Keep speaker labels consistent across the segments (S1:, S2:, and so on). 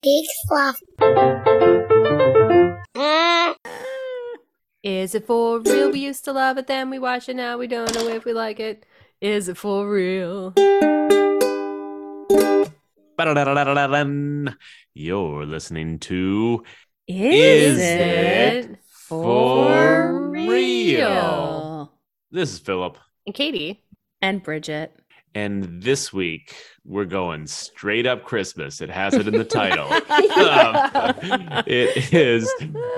S1: Big sloth.
S2: Is it for real? We used to love it, then we watch it, now we don't know if we like it. Is it for real?
S3: Ba-da-da-da-da-da-dun. You're listening to
S4: Is,
S3: Is
S4: it?
S3: it for real? This is Philip,
S2: And Katie,
S4: And Bridget.
S3: and this week we're going straight up Christmas. It has it in the title. Um, it is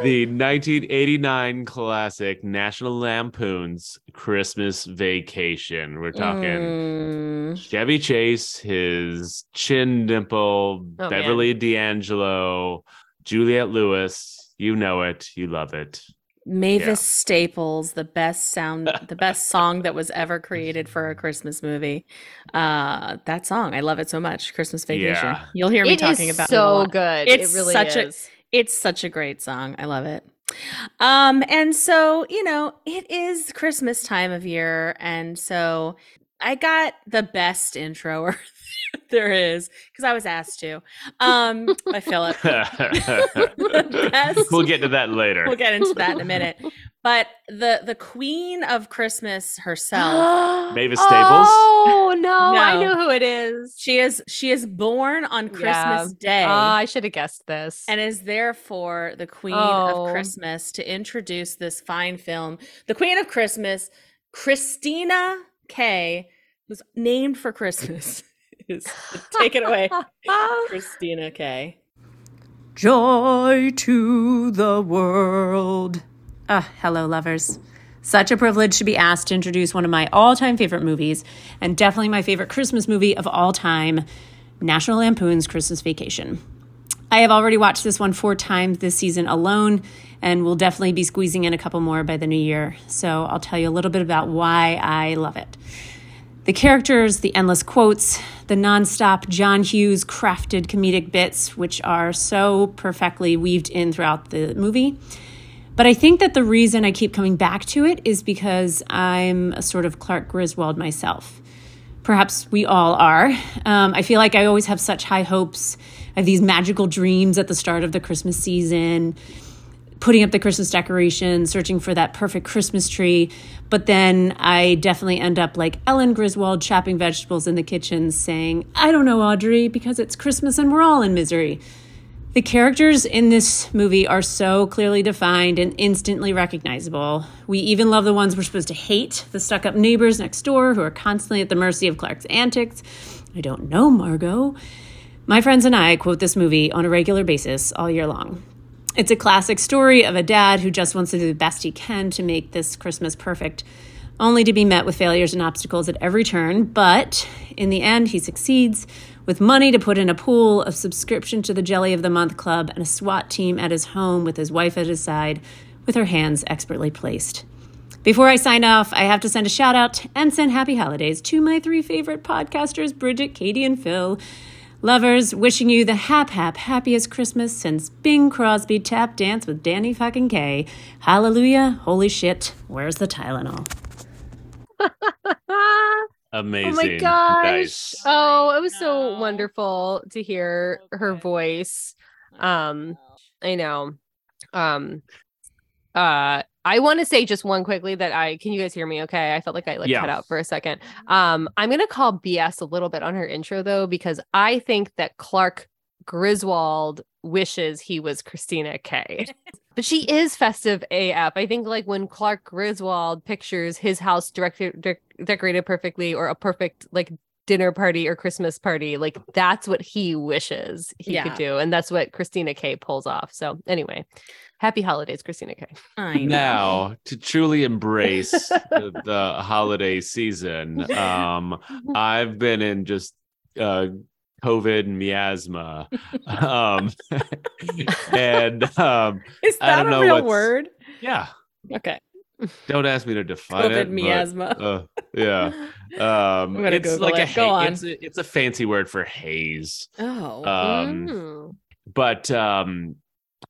S3: the 1989 classic National Lampoon's Christmas Vacation. We're talking
S4: Mm.
S3: Chevy Chase, his chin dimple,
S2: Oh, man.
S3: Beverly D'Angelo, Juliette Lewis. You know it. You love it.
S4: Mavis
S3: Yeah.
S4: Staples, the best sound, the best song that was ever created for a Christmas movie. Uh, that song, I love it so much. Christmas Vacation.
S3: Yeah.
S4: You'll hear me
S2: It
S4: talking
S2: is
S4: about it. a
S2: so
S4: lot.
S2: good.
S4: It's
S2: it really
S4: such a-
S2: is.
S4: It's such a great song. I love it. Um, and so, you know, it is Christmas time of year. And so I got the best intro there is because I was asked to um, by Philip. Yes.
S3: we'll get to that later.
S4: We'll get into that in a minute. But the the queen of Christmas herself,
S2: Mavis
S3: Mavis Staples?
S2: Oh no, I
S4: No.
S2: know who it is.
S4: she is she is born on Christmas Day.
S2: Oh, I should have guessed this.
S4: and is therefore the queen
S2: Oh.
S4: of Christmas to introduce this fine film, the queen of Christmas, Christina Kay, who's named for Christmas. is- Take it away, Christina Kay. Joy to the world. Ah, hello, lovers. Such a privilege to be asked to introduce one of my all time favorite movies, and definitely my favorite Christmas movie of all time National Lampoon's Christmas Vacation. I have already watched this one four times this season alone, and we'll definitely be squeezing in a couple more by the new year. So I'll tell you a little bit about why I love it. The characters, the endless quotes, the nonstop John Hughes crafted comedic bits, which are so perfectly weaved in throughout the movie. But I think that the reason I keep coming back to it is because I'm a sort of Clark Griswold myself perhaps we all are. Um, I feel like I always have such high hopes. I have these magical dreams at the start of the Christmas season, putting up the Christmas decorations, searching for that perfect Christmas tree. But then I definitely end up like Ellen Griswold chopping vegetables in the kitchen, saying, I don't know, Audrey, because it's Christmas and we're all in misery. The characters in this movie are so clearly defined and instantly recognizable. We even love the ones we're supposed to hate the stuck up neighbors next door who are constantly at the mercy of Clark's antics. I don't know, Margot. My friends and I quote this movie on a regular basis all year long. It's a classic story of a dad who just wants to do the best he can to make this Christmas perfect, only to be met with failures and obstacles at every turn. But in the end, he succeeds with money to put in a pool, a subscription to the Jelly of the Month Club, and a SWAT team at his home with his wife at his side, with her hands expertly placed. Before I sign off, I have to send a shout out and send happy holidays to my three favorite podcasters, Bridget, Katie, and Phil. Lovers, wishing you the hap hap happiest Christmas since Bing Crosby tap dance with Danny fucking K. Hallelujah, holy shit, where's the Tylenol?
S2: Ah,
S3: Amazing.
S2: oh my gosh.
S3: Nice.
S2: Oh, it was so
S4: know.
S2: wonderful to hear
S4: So
S2: her
S4: good.
S2: voice. Um, I know. Um uh I want to say just one quickly that I can you guys hear me okay? I felt like I like
S3: Yeah.
S2: cut out for a second.
S4: Mm-hmm.
S2: Um I'm going to call BS a little bit on her intro though because I think that Clark Griswold wishes he was Christina Kay. But she is festive AF. I think like when Clark Griswold pictures his house directed dec- decorated perfectly or a perfect like dinner party or Christmas party, like that's what he wishes he
S4: Yeah.
S2: could do. And that's what Christina Kay pulls off. So anyway, happy holidays, Christina Kay.
S4: I
S3: Now, to truly embrace the, the holiday season, um, I've been in just uh, COVID miasma. Um, and um,
S4: Is
S3: I
S4: that
S3: don't
S4: a
S3: know
S4: real
S3: what's-
S4: word?
S3: yeah,
S4: Okay.
S3: don't ask me to define
S4: COVID
S3: it. but,
S4: miasma.
S3: uh, yeah. Um,
S4: gonna
S3: it's
S4: Google
S3: like a
S4: it. Go
S3: ha-
S4: on.
S3: It's, a, it's a fancy word for haze.
S4: oh.
S3: Um,
S2: Mm.
S3: but um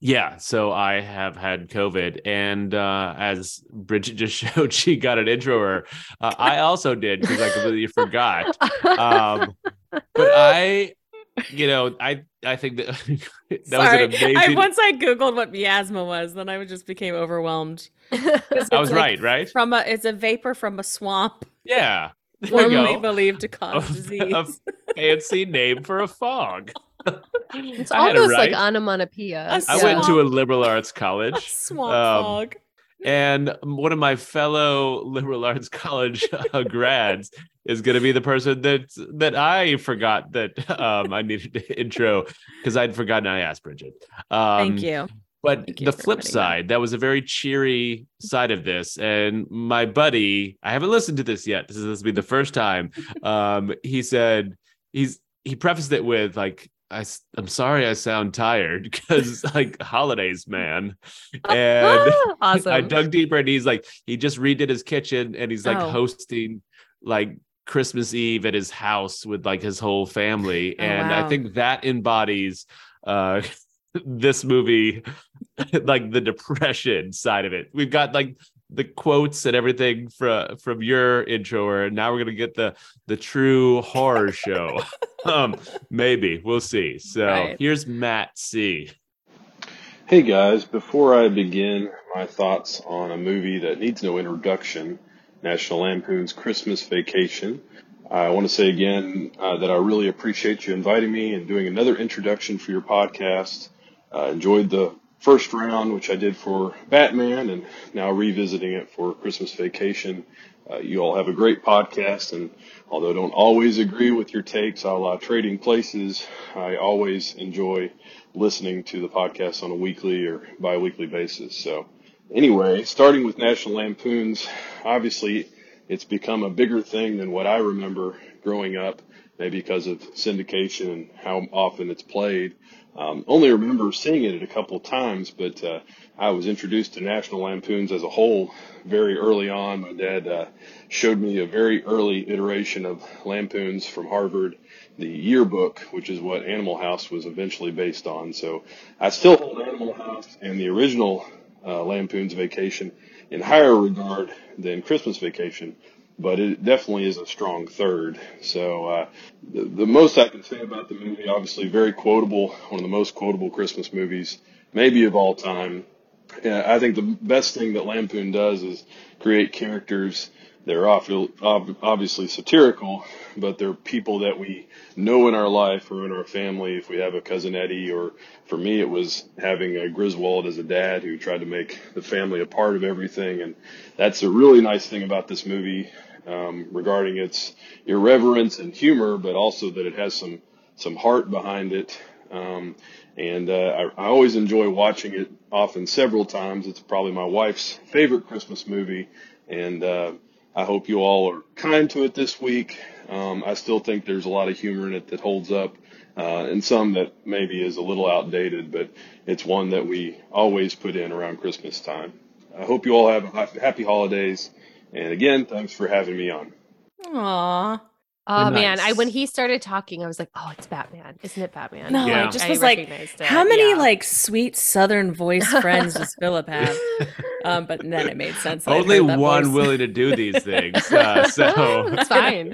S3: yeah so i have had covid and uh as bridget just showed she got an intro
S2: Mm.
S3: uh, Um, i also did because i completely forgot um but i you know, I I think that that
S5: Sorry.
S3: was an
S5: I,
S3: amazing.
S5: once I googled what miasma was, then I just became overwhelmed. 'Cause
S3: I
S5: it's
S3: was
S5: like
S3: right, right?
S5: From a, it's a vapor from a swamp,
S3: Yeah. There you
S5: formerly
S3: go.
S5: believed to cause
S3: Of-
S5: disease.
S3: of- Fancy name for a fog.
S2: It's
S3: I had it
S2: almost
S3: right.
S2: like onomatopoeia.
S5: I
S3: I
S5: Yeah.
S3: went uh, to a liberal arts
S5: A
S3: college.
S5: swamp
S3: um,
S5: fog.
S3: and one of my fellow liberal arts college uh, grads is going to be the person that that I forgot that um, I needed to intro because I'd forgotten I asked Bridget. Um,
S5: Thank you.
S3: But
S5: Thank you
S3: the
S5: for
S3: flip
S5: reminding me.
S3: side, that was a very cheery side of this. And my buddy, I haven't listened to this yet. This is this will be the first time. Um, he said he's he prefaced it with like I, am sorry I sound tired because like holidays, man. And
S2: Ah, awesome.
S3: I dug deeper and he's like he just redid his kitchen and he's like
S5: Oh.
S3: hosting like Christmas Eve at his house with like his whole family.
S5: Oh,
S3: and I
S5: wow.
S3: think that embodies uh this movie like the depression side of it. We've got like the quotes and everything from from your intro and now we're gonna get the the true horror show. um maybe we'll see. So
S5: Right.
S3: here's Matt C.
S6: Hey guys, before I begin my thoughts on a movie that needs no introduction, National Lampoon's Christmas Vacation, I want to say again uh, that I really appreciate you inviting me and doing another introduction for your podcast. I enjoyed the first round, which I did for Batman, and now revisiting it for Christmas Vacation. Uh, you all have a great podcast, and although I don't always agree with your takes, a la Trading Places, I always enjoy listening to the podcast on a weekly or bi-weekly basis. So anyway, starting with National Lampoons, obviously it's become a bigger thing than what I remember growing up, maybe because of syndication and how often it's played. Um, only remember seeing it a couple of times, but uh, I was introduced to National Lampoons as a whole very early on. My dad uh, showed me a very early iteration of Lampoons from Harvard, the yearbook, which is what Animal House was eventually based on. So I still hold Animal House and the original uh, Lampoon's Vacation in higher regard than Christmas Vacation, but it definitely is a strong third. So uh, the, the most I can say about the movie, obviously very quotable, one of the most quotable Christmas movies maybe of all time. Yeah, I think the best thing that Lampoon does is create characters that are off, ob- obviously satirical, but they're people that we know in our life or in our family. If we have a cousin Eddie, or for me, it was having a Griswold as a dad who tried to make the family a part of everything. And that's a really nice thing about this movie um, regarding its irreverence and humor, but also that it has some some heart behind it. Um, and uh, I, I always enjoy watching it often several times. It's probably my wife's favorite Christmas movie. And uh, I hope you all are kind to it this week. Um, I still think there's a lot of humor in it that holds up, uh, and some that maybe is a little outdated, but it's one that we always put in around Christmas time. I hope you all have a ha- happy holidays. And again, thanks for having me on.
S3: um,
S5: Aw.
S2: Oh
S3: Nice.
S2: man, I when he started talking, I was like, "Oh, it's Batman, isn't it Batman?"
S5: No,
S3: Yeah.
S5: I just
S2: I
S5: was like,
S2: recognized it,
S5: how many
S2: yeah.
S5: like sweet Southern voice friends does Philip have? Um, but then it made sense. that I'd
S3: Only
S5: heard that
S3: one
S5: voice.
S3: willing to do these things. Uh, so
S2: It's fine.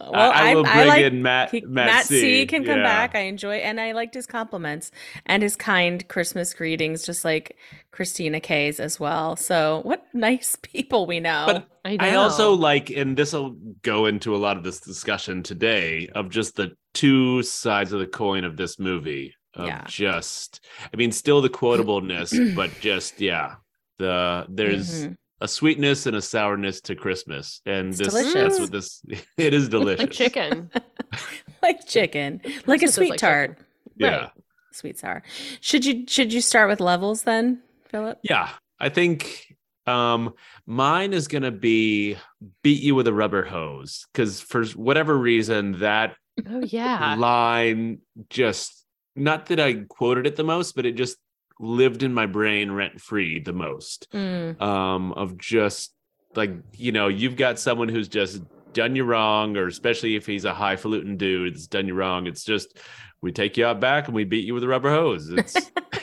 S5: well,
S3: I, I will bring
S5: I like
S3: in Matt.
S5: He-
S3: Matt,
S5: Matt, C. can come
S3: yeah.
S5: back. I enjoy and I liked his compliments and his kind Christmas greetings, just like Christina K's as well. So what nice people we know.
S3: But
S2: I,
S3: I also
S2: know.
S3: like, and this will go into a lot of this discussion today of just the two sides of the coin of this movie. Of
S5: Yeah.
S3: just, I mean, still the quotableness, but just yeah, the there's
S5: Mhm.
S3: a sweetness and a sourness to Christmas, and
S5: It's
S3: this
S5: delicious.
S3: that's what this it is delicious.
S2: like chicken.
S5: like chicken, like a
S2: Christmas is
S5: sweet
S2: like
S5: tart,
S2: chicken.
S3: yeah,
S2: right.
S5: sweet sour. Should you should you start with levels then, Philip?
S3: yeah. I think um mine is gonna be beat you with a rubber hose because for whatever reason that
S2: Oh yeah.
S3: line just not that I quoted it the most, but it just lived in my brain rent free the most.
S5: Mm,
S3: Um, of just like you know, you've got someone who's just done you wrong, or especially if he's a highfalutin dude, it's done you wrong. It's just we take you out back and we beat you with a rubber hose. It's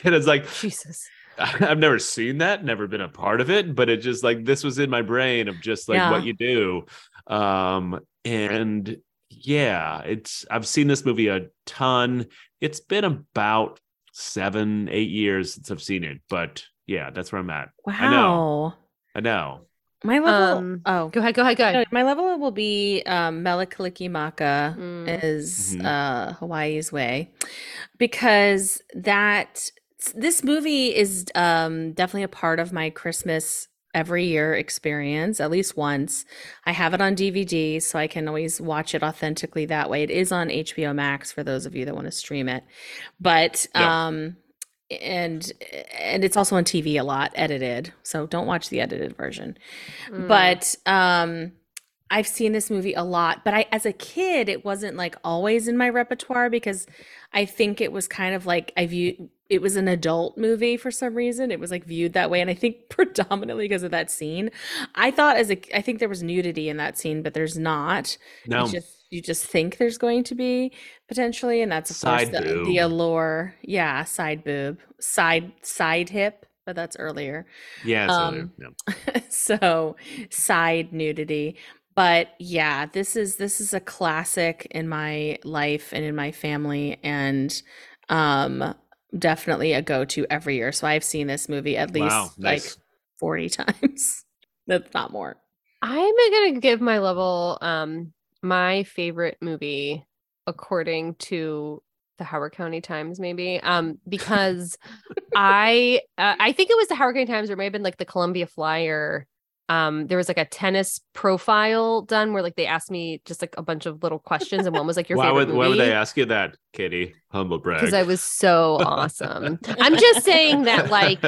S3: and it's like
S2: Jesus.
S3: I've never seen that, never been a part of it, but it just like this was in my brain of just like
S5: Yeah.
S3: what you do. Um and yeah, it's I've seen this movie a ton. It's been about seven, eight years since I've seen it, but yeah, that's where I'm at.
S5: Wow.
S3: know. I know.
S5: My level.
S2: Um,
S5: oh,
S2: Go ahead, go ahead, go
S5: No,
S2: ahead.
S5: my level will be um, Melakalikimaka
S2: Mm.
S5: is
S3: Mhm.
S5: uh, Hawaii's Way because that this movie is um, definitely a part of my Christmas every year experience at least once. I have it on DVD so I can always watch it authentically that way. It is on HBO Max for those of you that want to stream it. But
S3: Yeah.
S5: um and and it's also on TV a lot edited. So don't watch the edited version
S2: Mm.
S5: but um I've seen this movie a lot, but I as a kid it wasn't like always in my repertoire because I think it was kind of like I view it was an adult movie for some reason. It was like viewed that way and I think predominantly because of that scene. I thought as a I think there was nudity in that scene, but there's not.
S3: No.
S5: You just you just think there's going to be potentially and that's of course
S3: Side
S5: the, the
S3: boob.
S5: allure. Yeah, side boob, side side hip, but that's earlier
S3: yeah, it's earlier.
S5: um,
S3: Yeah.
S5: so side nudity but yeah this is this is a classic in my life and in my family and um definitely a go-to every year so i've seen this movie at least
S3: Wow,
S5: like
S3: nice.
S5: 40 times that's not more
S2: I'm gonna give my level um my favorite movie according to the Howard County Times, maybe. Um, because I uh, I think it was the Howard County Times or it may have been like the Columbia Flyer. Um, there was like a tennis profile done where like they asked me just like a bunch of little questions and one was like your
S3: Why
S2: favorite
S3: would
S2: movie.
S3: why would they ask you that, Katie? Humble brag.
S2: because I was so awesome. I'm just saying that like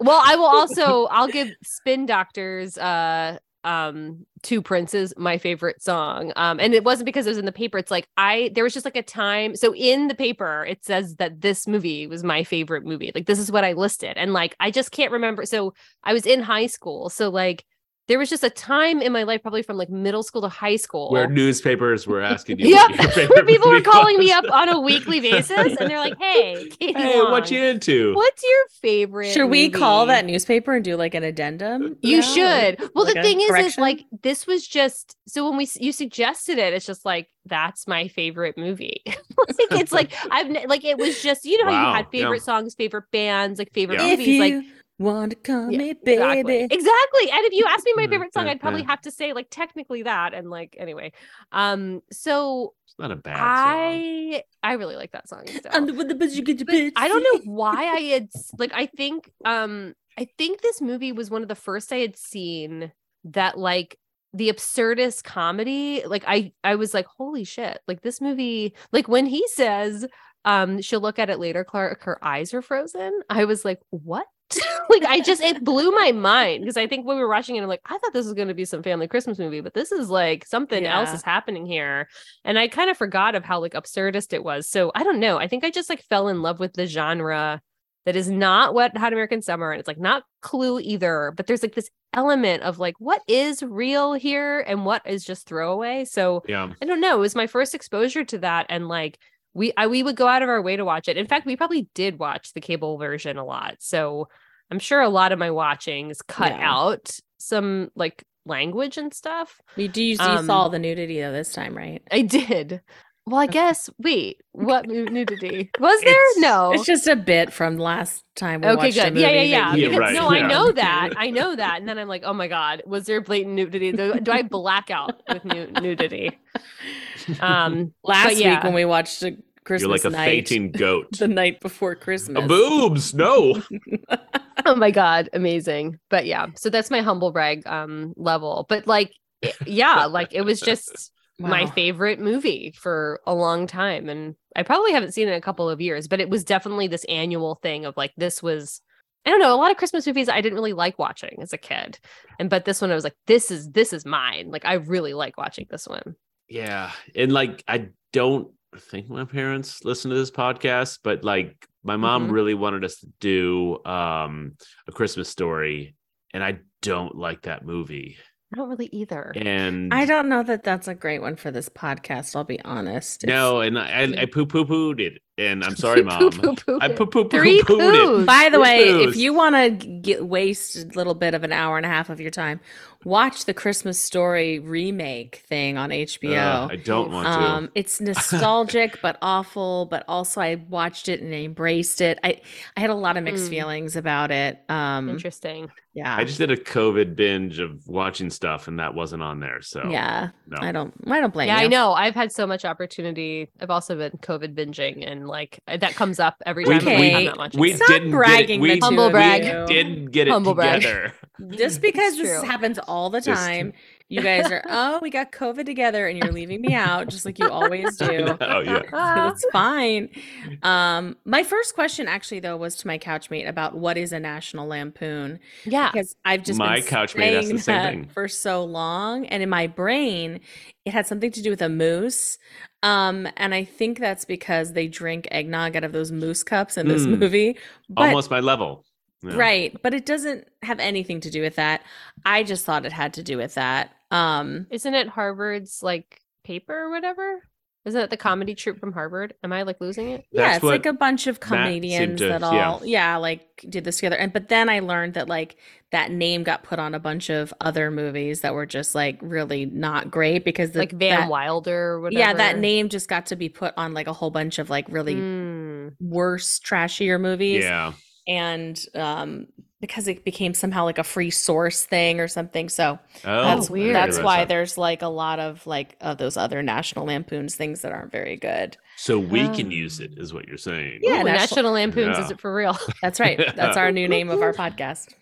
S2: well i will also i'll give spin doctors uh um two princes my favorite song um and it wasn't because it was in the paper it's like i there was just like a time so in the paper it says that this movie was my favorite movie like this is what i listed and like i just can't remember so i was in high school so like there was just a time in my life probably from like middle school to high school
S3: where newspapers were asking you.
S2: Yep,
S3: what your
S2: where
S3: favorite
S2: people were
S3: movie
S2: calling me
S3: was.
S2: up on a weekly basis and they're like hey Katie
S3: Hey, what
S2: Long,
S3: you into?
S2: what's your favorite
S5: should we call
S2: movie?"
S5: that newspaper and do like an addendum
S2: You
S5: now?
S2: should. Well,
S5: like
S2: the
S5: a
S2: thing is, is
S5: correction?
S2: like this was just so when we s- you suggested it, it's just like that's my favorite movie. like it's like I've ne- like it was just you know how
S3: Wow,
S2: you had
S3: yeah.
S2: favorite songs, favorite bands, like favorite
S3: Yeah.
S5: if
S2: movies,
S5: you
S2: like
S5: want to call
S2: Yeah,
S5: me baby
S2: exactly, exactly. And if you asked me my
S3: Mm,
S5: Mm-hmm.
S2: favorite song,
S3: mm,
S2: I'd probably
S3: mm.
S2: have to say like technically that, and like anyway. Um, so
S3: It's not a bad song.
S2: I I really like that song. still.
S5: I'm the one that puts you get your
S2: But I don't
S5: bitch.
S2: know why I had s- like I think um I think this movie was one of the first I had seen that like the absurdist comedy like I I was like holy shit like this movie like when he says um she'll look at it later Clark her eyes are frozen I was like what like I just it blew my mind because I think when we were watching it I'm like I thought this was going to be some family Christmas movie but this is like something else
S5: Yeah.
S2: is happening here and I kind of forgot of how like absurdist it was. So I don't know. I think I just like fell in love with the genre that is not what Hot American Summer and it's like not Clue either, but there's like this element of like what is real here and what is just throwaway. So
S3: Yeah.
S2: I don't know. It was my first exposure to that and like we I, we would go out of our way to watch it. In fact, we probably did watch the cable version a lot. So I'm sure a lot of my watchings cut
S5: Yeah.
S2: out some like language and stuff.
S5: you do you,
S2: Um,
S5: you saw the nudity though this time right
S2: I did. Well, I guess. Wait, what nu- nudity was there?
S5: It's-
S2: no.
S5: It's just a bit from last time. We
S2: okay,
S5: watched a
S2: good. Yeah, yeah,
S5: movie
S2: yeah.
S5: that you
S3: Yeah,
S2: Because,
S3: right,
S2: No, I
S3: yeah.
S2: know that. I know that. And then I'm like, oh my god, was there blatant nudity? Do, do I black out with nu- nudity? Um,
S5: Last
S2: yeah.
S5: week when we watched a Christmas
S3: You're like a
S5: night,
S3: fainting goat.
S5: the night before Christmas.
S3: Uh, boobs, no.
S2: oh my god, amazing. But yeah, so that's my humble brag um level. But like, i- yeah, like it was just my
S5: Wow.
S2: favorite movie for a long time and i probably haven't seen it in a couple of years but it was definitely this annual thing of like this was i don't know a lot of christmas movies i didn't really like watching as a kid and but this one i was like this is this is mine like i really like watching this one
S3: Yeah. And like, I don't think my parents listen to this podcast, but like, my mom
S2: Mhm.
S5: Mm-hmm.
S3: really wanted us to do um, a Christmas story, and I don't like that movie.
S2: i don't really either
S3: And
S5: I don't know that that's a great one for this podcast. I'll be honest. It's-
S3: No, and I, I, I poo poo pooed it. And I'm sorry,
S2: You poo, poo,
S3: mom.
S2: poo
S3: I Uh,
S2: it.
S3: poo poo
S2: Three
S3: poo pooed
S2: poos.
S3: it.
S5: By the way, if
S3: Kudos.
S5: you want to get waste a little bit of an hour and a half of your time, watch the Christmas Story remake thing on
S3: Ugh,
S5: HBO.
S3: I don't want to.
S5: um, it's nostalgic but awful. But also, I watched it and I embraced it. I I had a lot of mixed
S2: Mm.
S5: feelings about it.
S2: Mm-hmm.
S5: Um,
S2: Interesting.
S5: yeah,
S3: I just did a COVID binge of watching stuff, and that wasn't on there. So
S5: yeah.
S3: no.
S5: I don't. I don't blame
S2: Yeah,
S5: you.
S2: I know. I've had so much opportunity. I've also been COVID binging, and like that comes up every
S3: We-
S2: time I'm, like,
S5: we-
S2: I'm not watching.
S3: we
S2: it.
S5: Stop
S3: didn't get it.
S5: bragging.
S3: We-
S5: the two
S2: Humble
S5: of
S2: brag.
S5: you.
S3: didn't get it
S2: Humble brag.
S3: together.
S5: Just because
S2: It's
S5: this
S2: true.
S5: happens all the
S3: Just-
S5: time, you guys are, oh, we got COVID together and you're leaving me out, just like you always do.
S3: oh yeah.
S5: So it's fine. Um, my first question, actually, though, was to my couchmate about what is a national lampoon
S2: yeah.
S5: because I've just
S3: My
S5: been
S3: couchmate asked the
S5: saying
S3: same
S5: that
S3: thing.
S5: for so long, and in my brain, it had something to do with a moose. Um, and I think that's because they drink eggnog out of those moose cups in this
S3: Mm.
S5: movie. But
S3: Almost my level. Yeah.
S5: Right, but it doesn't have anything to do with that. I just thought it had to do with that. Um
S2: Isn't it Harvard's like paper or whatever? Isn't it the comedy troupe from Harvard? Am I like losing it?
S5: yeah,
S3: That's
S5: it's
S3: what
S5: like a bunch of
S3: seemed
S5: comedians
S3: to-
S5: that
S3: yeah.
S5: all yeah. like did this together. And but then I learned that like that name got put on a bunch of other movies that were just like really not great because the,
S2: like Van
S5: that,
S2: Wilder or whatever.
S5: Yeah, that name just got to be put on like a whole bunch of like really
S2: Mm.
S5: worse, trashier movies.
S3: Yeah.
S5: And um because it became somehow like a free source thing or something. So
S3: Oh,
S5: that's
S3: I
S2: weird.
S3: didn't
S5: That's
S3: realize
S5: why
S3: that.
S5: there's like a lot of like of those other National Lampoons things that aren't very good.
S3: So we can use
S2: Oh.
S3: it, is what you're saying.
S5: Um, Yeah,
S2: Ooh,
S5: National-
S2: National Lampoons
S3: Yeah.
S2: is it for real?
S5: That's right. That's our new name of our podcast.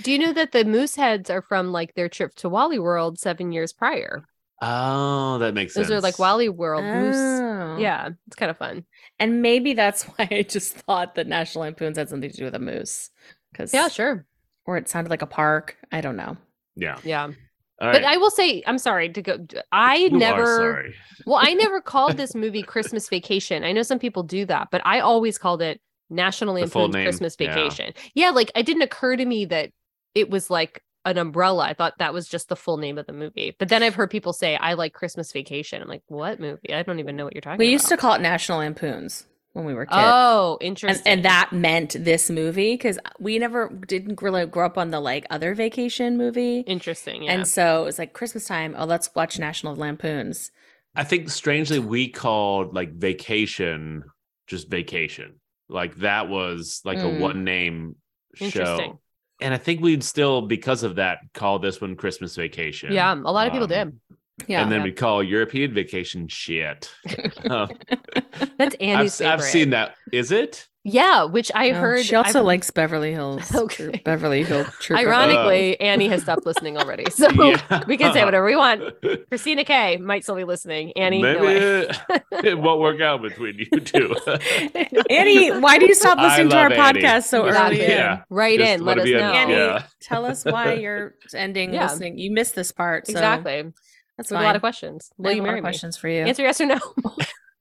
S2: Do you know that the Mooseheads are from like their trip to Wally World seven years prior?
S3: Oh, that makes
S2: Those
S3: sense.
S2: are like Wally World Moose.
S5: Oh.
S2: Yeah, it's kind of fun.
S5: and maybe that's why I just thought that National Lampoons had something to do with a moose, because
S2: Yeah, sure.
S5: or it sounded like a park. I don't know.
S3: Yeah.
S2: Yeah.
S3: All
S2: But
S3: right.
S2: I will say, I'm sorry to go. I
S3: You are
S2: never,
S3: sorry.
S2: well, I never called this movie Christmas Vacation. I know some people do that, but I always called it National
S3: The full
S2: Lampoon's
S3: name,
S2: Christmas
S3: yeah.
S2: Vacation. Yeah. like it didn't occur to me that it was like an umbrella. I thought that was just the full name of the movie. But then I've heard people say, I like Christmas Vacation. I'm like, what movie? I don't even know what you're talking
S5: We
S2: about.
S5: used to call it National Lampoons when we were kids.
S2: Oh,
S5: and,
S2: interesting.
S5: and that meant this movie because we never didn't really grow up on the like other vacation movie.
S2: interesting. Yeah.
S5: And so it was like Christmas time. Oh, let's watch National Lampoons.
S3: I think strangely we called like vacation just vacation. Like that was like
S5: Mm.
S3: a one name
S2: Hmm. Interesting.
S3: show. And I think we'd still, because of that, call this one Christmas vacation.
S2: yeah, a lot of people
S3: Um,
S2: did.
S5: Yeah.
S3: And then
S2: Yeah.
S3: we call European vacation shit. Um,
S2: That's
S3: I've,
S2: Andy's
S3: I've
S2: favorite.
S3: seen that. Is it?
S2: Yeah, which I
S5: No,
S2: heard.
S5: Oh, she also
S2: I've-
S5: likes Beverly Hills.
S2: Okay.
S5: Tro- Beverly Hill Trooper.
S2: Ironically, Annie has stopped listening already, so
S3: Uh, Yeah. Uh-huh.
S2: we can say whatever we want. Christina K might still be listening. Annie, no
S3: Maybe
S2: way.
S3: it, it won't work out between you two.
S5: Annie, why do you stop
S3: Uh, I
S5: listening to our
S3: love Annie.
S5: podcast so
S2: Stop
S5: early?
S2: it.
S3: Yeah.
S2: Right
S3: Just
S2: in,
S3: let
S2: let
S3: it
S2: us
S3: be
S2: know.
S3: a-
S5: Annie,
S3: Yeah.
S5: tell us why you're ending
S2: Yeah.
S5: listening. You missed this part. So
S2: Exactly.
S5: That's
S2: We
S5: fine.
S2: have a lot of questions.
S5: I
S2: Will
S5: have
S2: you
S5: a lot
S2: marry
S5: of
S2: me?
S5: questions for you.
S2: Answer yes or no.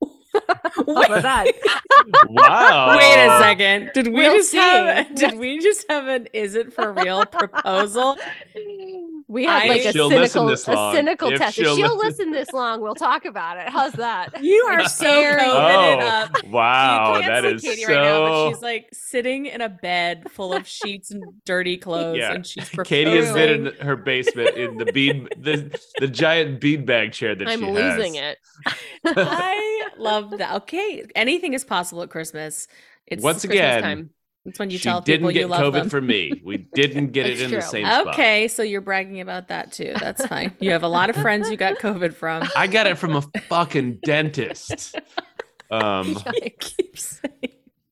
S2: How
S5: Wait,
S2: about that?
S3: wow.
S5: wait a second. Did we
S2: We'll
S5: just have
S2: see.
S5: did we just have an is it for real proposal?
S2: We have
S5: I-
S2: like a
S5: If
S3: she'll listen
S2: cynical,
S3: this
S2: a
S3: long,
S2: cynical
S3: if
S2: test.
S3: she'll
S2: if she'll
S3: listen-
S2: listen this long, we'll talk about it. How's that?
S5: You are so
S2: Very-
S5: COVID it
S3: Oh,
S5: up.
S3: wow.
S5: you
S3: That
S5: can't see
S3: is
S5: Katie
S3: so.
S5: right now, but she's like sitting in a bed full of sheets and dirty clothes,
S3: Yeah.
S5: and she's proposing.
S3: Katie has been in her basement in the bean, the, the giant beanbag chair that
S2: I'm
S3: she
S2: losing
S3: has.
S2: it.
S5: I love that. Okay, anything is possible at Christmas. It's
S3: Once
S2: Christmas
S3: again,
S2: time.
S5: it's when you
S3: she
S5: tell
S3: didn't
S5: people
S3: get
S5: you love
S3: COVID
S5: them.
S3: from me. We didn't get it
S2: It's
S3: in the
S2: true.
S3: same spot.
S5: okay, so you're bragging about that too. That's fine. You have a lot of friends you got COVID from.
S3: I got it from a fucking dentist. Um,
S5: I keep saying.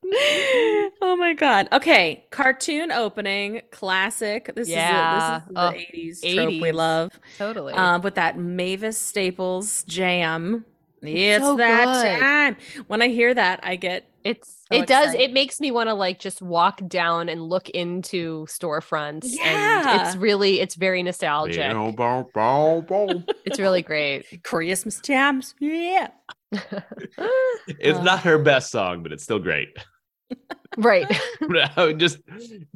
S5: Oh my god. Okay, cartoon opening classic. This
S2: Yeah.
S5: is a,
S2: Oh,
S5: this is the 80s trope we
S2: 80s.
S5: love.
S2: Totally.
S5: um, with that Mavis Staples jam. It's
S2: so
S5: that
S2: good.
S5: time. When I hear that, I get
S2: It's
S5: So
S2: it does
S5: exciting.
S2: it makes me want to like just walk down and look into storefronts and
S5: Yeah.
S2: it's really it's very nostalgic.
S3: bow, bow, bow, bow.
S2: It's really great.
S5: Christmas jams. Yeah.
S3: it's
S5: Uh.
S3: not her best song, but it's still great.
S2: right.
S3: I would just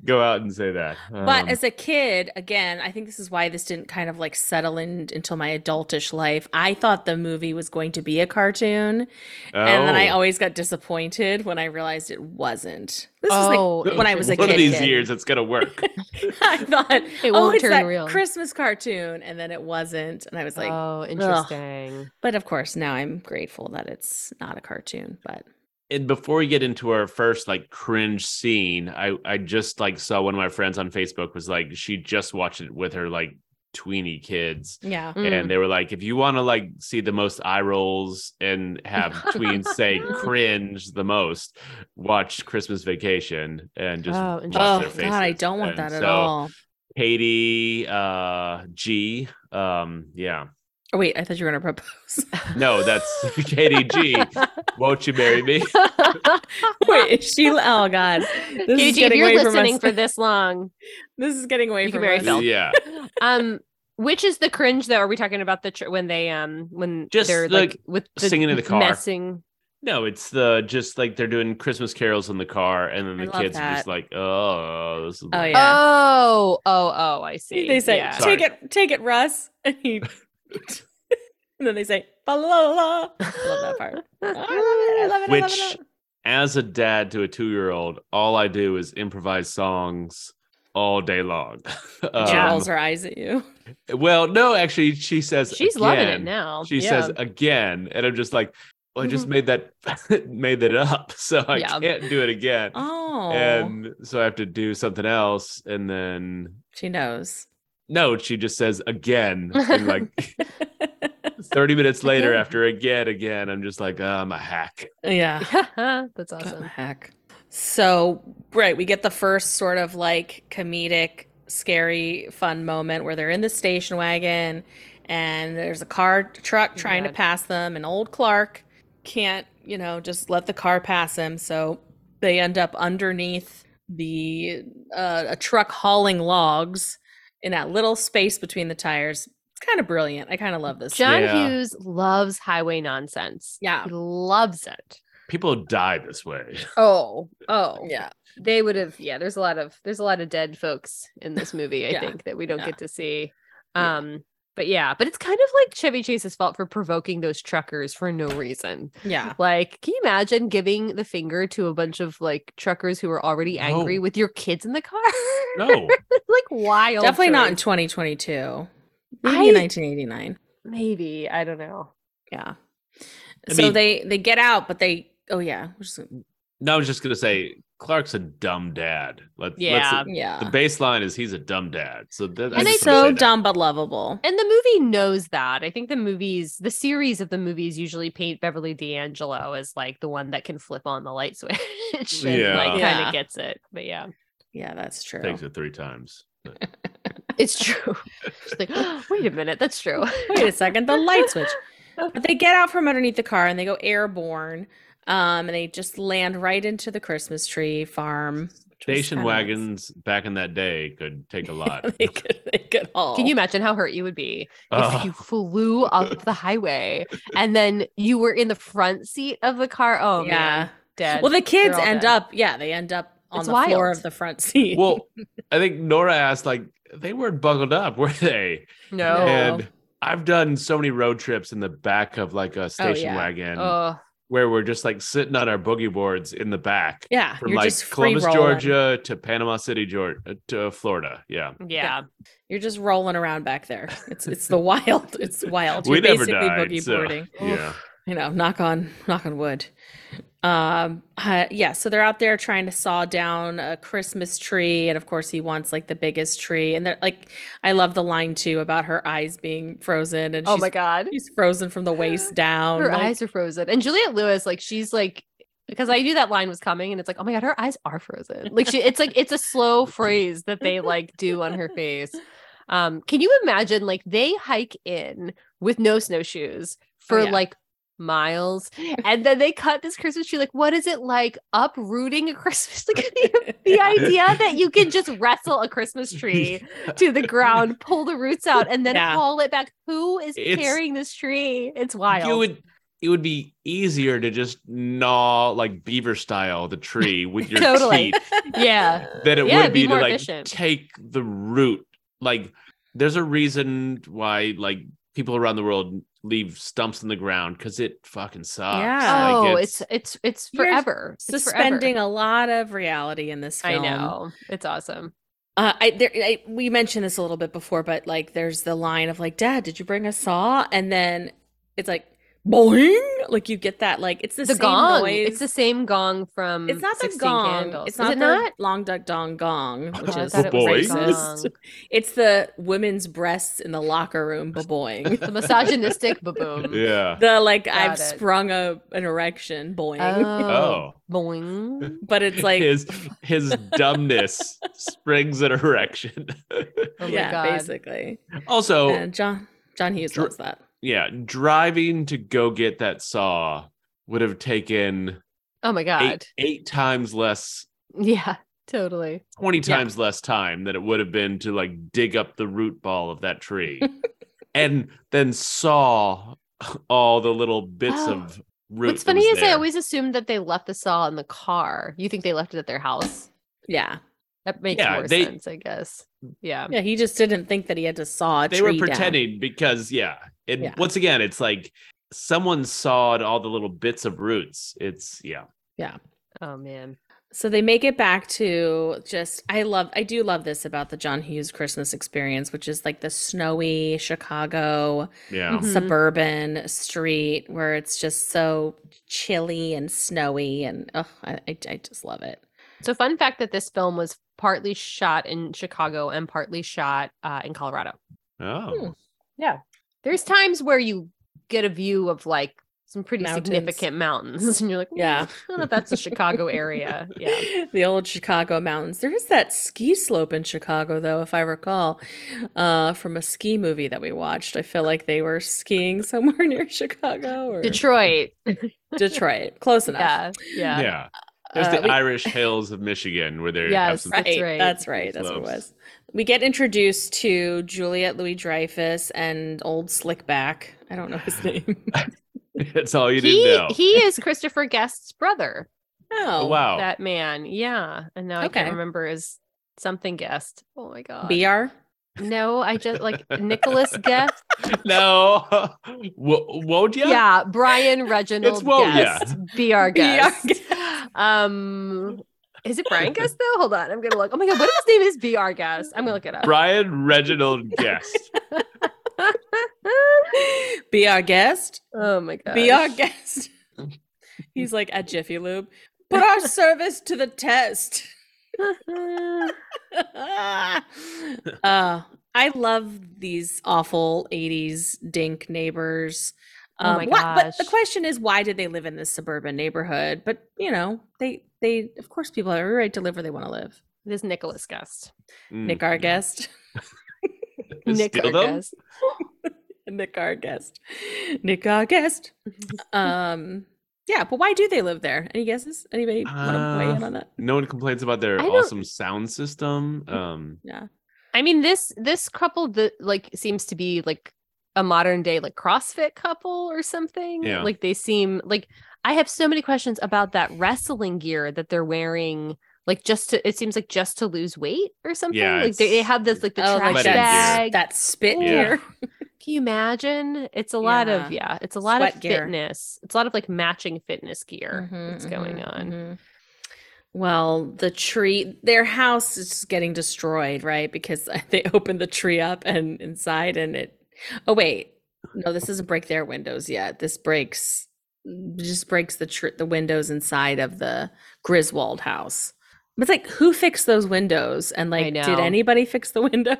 S3: go out and say that.
S5: But
S3: Um,
S5: as a kid, again, I think this is why this didn't kind of like settle in until my adultish life. I thought the movie was going to be a cartoon, and then I
S3: oh.
S5: always got disappointed when I realized it wasn't. This
S2: Oh,
S5: is like when I was a
S3: one
S5: kid.
S3: of these
S5: kid.
S3: years, it's gonna work.
S5: I thought
S2: It
S5: oh,
S2: won't
S5: it's
S2: turn
S5: that
S2: real.
S5: Christmas cartoon, and then it wasn't, and I was like,
S2: oh, interesting.
S5: but of course now I'm grateful that it's not a cartoon. But
S3: and before we get into our first like cringe scene, I I just like saw one of my friends on Facebook was like she just watched it with her like tweeny kids.
S5: yeah,
S2: Mm.
S3: And they were like, if you want to like see the most eye rolls and have tweens say cringe the most, watch Christmas Vacation and just
S2: Oh,
S3: watch
S2: interesting.
S5: oh
S3: their
S5: god,
S3: faces.
S5: I don't want
S3: And
S5: that at
S3: so,
S5: all.
S3: Katie uh, G, um, yeah,
S5: Oh, wait, I thought you were gonna propose.
S3: no, that's Katie G. Won't you marry me? Mm.
S5: wait, is she? Oh god, this is
S2: Katie, if
S5: getting
S2: you're
S5: away from
S2: listening
S5: us.
S2: for this long,
S5: This is getting away
S2: You can
S5: from
S2: marry
S5: us.
S2: Phil.
S3: yeah,
S2: um, which is the cringe though? Are we talking about the tr- when they um when
S3: Just
S2: they're
S3: the
S2: like with the
S3: singing in the car.
S2: messing?
S3: no, it's the just like they're doing Christmas carols in the car, and then
S5: I
S3: the
S5: love
S3: kids are just
S5: that.
S3: like, oh, this is
S5: Oh,
S3: lame."
S5: yeah.
S2: Oh, oh, oh! I see.
S5: They say,
S2: yeah.
S3: Sorry.
S5: "Take it, take it, Russ," and he, and then they say, "Fa la la la." I love that part. Oh, I love it. I love it. I love it, I love
S3: Which-
S5: it.
S3: As a dad to a two-year-old, all I do is improvise songs all day long. Um,
S5: She
S2: Yeah.
S5: rolls her eyes at you.
S3: Well, no, actually, she says
S2: She's loving it
S3: again.
S2: now.
S3: She
S2: Yeah. Mm-hmm.
S3: says again, and I'm just like, well, I just made that made that up, so I
S2: Yeah.
S3: can't do it again.
S5: Oh,
S3: And so I have to do something else, and then
S5: she knows.
S3: no, she just says again, and like 30 minutes later,
S2: Again.
S3: after again, again, I'm just like, "Ah, I'm a hack.
S5: yeah.
S2: That's
S5: What the
S2: awesome.
S5: heck? So, right, we get the first sort of like comedic, scary, fun moment where they're in the station wagon and there's a car truck trying to
S2: Oh God.
S5: pass them, and old Clark can't, you know, just let the car pass him. So they end up underneath the uh, a truck hauling logs in that little space between the tires. It's kind of brilliant. I kind of love this.
S2: John
S3: Yeah.
S2: Hughes loves highway nonsense.
S5: Yeah.
S2: He loves it.
S3: People die this way.
S2: Oh, oh.
S5: yeah.
S2: They would have yeah, there's a lot of there's a lot of dead folks in this movie, I
S5: Yeah.
S2: think, that we don't
S5: Yeah.
S2: get to see.
S5: Yeah.
S2: Um but yeah, but it's kind of like Chevy Chase's fault for provoking those truckers for no reason.
S5: Yeah.
S2: Like, can you imagine giving the finger to a bunch of like truckers who are already angry
S3: No.
S2: with your kids in the car?
S3: No,
S2: like wild.
S5: Definitely not in
S2: choice.
S5: 2022. Maybe
S2: I-
S5: in 1989.
S2: maybe. I don't know.
S5: Yeah.
S3: I
S5: so
S3: mean-
S5: they they get out, but they oh yeah, we're just-
S3: no, I was just gonna say Clark's a dumb dad. Let,
S2: Yeah.
S3: Let's, the
S5: yeah.
S3: baseline is he's a dumb dad. So that, I
S5: And
S2: And
S3: just
S5: it's
S2: it's
S3: wanna
S5: so
S3: say that.
S5: dumb but lovable.
S2: And the movie knows that. I think the movies, the series of the movies usually paint Beverly D'Angelo as like the one that can flip on the light switch and
S3: Yeah.
S2: like kind
S5: Yeah.
S2: of gets it. But yeah,
S5: Yeah, that's true.
S3: Thanks it three times.
S2: it's true. She's like, "Oh, wait a minute, that's true.
S5: Wait a second, the light switch. But they get out from underneath the car and they go airborne. Um, and they just land right into the Christmas tree farm. which was
S3: Station
S5: kinda nice.
S3: wagons back in that day could take a lot.
S5: they could they could haul.
S2: Can you imagine how hurt you would be if you
S3: Ugh.
S2: flew up the highway and then you were in the front seat of the car? Oh yeah,
S5: yeah.
S2: dead.
S5: Well, the kids
S2: all
S5: end
S2: dead.
S5: up, yeah, they end up on
S2: It's
S5: the floor
S2: wild.
S5: of the front seat.
S3: well, I think Nora asked, like, they weren't buckled up, were they?
S5: Oh.
S2: no.
S3: And I've done so many road trips in the back of like a station
S5: Oh, yeah. Oh.
S3: wagon
S2: Ugh.
S3: where we're just like sitting on our boogie boards in the back
S5: yeah,
S3: from
S5: you're
S3: like
S5: just free
S3: Columbus,
S5: rolling.
S3: Georgia to Panama City, Georgia to Florida. Yeah.
S2: yeah.
S5: You're just rolling around back there. It's it's the wild. It's wild.
S3: We
S5: You're
S3: never
S5: basically
S3: died,
S5: boogie
S3: so-
S5: boarding.
S3: Yeah.
S5: You know, knock on knock on wood. Um uh, yeah, so they're out there trying to saw down a Christmas tree and of course he wants like the biggest tree and they're like I love the line too about her eyes being frozen and
S2: Oh
S5: she's,
S2: my god.
S5: she's frozen from the waist down.
S2: her
S5: Um, like,
S2: eyes are frozen. And Juliette Lewis, like she's like because I knew that line was coming, and it's like, oh my god, her eyes are frozen. Like she, it's like it's a slow phrase that they like do on her face. Um, can you imagine? Like they hike in with no snowshoes for
S5: yeah.
S2: like miles, and then they cut this Christmas tree. Like, what is it like uprooting a Christmas? Like the idea that you can just wrestle a Christmas tree to the ground, pull the roots out, and then
S5: Yeah.
S2: haul it back. Who is
S3: It's-
S2: carrying this tree? It's wild.
S3: You would it would be easier to just gnaw like beaver style the tree with your
S2: Totally.
S3: teeth
S2: yeah.
S3: than it
S2: Yeah,
S3: would
S2: it'd be
S3: be, to
S2: more
S3: like
S2: efficient.
S3: take the root. Like there's a reason why like people around the world leave stumps in the ground because it fucking sucks.
S5: Yeah.
S2: Oh,
S3: Like,
S2: it's it's it's
S5: You're
S2: forever. It's forever.
S5: Suspending a lot of reality in this
S2: I
S5: film.
S2: know. It's awesome.
S5: Uh, I, there, I we mentioned this a little bit before, but like, there's the line of like, "Dad, did you bring a saw?" And then it's like, "Boing!" Like you get that like it's the,
S2: The
S5: same
S2: gong.
S5: noise.
S2: It's the same gong from
S5: It's not the
S2: 16
S5: gong.
S2: Candles.
S5: It's
S2: Is
S5: not
S2: it
S5: the
S2: not?
S5: long duck dong gong, which
S2: Oh, I
S5: is
S2: thought it was
S3: Boing.
S2: a gong.
S5: it's the women's breasts in the locker room baboing.
S2: The misogynistic baboom.
S3: yeah.
S5: the like I've
S2: Got it.
S5: sprung a an erection boing,
S2: Oh.
S3: Oh.
S2: Boing.
S5: but it's like
S3: his his dumbness springs an erection.
S2: Oh my
S5: yeah,
S2: god.
S5: basically.
S3: also,
S5: And John John Hughes
S3: Oh. Dr-
S5: loves that.
S3: yeah, driving to go get that saw would have taken
S2: Oh my god.
S3: eight, eight times less,
S2: Yeah, totally.
S3: 20
S2: Yeah.
S3: times less time than it would have been to like dig up the root ball of that tree and then saw all the little bits
S2: Oh.
S3: of root.
S2: What's
S3: that
S2: funny
S3: was
S2: is I
S3: there.
S2: always assumed that they left the saw in the car. You think they left it at their house?
S5: Yeah,
S2: That makes
S3: Yeah,
S2: more
S3: they-
S2: sense, I guess. Yeah.
S5: yeah. He just didn't think that he had to saw. A
S3: they were
S5: tree down.
S3: pretending because yeah and
S5: Yeah.
S3: once again it's like someone sawed all the little bits of roots it's yeah
S2: Oh man.
S5: So they make it back to just I love I do love this about the John Hughes Christmas experience, which is like the snowy Chicago
S3: yeah
S2: Mhm.
S5: suburban street where it's just so chilly and snowy and ugh, I, I, I just love it.
S2: So fun fact that this film was partly shot in Chicago and partly shot uh, in Colorado. Hmm.
S3: oh
S2: There's times where you get a view of like some pretty
S5: Mountains.
S2: significant mountains, and you're like,
S5: Yeah.
S2: "Mm, I don't know if that's the Chicago area. Yeah.
S5: the old Chicago mountains. There is that ski slope in Chicago, though, if I recall, uh, from a ski movie that we watched. I feel like they were skiing somewhere near Chicago or
S2: Detroit.
S5: Detroit. Close enough.
S2: yeah. Yeah.
S3: yeah there's
S5: Uh,
S3: the
S5: we-
S3: irish hills of michigan where they're
S2: Yes.
S3: some,
S2: That's
S5: Right,
S2: right.
S5: That's right. That's what it
S3: Slopes.
S5: was. We get introduced to Juliet Louis Dreyfus and old Slickback. I don't know his name.
S3: that's all you need to
S2: He
S3: know
S2: he is Christopher Guest's brother.
S5: oh,
S3: Oh, wow
S2: That man. Yeah. And now I
S5: Okay.
S2: can't remember his something Guest. Oh my god.
S5: BR?
S2: no, I just like Nicholas Guest.
S3: no w- won't you
S2: Yeah, Brian Reginald
S3: well, yeah.
S2: Guest, be our
S5: Be our
S2: guest. Um, is it Brian Guest though? Hold on, I'm gonna look. Oh my god, what if his name is be our guest? I'm gonna look it up.
S3: brian reginald guest
S5: Be our guest.
S2: oh my god,
S5: Be our guest. He's like at Jiffy Lube. Put our service to the test. uh, I love these awful 80s dink neighbors. Um,
S2: Oh my
S5: why- but the
S2: gosh.
S5: question is, why did they live in this suburban neighborhood? But you know, they they of course people have every right to live where they want to live.
S2: this Nicholas Guest,
S3: Mm.
S5: Nick our guest.
S2: Nick
S3: Still
S2: our
S3: them?
S2: guest.
S5: Nick our guest. Nick our guest. um yeah, but why do they live there? Any guesses? Anybody want to weigh in
S3: Uh,
S5: on that?
S3: no one complains about their
S2: I don't-
S3: awesome sound system um
S5: Yeah.
S2: I mean this this couple that like seems to be like a modern day like CrossFit couple or something.
S3: Yeah.
S2: Like they seem like I have so many questions about that wrestling gear that they're wearing. Like just to, it seems like just to lose weight or something.
S3: Yeah,
S2: like they, they
S3: it's-
S2: have this like the
S5: oh,
S2: trash
S5: like
S3: Sweating
S2: bag.
S5: that, that spit
S2: Ooh.
S5: gear.
S2: Can you imagine? It's a lot of yeah. It's a lot
S5: Sweat
S2: of
S5: gear.
S2: fitness. It's a lot of like matching fitness gear
S5: Mhm,
S2: that's going
S5: mhm,
S2: on.
S5: mhm. Well, the tree, their house is just getting destroyed, right? Because they opened the tree up and inside, and it. Oh wait, no, this doesn't break their windows yet. This breaks, just breaks the tr- the windows inside of the Griswold house. But It's like who fixed those windows, and like, did
S2: know. Oh,
S5: anybody fix the windows,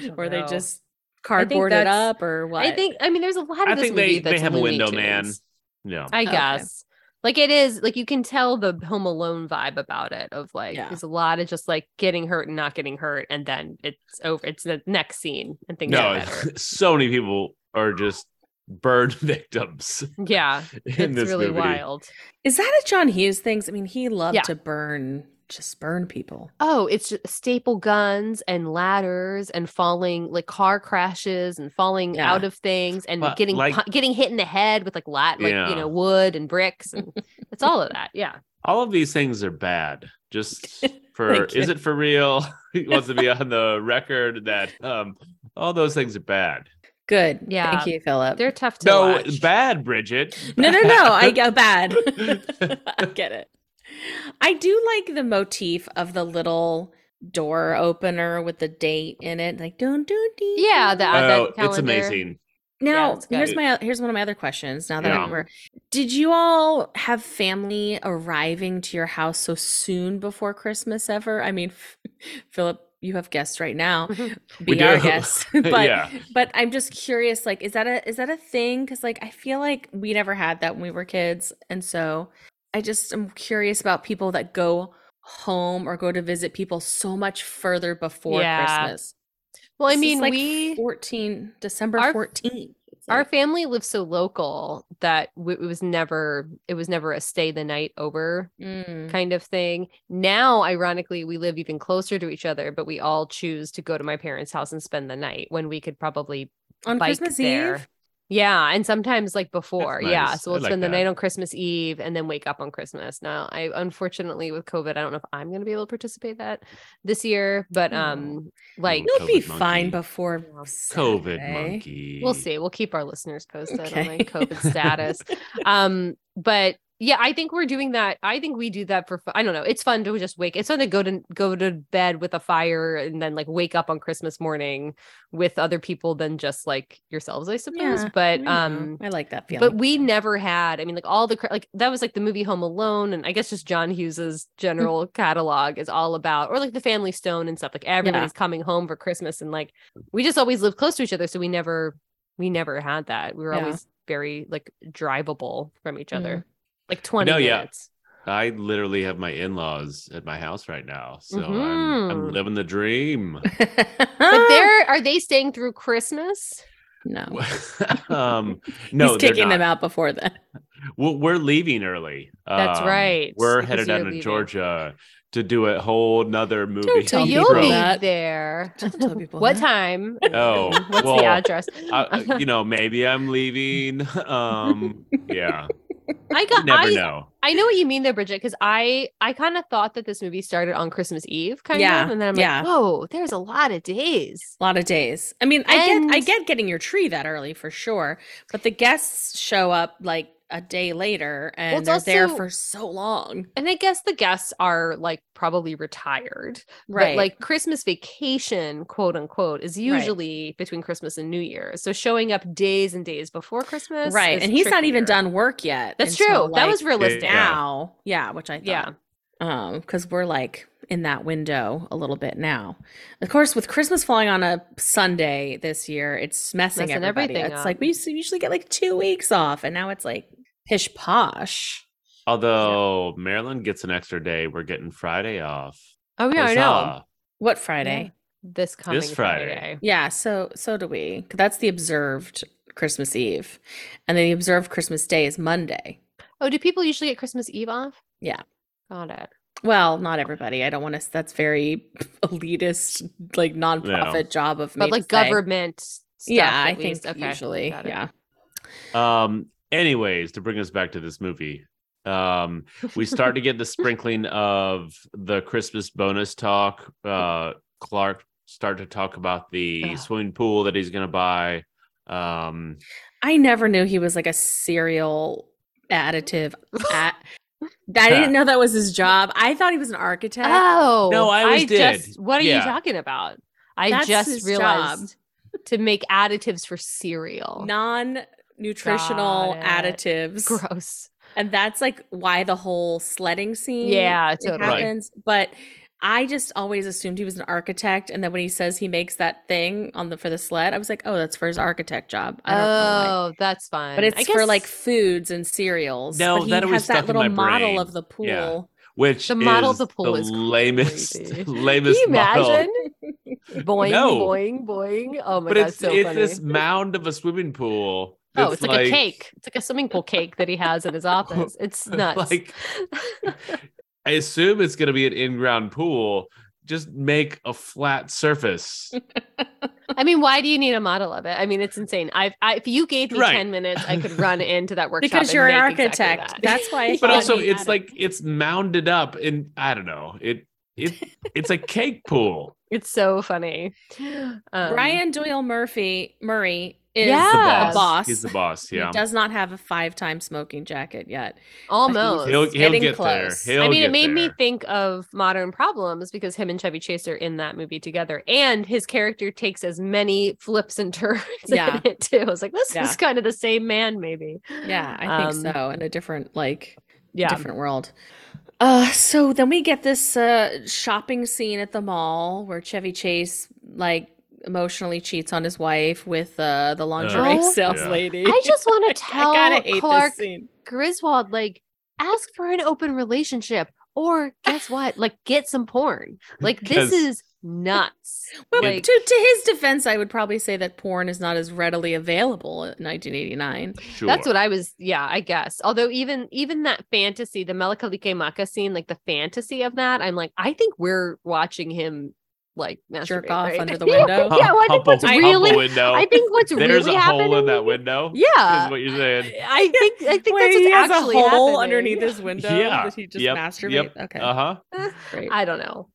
S2: don't
S5: mm-hmm. or they
S2: know.
S5: just cardboarded
S2: that's-
S5: up, or what?
S2: I think I mean there's a lot of
S3: I
S2: this
S3: think
S2: movie
S3: they- they
S2: that's
S3: have a
S2: Looney
S3: window man.
S2: Tunes.
S3: yeah
S2: I
S5: Okay.
S2: guess. Like it is like you can tell the Home Alone vibe about it of like
S5: Yeah.
S2: there's a lot of just like getting hurt and not getting hurt and then it's over. It's the next scene and things
S3: no
S2: get better.
S3: so many people are just bird victims
S2: Yeah,
S3: in
S2: it's
S3: this
S2: really
S3: movie.
S2: wild.
S5: is that a John Hughes thing? I mean, he loved
S2: Yeah.
S5: to burn just burn people.
S2: Oh, it's just staple guns and ladders and falling like car crashes and falling
S5: Yeah.
S2: out of things and
S3: But,
S2: getting
S3: like-
S2: pu- getting hit in the head with like lat like
S3: Yeah.
S2: you know wood and bricks and it's all of that. Yeah.
S3: All of these things are bad. Just for
S5: Thank you.
S3: is it for real? he wants to be on the record that um all those things are bad.
S5: Good.
S2: Yeah.
S5: Thank you, Philip.
S2: They're tough to
S3: No,
S2: watch.
S3: bad, Bridget.
S5: No, no, no. I
S3: Bad.
S5: go bad. I get it. I do like the motif of the little door opener with the date in it, like don't do
S2: Yeah, the
S5: that.
S2: add that
S3: Oh, it's
S2: calendar.
S3: amazing.
S5: Now,
S2: it's good.
S5: here's my here's one of my other questions. Now that I
S3: Yeah.
S5: remember, did you all have family arriving to your house so soon before Christmas ever? I mean, Philip, you have guests right now.
S3: We
S5: Be our
S3: do.
S5: guests, but
S3: Yeah.
S5: but I'm just curious. Like, is that a is that a thing? Because like I feel like we never had that when we were kids, and so I just am curious about people that go home or go to visit people so much further before
S2: Yeah.
S5: Christmas.
S2: Well, I
S5: This is,
S2: mean,
S5: like,
S2: we
S5: 14 December
S2: Our-
S5: 14th. It's
S2: our
S5: like-
S2: family lives so local that w- it was never it was never a stay the night over
S5: Mm.
S2: kind of thing. Now, ironically, we live even closer to each other, but we all choose to go to my parents' house and spend the night when we could probably
S5: on
S2: bike
S5: Christmas
S2: there.
S5: Eve.
S2: Yeah, and sometimes like before. Yeah,
S3: nice.
S2: so
S3: I
S2: we'll
S3: like
S2: spend
S3: that.
S2: the night on Christmas Eve and then wake up on Christmas. Now, I unfortunately with COVID, I don't know if I'm going to be able to participate that this year, but
S5: Oh.
S2: um like
S3: You'll
S5: You'll be
S3: COVID
S5: fine
S3: monkey.
S5: before
S3: COVID
S5: Saturday.
S3: monkey.
S2: we'll see. We'll keep our listeners posted on
S5: Okay.
S2: like COVID status. um but yeah i think we're doing that i think we do that for fu- i don't know it's fun to just wake it's fun to go to go to bed with a fire and then like wake up on christmas morning with other people than just like yourselves i suppose
S5: Yeah,
S2: but
S5: I know.
S2: um
S5: Mm-hmm. I like that feeling.
S2: but we never had i mean like all the cra- like that was like the movie home alone and i guess just john hughes's general catalog is all about or like the family stone and stuff like everybody's coming home for christmas and like we just always lived close to each other so we never we never had that we were
S5: Yeah.
S2: always very like drivable from each other
S5: Mhm.
S2: like 20
S3: No, yeah.
S2: minutes
S3: I literally have my in-laws at my house right now, so I'm, I'm
S2: Mhm.
S3: living the dream.
S2: but they're are they staying through christmas
S5: no.
S2: Oh,
S3: um, no,
S5: He's
S3: they're
S5: kicking
S3: not.
S5: them out before then.
S3: We're, we're leaving early.
S2: That's
S3: Um,
S2: right,
S3: We're
S2: because
S3: headed
S2: you're
S3: down to
S2: leaving.
S3: Georgia to do a whole nother movie.
S2: so
S5: Tell
S2: you'll
S5: people
S2: be
S5: that.
S2: there
S5: Don't tell people
S2: what
S5: that.
S2: time
S3: Oh,
S2: what's
S3: well,
S2: the address
S3: I, you know, maybe I'm leaving. Um, yeah,
S2: i
S3: you
S2: got
S3: never
S2: i
S3: know.
S2: I know what you mean though, Bridget, because I I kind of thought that this movie started on Christmas Eve, kind
S5: Yeah,
S2: of, and then I'm
S5: yeah.
S2: like, whoa, there's a lot of days.
S5: A lot of days. I mean, I get I
S2: And-
S5: get getting your tree that early for sure, but the guests show up like a day later and
S2: it's
S5: they're there
S2: also-
S5: for so long.
S2: And I guess the guests are like probably retired, But like Christmas vacation, quote unquote, is usually between Christmas and New Year's. So showing up days and days before Christmas,
S5: right.
S2: is
S5: And he's not even
S2: trickier.
S5: done work yet.
S2: That's
S5: until,
S2: true. that
S5: like,
S2: was realistic.
S3: Yeah.
S5: now. Yeah, which I thought.
S2: Yeah.
S5: Um, because we're like in that window a little bit now. Of course, with Christmas falling on a Sunday this year, it's messing,
S2: Messing
S5: everybody.
S2: everything
S5: it's
S2: up.
S5: like we used to usually get like two weeks off, and now it's like pish posh.
S3: Although Maryland gets an extra day, we're getting Friday off.
S2: Oh yeah, I know.
S3: Huzzah.
S5: What Friday?
S2: This coming
S3: uh, Friday.
S5: Yeah. so so do we. 'Cause That's the observed Christmas Eve, and then the observed Christmas Day is Monday.
S2: Oh, do people usually get Christmas Eve off?
S5: Yeah.
S2: Got it.
S5: Well, not everybody. I don't want to. That's very elitist, like nonprofit job of me.
S2: But
S5: to
S2: like
S5: say.
S2: government stuff
S5: Yeah,
S2: at
S5: I think
S2: least. Okay,
S5: usually.
S2: got it.
S5: Yeah.
S3: Um, anyways, to bring us back to this movie, um, we start to get the sprinkling of the Christmas bonus talk. Uh, Clark start to talk about the
S2: Ugh.
S3: swimming pool that he's gonna buy. Um,
S5: I never knew he was like a serial additive. At- I didn't know that was his job. I thought he was an architect.
S2: Oh
S3: No, I always did.
S2: Just, what are
S3: Yeah.
S2: you talking about? I
S5: That's his
S2: just
S5: job.
S2: realized to make additives for cereal.
S5: Non-nutritional
S2: Oh. Got it.
S5: additives.
S2: Gross.
S5: And that's like why the whole sledding scene
S2: Yeah,
S5: it
S2: totally.
S3: Right.
S5: happens. But I just always assumed he was an architect, and then when he says he makes that thing on the for the sled, I was like, oh, that's for his architect job. I don't know why.
S2: Oh, that's fine.
S5: But it's
S2: I
S5: for like
S2: guess
S5: foods and cereals.
S3: No,
S5: but he
S3: that always
S5: has
S3: stuck
S5: that
S3: in
S5: little
S3: my
S5: model
S3: brain.
S5: of the pool.
S3: Yeah. which
S2: The model
S3: is
S2: of the pool is
S3: lamest,
S2: crazy. Can
S3: lamest
S2: you
S3: model.
S2: imagine? boing,
S3: No.
S2: boing, boing. Oh my
S3: But
S2: god,
S3: it's
S2: so
S3: it's
S2: funny.
S3: this mound of a swimming pool.
S2: oh,
S3: that's
S2: it's like,
S3: Oh,
S2: a cake. It's like a swimming pool cake that he has in his office. It's nuts.
S3: Like I assume it's going to be an in-ground pool. Just make a flat surface.
S2: I mean, why do you need a model of it? I mean, it's insane. I've, I, if you gave me
S3: Right.
S2: 10 minutes, I could run into that workshop.
S5: because
S2: and
S5: you're an
S2: make exactly
S5: architect.
S2: that.
S5: That's why. I
S3: But
S5: thought
S3: also,
S5: he
S3: it's
S5: had
S3: like it's mounded up, and I don't know. It it it's a cake pool.
S2: It's so funny. Um,
S5: it. Brian Doyle Murphy Murray is
S2: Yeah.
S5: a
S2: Yes.
S5: boss.
S3: He's the boss. Yeah.
S5: He does not have a five-time smoking jacket yet.
S2: almost.
S3: He'll, he'll
S5: Getting
S3: get
S5: close.
S3: there. He'll
S2: I mean, it
S3: get
S2: made me
S3: there.
S2: think of modern problems because him and Chevy Chase are in that movie together, and his character takes as many flips and turns
S5: Yeah.
S2: in it too. I was like, this
S5: Yeah.
S2: is kind of the same man, maybe.
S5: Yeah, I think
S2: Um,
S5: so. In a different like
S2: Yeah,
S5: different world. Uh, so then we get this uh, shopping scene at the mall where Chevy Chase like emotionally cheats on his wife with uh, the lingerie
S2: Oh.
S5: sales
S3: Yeah.
S5: lady.
S2: I just want to
S5: I gotta
S2: tell
S5: hate
S2: Clark
S5: this scene.
S2: Griswold, like, ask for an open relationship, or guess what? Like, get some porn. Like, this
S3: 'Cause-
S2: is nuts.
S5: Well,
S2: like-
S5: to to his defense, I would probably say that porn is not as readily available in 1989.
S3: Sure.
S2: That's what I was. Yeah, I guess. Although even even that fantasy, the Melikalike Maka scene, like the fantasy of that, I'm like, I think we're watching him like
S5: Jerk
S2: masturbate,
S5: off
S2: right?
S5: under the
S2: Yeah,
S5: window.
S2: yeah, well, I think
S3: Humble-
S2: what's
S3: humble
S2: really,
S3: window.
S2: I think what's
S3: There's
S2: really
S3: a
S2: happening.
S3: hole in that window.
S2: Yeah,
S3: Is what you're saying.
S2: I think I think
S5: Wait,
S2: that's
S5: he
S2: what's
S5: has
S2: actually
S5: a hole
S2: happening.
S5: underneath his window.
S3: Yeah.
S5: Did he just
S3: Yep,
S5: masturbate?
S3: yep.
S5: Okay.
S3: Uh huh.
S5: Great.
S2: I don't know.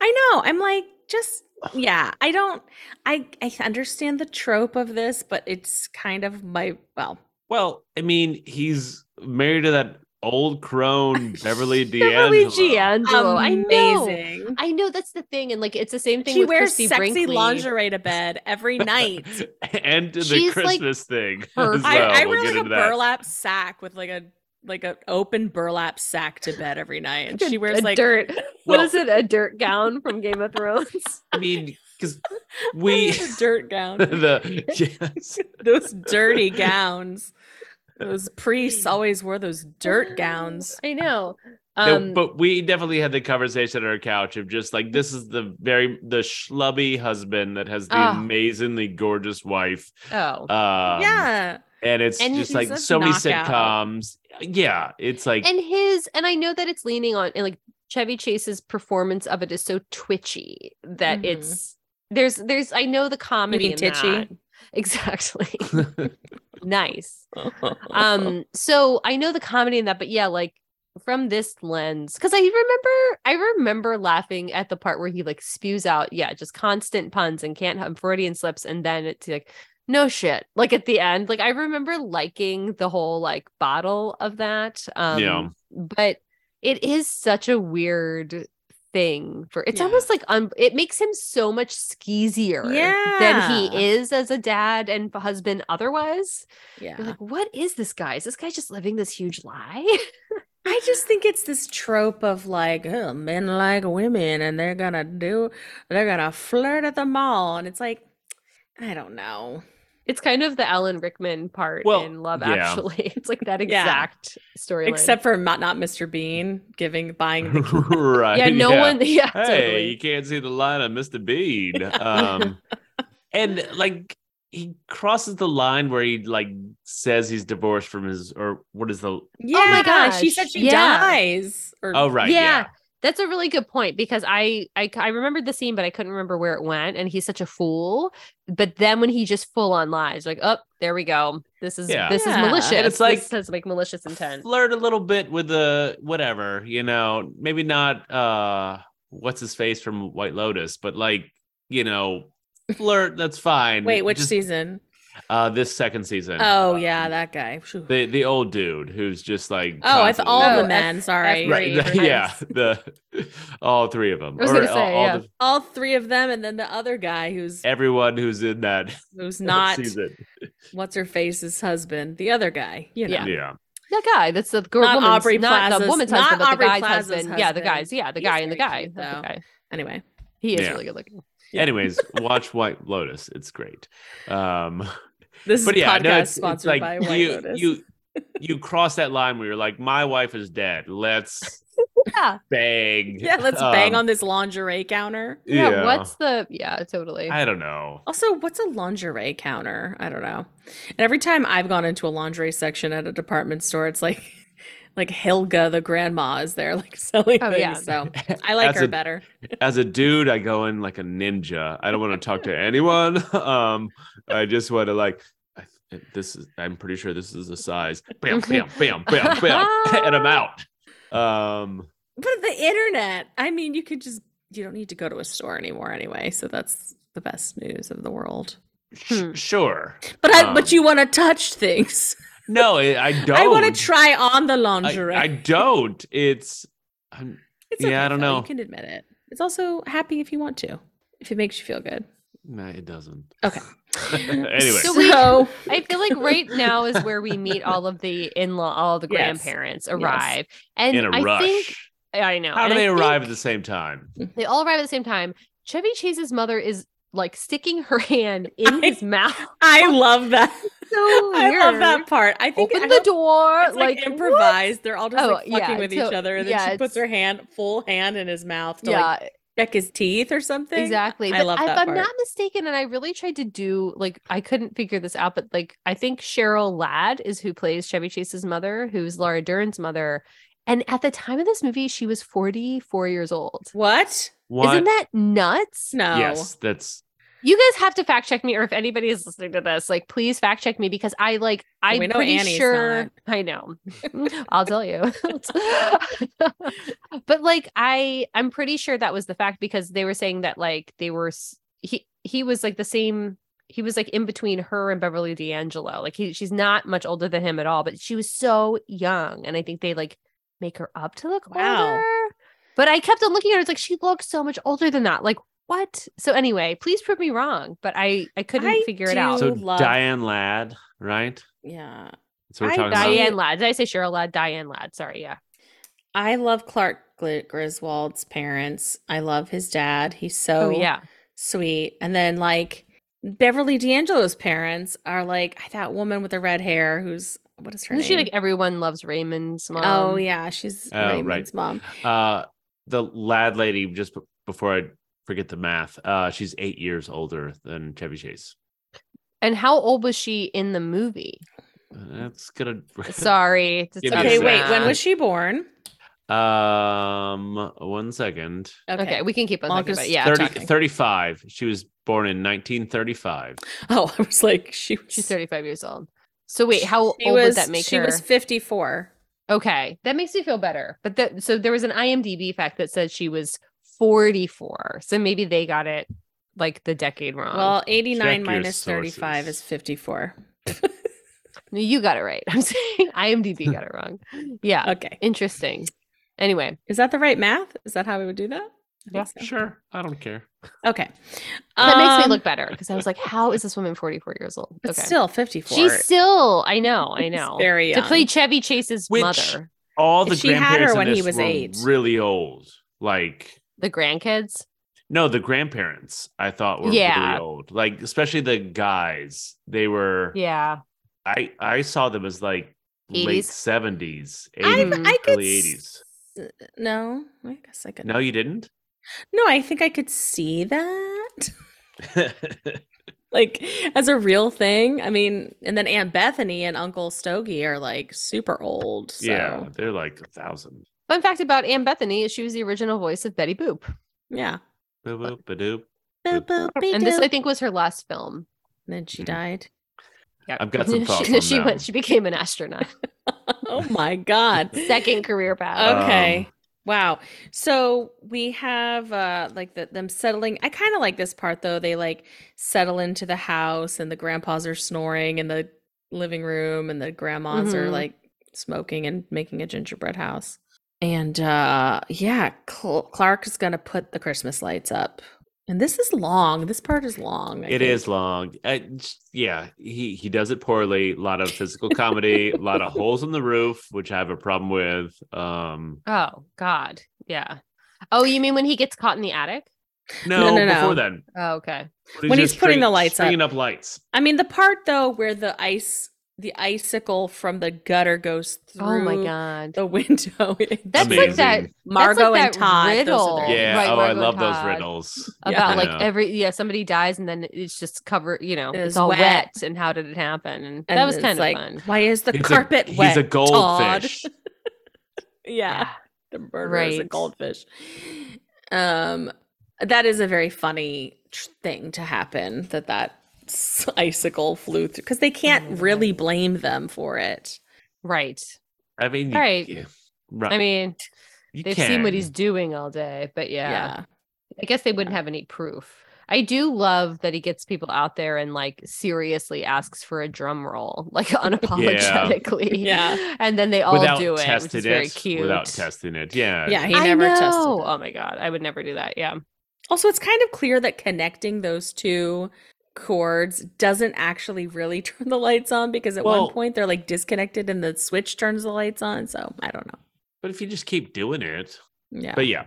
S5: I know. I'm like, just yeah. I don't. I I understand the trope of this, but it's kind of my well.
S3: Well, I mean, he's married to that old crone Beverly D'Angelo.
S2: Beverly D'Angelo. I know.
S5: Amazing.
S2: I know that's the thing, and like it's the same thing.
S5: She
S2: with
S5: wears
S2: Christie
S5: sexy
S2: Brinkley.
S5: lingerie to bed every night.
S3: and to the
S2: She's, like,
S3: Christmas thing.
S2: her-
S3: as
S5: I,
S3: well.
S5: I
S3: We'll
S5: wear
S3: get
S5: like a
S3: into that.
S5: burlap sack with like a like an open burlap sack to bed every night, and she wears
S2: a
S5: like
S2: dirt. what
S3: Well-
S2: is it? A dirt gown from Game of Thrones.
S3: I mean, because
S5: we
S3: we
S5: dirt gown,
S3: the yes,
S5: those dirty gowns. Those priests always wore those dirt gowns.
S2: I know.
S3: No,
S2: Um,
S3: but we definitely had the conversation on our couch of just like this is the very the schlubby husband that has the
S2: Oh.
S3: amazingly gorgeous wife.
S2: oh,
S3: Um,
S5: yeah,
S3: and it's
S2: And
S3: just
S5: he's
S3: like
S5: a
S3: so many
S5: knockout.
S3: sitcoms. Yeah, it's like
S2: and his and I know that it's leaning on and like Chevy Chase's performance of it is so twitchy that
S5: Mhm.
S2: it's there's there's I know the comedy
S5: mean
S2: in that.
S5: titchy?
S2: exactly nice. Um, so I know the comedy in that, but yeah, like from this lens, because I remember I remember laughing at the part where he like spews out yeah just constant puns and can't have Freudian slips, and then it's like no shit like at the end like i remember liking the whole like bottle of that um
S3: Yeah.
S2: but it is such a weird thing for it's
S5: Yeah.
S2: almost like un- it makes him so much skeezier than
S5: Yeah.
S2: he is as a dad and husband otherwise You're
S5: yeah.
S2: like what is this guy is this guy just living this huge lie
S5: I just think it's this trope of like oh, men like women and they're gonna do they're gonna flirt at the mall and it's like I don't know.
S2: it's kind of the alan rickman part
S3: Well,
S2: in love
S3: yeah.
S2: actually it's like that
S5: Yeah.
S2: exact storyline
S5: Except for not, not Mr. Bean giving buying the
S3: right.
S2: yeah no one yeah
S3: Uh, Hey,
S2: totally.
S3: you can't see the line of Mr. Bean. Um, and like he crosses the line where he like says he's divorced from his or what is the
S5: Yeah,
S2: my
S5: she
S2: gosh,
S5: said she
S2: yeah.
S5: dies. Or,
S3: oh right yeah,
S2: Yeah. That's a really good point because I, I c- I remembered the scene, but I couldn't remember where it went. And he's such a fool. But then when he just full on lies, like, oh, there we go. This is
S3: Yeah.
S2: this
S5: Yeah.
S2: is malicious.
S3: And it's like-
S2: this has like malicious intent.
S3: flirt a little bit with the whatever you know maybe not uh what's his face from White Lotus but like you know flirt that's fine
S5: Wait, which
S3: Just,
S5: season?
S3: uh this second season
S5: Oh yeah, that guy. Phew.
S3: the the old dude who's just like
S5: oh, it's
S3: constantly-
S5: all
S2: Oh,
S5: the men.
S2: F-
S5: sorry,
S2: F-
S3: right
S2: three
S3: the-
S2: perhaps.
S3: yeah the all three of them
S2: I was gonna say, yeah.
S3: the,
S5: all three of them, and then the other guy who's
S3: everyone who's in that
S5: who's not
S3: season
S5: what's her face's husband. The guy, the other guy. You know.
S2: Yeah.
S3: yeah
S2: That guy. That's the girl.
S5: Not
S2: woman's,
S5: Aubrey
S2: not the
S5: Plaza's-
S2: woman's
S5: not
S2: husband, but
S5: Aubrey
S2: the guy's
S5: Plaza's
S2: husband. Yeah, the
S5: husband.
S2: guys. Yeah, the
S5: He's
S2: guy and the
S5: very
S2: guy.
S5: cute,
S2: That's the
S5: though.
S2: guy.
S5: Anyway,
S2: He is
S3: Yeah.
S2: really good looking.
S3: anyways watch White Lotus it's great um
S5: this
S3: but
S5: is
S3: yeah,
S5: podcast
S3: no, it's,
S5: sponsored
S3: it's like
S5: by White
S3: you,
S5: Lotus.
S3: you, you cross that line where you're like, my wife is dead. Let's
S2: Yeah.
S3: bang.
S5: yeah, let's bang
S3: Um,
S5: on this lingerie counter.
S2: Yeah. What's the yeah, totally.
S3: I don't know.
S5: Also, what's a lingerie counter? I don't know. And every time I've gone into a lingerie section at a department store, it's like like Helga the grandma is there like selling
S2: Oh,
S5: things.
S2: yeah.
S5: So I like
S3: That's
S5: her
S3: a-
S5: better.
S3: As a dude, I go in like a ninja. I don't want to talk to anyone. Um, I just want to like. I, this is. I'm pretty sure this is the size. Bam, bam, bam, bam, bam, and I'm out. Um,
S5: But the internet, I mean, you could just you don't need to go to a store anymore anyway. So that's the best news of the world.
S3: sh-
S2: Hmm.
S3: sure.
S5: But I
S3: Um,
S5: but you want to touch things.
S3: No, I, I don't.
S5: I want to try on the
S3: I,
S5: lingerie.
S3: I don't. It's. I'm,
S5: it's
S3: yeah,
S5: okay,
S3: I don't
S5: though.
S3: know.
S5: You can admit it. It's also happy if you want to. If it makes you feel good.
S3: no, it doesn't.
S5: Okay.
S3: anyway,
S2: So we-
S5: so
S2: I feel like right now is where we meet all of the in law, all the
S5: Yes.
S2: grandparents arrive, and
S3: in a
S2: I
S3: rush.
S2: think I know.
S3: How
S2: and
S3: do
S2: I
S3: they
S2: think
S3: arrive at the same time?
S2: They all arrive at the same time. Chevy Chase's mother is like sticking her hand in
S5: I-
S2: his mouth.
S5: I love that.
S2: So
S5: I
S2: weird.
S5: love that part. I think
S2: Open
S5: I
S2: the
S5: hope
S2: door,
S5: it's like,
S2: what?
S5: improvised. They're all just
S2: Oh,
S5: like fucking
S2: yeah,
S5: with
S2: so-
S5: each other, and
S2: yeah,
S5: then she
S2: it's-
S5: puts her hand, full hand, in his mouth to
S2: Yeah,
S5: like check his teeth or something.
S2: Exactly.
S5: I
S2: but
S5: love
S2: if
S5: that
S2: I'm
S5: part.
S2: not mistaken, and I really tried to do like I couldn't figure this out, but like I think Cheryl Ladd is who plays Chevy Chase's mother, who's Laura Dern's mother. And at the time of this movie, she was 44 years old.
S5: What?
S2: is
S3: What?
S2: Isn't that nuts?
S5: No.
S3: Yes, that's
S2: You guys have to fact check me, or if anybody is listening to this, like please fact check me because I like I'm
S5: we know
S2: pretty
S5: Annie's
S2: sure
S5: not.
S2: I know. I'll tell you. but like I I'm pretty sure that was the fact because they were saying that like they were s- he he was like the same he was like in between her and Beverly D'Angelo. Like he she's not much older than him at all, but she was so young. And I think they like make her up to look
S5: Wow.
S2: older. But I kept on looking at her. It's like she looks so much older than that. Like what? So anyway, please prove me wrong. But I I couldn't
S5: I
S2: figure it out.
S5: do-
S3: so
S5: love-
S3: Diane Ladd, right?
S5: Yeah.
S3: That's what we're
S5: I
S3: talking about.
S2: Diane Ladd. Did I say Cheryl Ladd? Diane Ladd. Sorry. Yeah.
S5: I love Clark Gl- Griswold's parents. I love his dad. He's so
S2: Oh, yeah.
S5: sweet. And then like Beverly D'Angelo's parents are like that woman with the red hair who's what is her
S2: Isn't
S5: name?
S2: she like everyone loves Raymond's mom?
S5: oh yeah, she's
S3: Oh, right.
S5: Raymond's mom.
S3: Uh, the Ladd lady, just b- before I forget the math, uh, she's eight years older than Chevy Chase.
S2: And how old was she in the movie?
S3: That's gonna.
S2: Sorry. to
S3: Give me a
S2: say
S5: Okay, wait. When
S2: that.
S5: was she born?
S3: um, one second.
S2: Okay. we can keep on talking about
S5: August
S2: it. Yeah.
S3: 30,
S5: talking.
S3: 35. She was born in 1935.
S5: Oh, I was like, she was.
S2: She's 35 years old. So wait, how
S5: she
S2: old
S5: was,
S2: would that make
S5: she
S2: her?
S5: was 54.
S2: Okay, that makes me feel better. But that so there was an IMDb fact that said she was 44. So maybe they got it like the decade wrong.
S5: Well, 89
S3: your
S5: minus 35 is
S3: sources.
S5: 54.
S2: No, you got it right. I'm saying IMDb got it wrong. Yeah,
S5: Okay.
S2: interesting. Anyway,
S5: Is that the right math? Is that how we would do that? I
S2: Yeah,
S5: think so.
S3: Sure, I don't care.
S5: Okay.
S2: that makes me
S5: Um,
S2: look better because I was like, how is this woman 44 years old?
S5: But
S2: Okay,
S5: still 54.
S2: she's still. I know. I
S5: It's
S2: know.
S5: Very young.
S2: To play Chevy Chase's
S3: Which-
S2: mother,
S3: All the
S5: She had
S3: grandparents
S5: her
S3: in
S5: when he
S3: this
S5: was
S3: were
S5: eight.
S3: really old. Like
S2: the grandkids.
S3: No, the grandparents I thought were
S2: Yeah.
S3: really old. Like especially the guys. They were
S2: Yeah,
S3: I I saw them as like late
S2: 80s.
S3: 70s, 80s,
S2: I've-
S5: I, I could
S3: early 80s.
S5: s- No, I guess I could.
S3: No, you didn't?
S5: no, I think I could see that. like as a real thing. I mean, and then Aunt Bethany and Uncle Stogie are like super old. So.
S3: Yeah, they're like a thousand.
S2: Fun fact about Anne Bethany is she was the original voice of Betty Boop,
S5: Yeah.
S3: Boop, boop, ba-doop.
S5: Boop, boop,
S2: and this
S5: be-doo.
S2: I think was her last film.
S5: And then she
S3: Mhm.
S5: died.
S2: Yeah.
S3: I've got some thoughts
S2: she,
S3: on
S2: she
S3: that one.
S2: went. She became an astronaut.
S5: oh my god.
S2: Second career path.
S3: Um,
S5: Okay. wow. So we have uh like the, them settling. I kind of like this part though. They like settle into the house and the grandpas are snoring in the living room and the grandmas are
S2: Mhm.
S5: like smoking and making a gingerbread house. And uh yeah, Cl- Clark is going to put the Christmas lights up. And this is long. This part is long. I
S3: It
S5: think.
S3: is long. Uh, j- yeah, he he does it poorly. A lot of physical comedy, a lot of holes in the roof, which I have a problem with. Um,
S2: Oh God. Yeah. Oh, you mean when he gets caught in the attic?
S3: no,
S5: no,
S3: before
S5: no.
S3: then,
S2: Oh, okay.
S5: When he's
S3: just
S5: putting
S3: string-
S5: the lights up.
S3: stringing up lights.
S5: I mean, the part though where the ice the icicle from the gutter goes through
S2: Oh my God.
S5: the window.
S2: That's like that.
S3: Amazing.
S5: Margot
S2: that's
S5: and
S2: like
S5: Todd.
S2: that
S5: those are
S2: riddle.
S5: their-
S3: Yeah.
S2: Right,
S3: oh, I
S2: Margot
S3: love those
S2: Todd.
S3: riddles.
S2: About
S3: Yeah.
S2: like every yeah somebody dies and then it's just covered you know
S5: It
S2: it's
S5: was
S2: all wet.
S5: wet.
S2: and how did it happen and,
S5: And
S2: that was
S5: it's
S2: kind of
S5: like,
S2: fun
S5: Why is the
S3: He's a-
S5: carpet
S3: he's
S5: wet?
S3: a
S5: Todd?"
S3: goldfish.
S5: yeah, the murderer is a
S2: Right.
S5: goldfish. Um, that is a very funny tr- thing to happen. That that s- icicle flew through because they
S2: Oh my
S5: can't
S2: God.
S5: really blame them for it.
S2: Right.
S3: I mean,
S2: All right.
S3: You,
S2: I mean,
S3: you
S2: they've seen what he's
S3: can.
S2: doing all day, but yeah,
S5: Yeah,
S2: I guess they wouldn't have any proof. I do love that he gets people out there and like seriously asks for a drum roll, like unapologetically.
S5: Yeah.
S2: And then they all
S3: without
S2: do it, which
S3: testing
S2: is very cute.
S3: Without testing it, yeah.
S5: yeah. he never
S2: I know.
S5: tested. it.
S2: Oh my god, I would never do that. Yeah.
S5: Also, it's kind of clear that connecting those two chords doesn't actually really turn the lights on because at
S3: Well-
S5: one point they're like disconnected and the switch turns the lights on. So I don't know.
S3: But if you just keep doing it,
S5: Yeah.
S3: but yeah,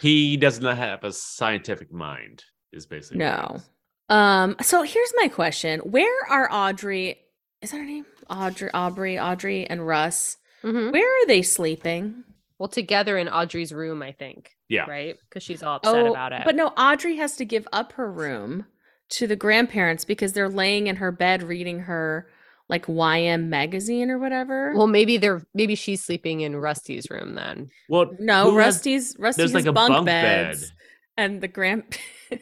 S3: he does not have a scientific mind. Is basically what it
S5: No.
S3: is.
S5: Um, so here's my question. Where are Audrey is that her name? Audrey Aubrey, Audrey and Russ.
S3: Hmm?
S2: Mhm.
S5: Where are they sleeping?
S2: Well, together in Audrey's room, I think.
S3: Yeah.
S2: Right? Because she's all upset about it.
S5: Oh, But no, Audrey has to give up her room to the grandparents because they're laying in her bed reading her like YM magazine or whatever.
S2: Well, maybe they're maybe she's sleeping in Rusty's room then.
S3: Well,
S5: no,
S3: who has-
S5: Rusty's Rusty
S3: there's
S5: has
S3: like a
S5: bunk,
S3: bunk
S5: beds.
S3: bed.
S5: And the grand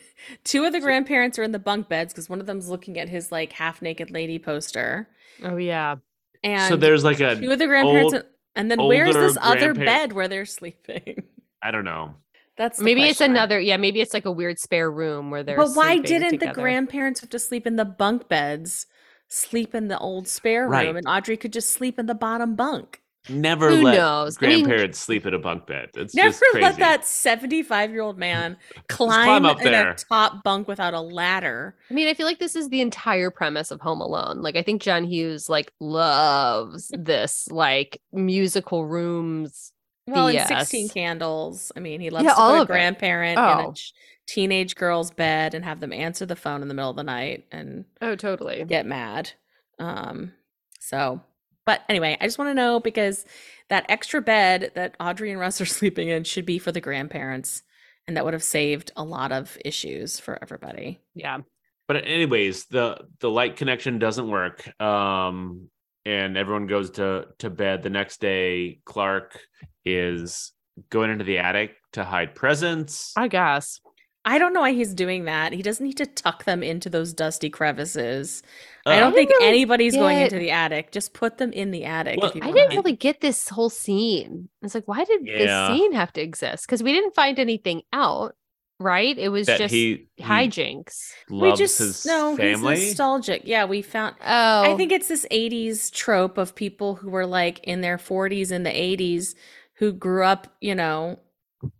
S5: two of the grandparents are in the bunk beds because one of them's looking at his like half naked lady poster.
S2: Oh yeah.
S5: And
S3: so there's like a
S5: two of the grandparents
S3: old-
S5: and- and then where's
S3: older
S5: this other
S3: grandparent-
S5: bed where they're sleeping
S3: I don't know.
S5: that's the
S2: maybe it's
S5: question I-
S2: another yeah, maybe it's like a weird spare room where they're
S5: but why
S2: sleeping
S5: didn't the
S2: together.
S5: grandparents have to sleep in the bunk beds sleep in the old spare room
S3: Right.
S5: and audrey could just sleep in the bottom bunk
S3: Never
S2: Who
S3: let
S2: knows? I mean-
S3: grandparents sleep in a bunk bed. It's just
S5: never
S3: crazy.
S5: let that 75 year old man climb,
S3: climb up
S5: in
S3: there.
S5: a top bunk without a ladder
S2: I mean, I feel like this is the entire premise of Home Alone. Like, I think John Hughes like loves this like musical rooms.
S5: well in 16
S2: BS.
S5: candles i mean he loves
S2: Yeah,
S5: to put
S2: all
S5: a
S2: of it.
S5: grandparent in
S2: Oh.
S5: a ch- teenage girl's bed and have them answer the phone in the middle of the night and
S2: Oh, totally.
S5: get mad. Um, so, but anyway, I just want to know because that extra bed that Audrey and Russ are sleeping in should be for the grandparents, and that would have saved a lot of issues for everybody.
S2: Yeah.
S3: but anyways, the the light connection doesn't work. Um, and everyone goes to to bed. The next day, Clark is going into the attic to hide presents.
S2: I guess.
S5: I don't know why he's doing that. He doesn't need to tuck them into those dusty crevices.
S3: Uh,
S5: I don't
S2: I
S5: think
S2: don't really
S5: anybody's going into
S2: Oh. get-
S5: the attic. Just put them in the attic.
S3: Well,
S5: if you
S3: I
S2: I
S5: wanna
S2: didn't
S5: hide
S2: really get this whole scene. It's like, why did
S3: Yeah.
S2: this scene have to exist? Because we didn't find anything out, right? It was
S3: that
S2: just
S3: he, he
S2: hijinks.
S5: we
S3: loves
S5: just
S3: his
S5: no,
S3: family.
S5: he's nostalgic. Yeah, we found.
S2: Oh,
S5: I think it's this 80s trope of people who were like in their 40s in the 80s who grew up, you know,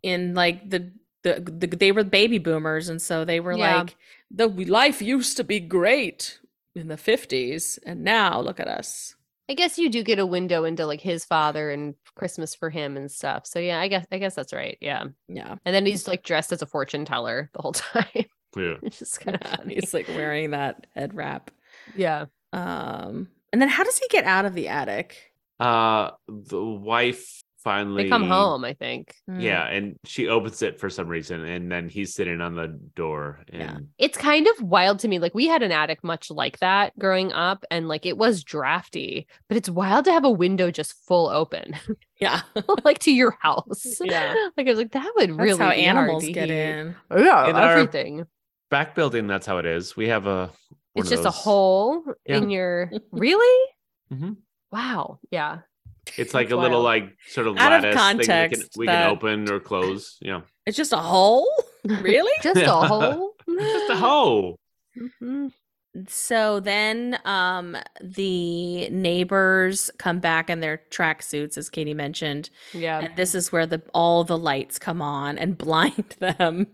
S5: in like the the, the they were baby boomers and so they were
S2: Yeah.
S5: like the life used to be great in the 50s and now look at us.
S2: I guess you do get a window into like his father and Christmas for him and stuff. So yeah, I guess I guess that's right. Yeah.
S5: Yeah.
S2: And then he's like dressed as a fortune teller the whole time.
S3: Yeah.
S2: it's just kind of funny.
S5: He's like wearing that head wrap.
S2: Yeah.
S5: Um and then how does he get out of the attic?
S3: Uh, the wife finally
S2: They come home, Mm. I think.
S5: Hmm.
S3: Yeah, and she opens it for some reason, and then he's sitting on the door. And
S5: Yeah.
S2: It's kind of wild to me. Like we had an attic much like that growing up, and like it was drafty, but it's wild to have a window just full open,
S5: Yeah.
S2: like to your house.
S5: Yeah.
S2: Like I was like, that would
S5: That's
S2: really E
S5: how
S2: be hard
S5: animals
S2: to
S5: get
S2: heat.
S5: in.
S2: Yeah,
S3: In our-
S2: everything.
S3: back building, that's how it is. We have a. one
S2: It's
S3: of
S2: just a
S3: those-
S2: hole
S3: Yeah.
S2: in your really?
S3: Mhm.
S2: Wow. Yeah.
S3: It's like
S2: It's
S3: a little
S2: wild.
S3: like sort of lattice
S5: Out of
S3: thing we can,
S5: context,
S3: we
S5: that-
S3: can open or close. Yeah,
S5: It's just a hole? Really?
S2: Just a
S3: Yeah.
S2: hole.
S3: just a hole.
S5: Mm-hmm.
S2: Mhm.
S5: So then um the neighbors come back in their tracksuits, as Katie mentioned.
S2: Yeah.
S5: And this is where the all the lights come on and blind them,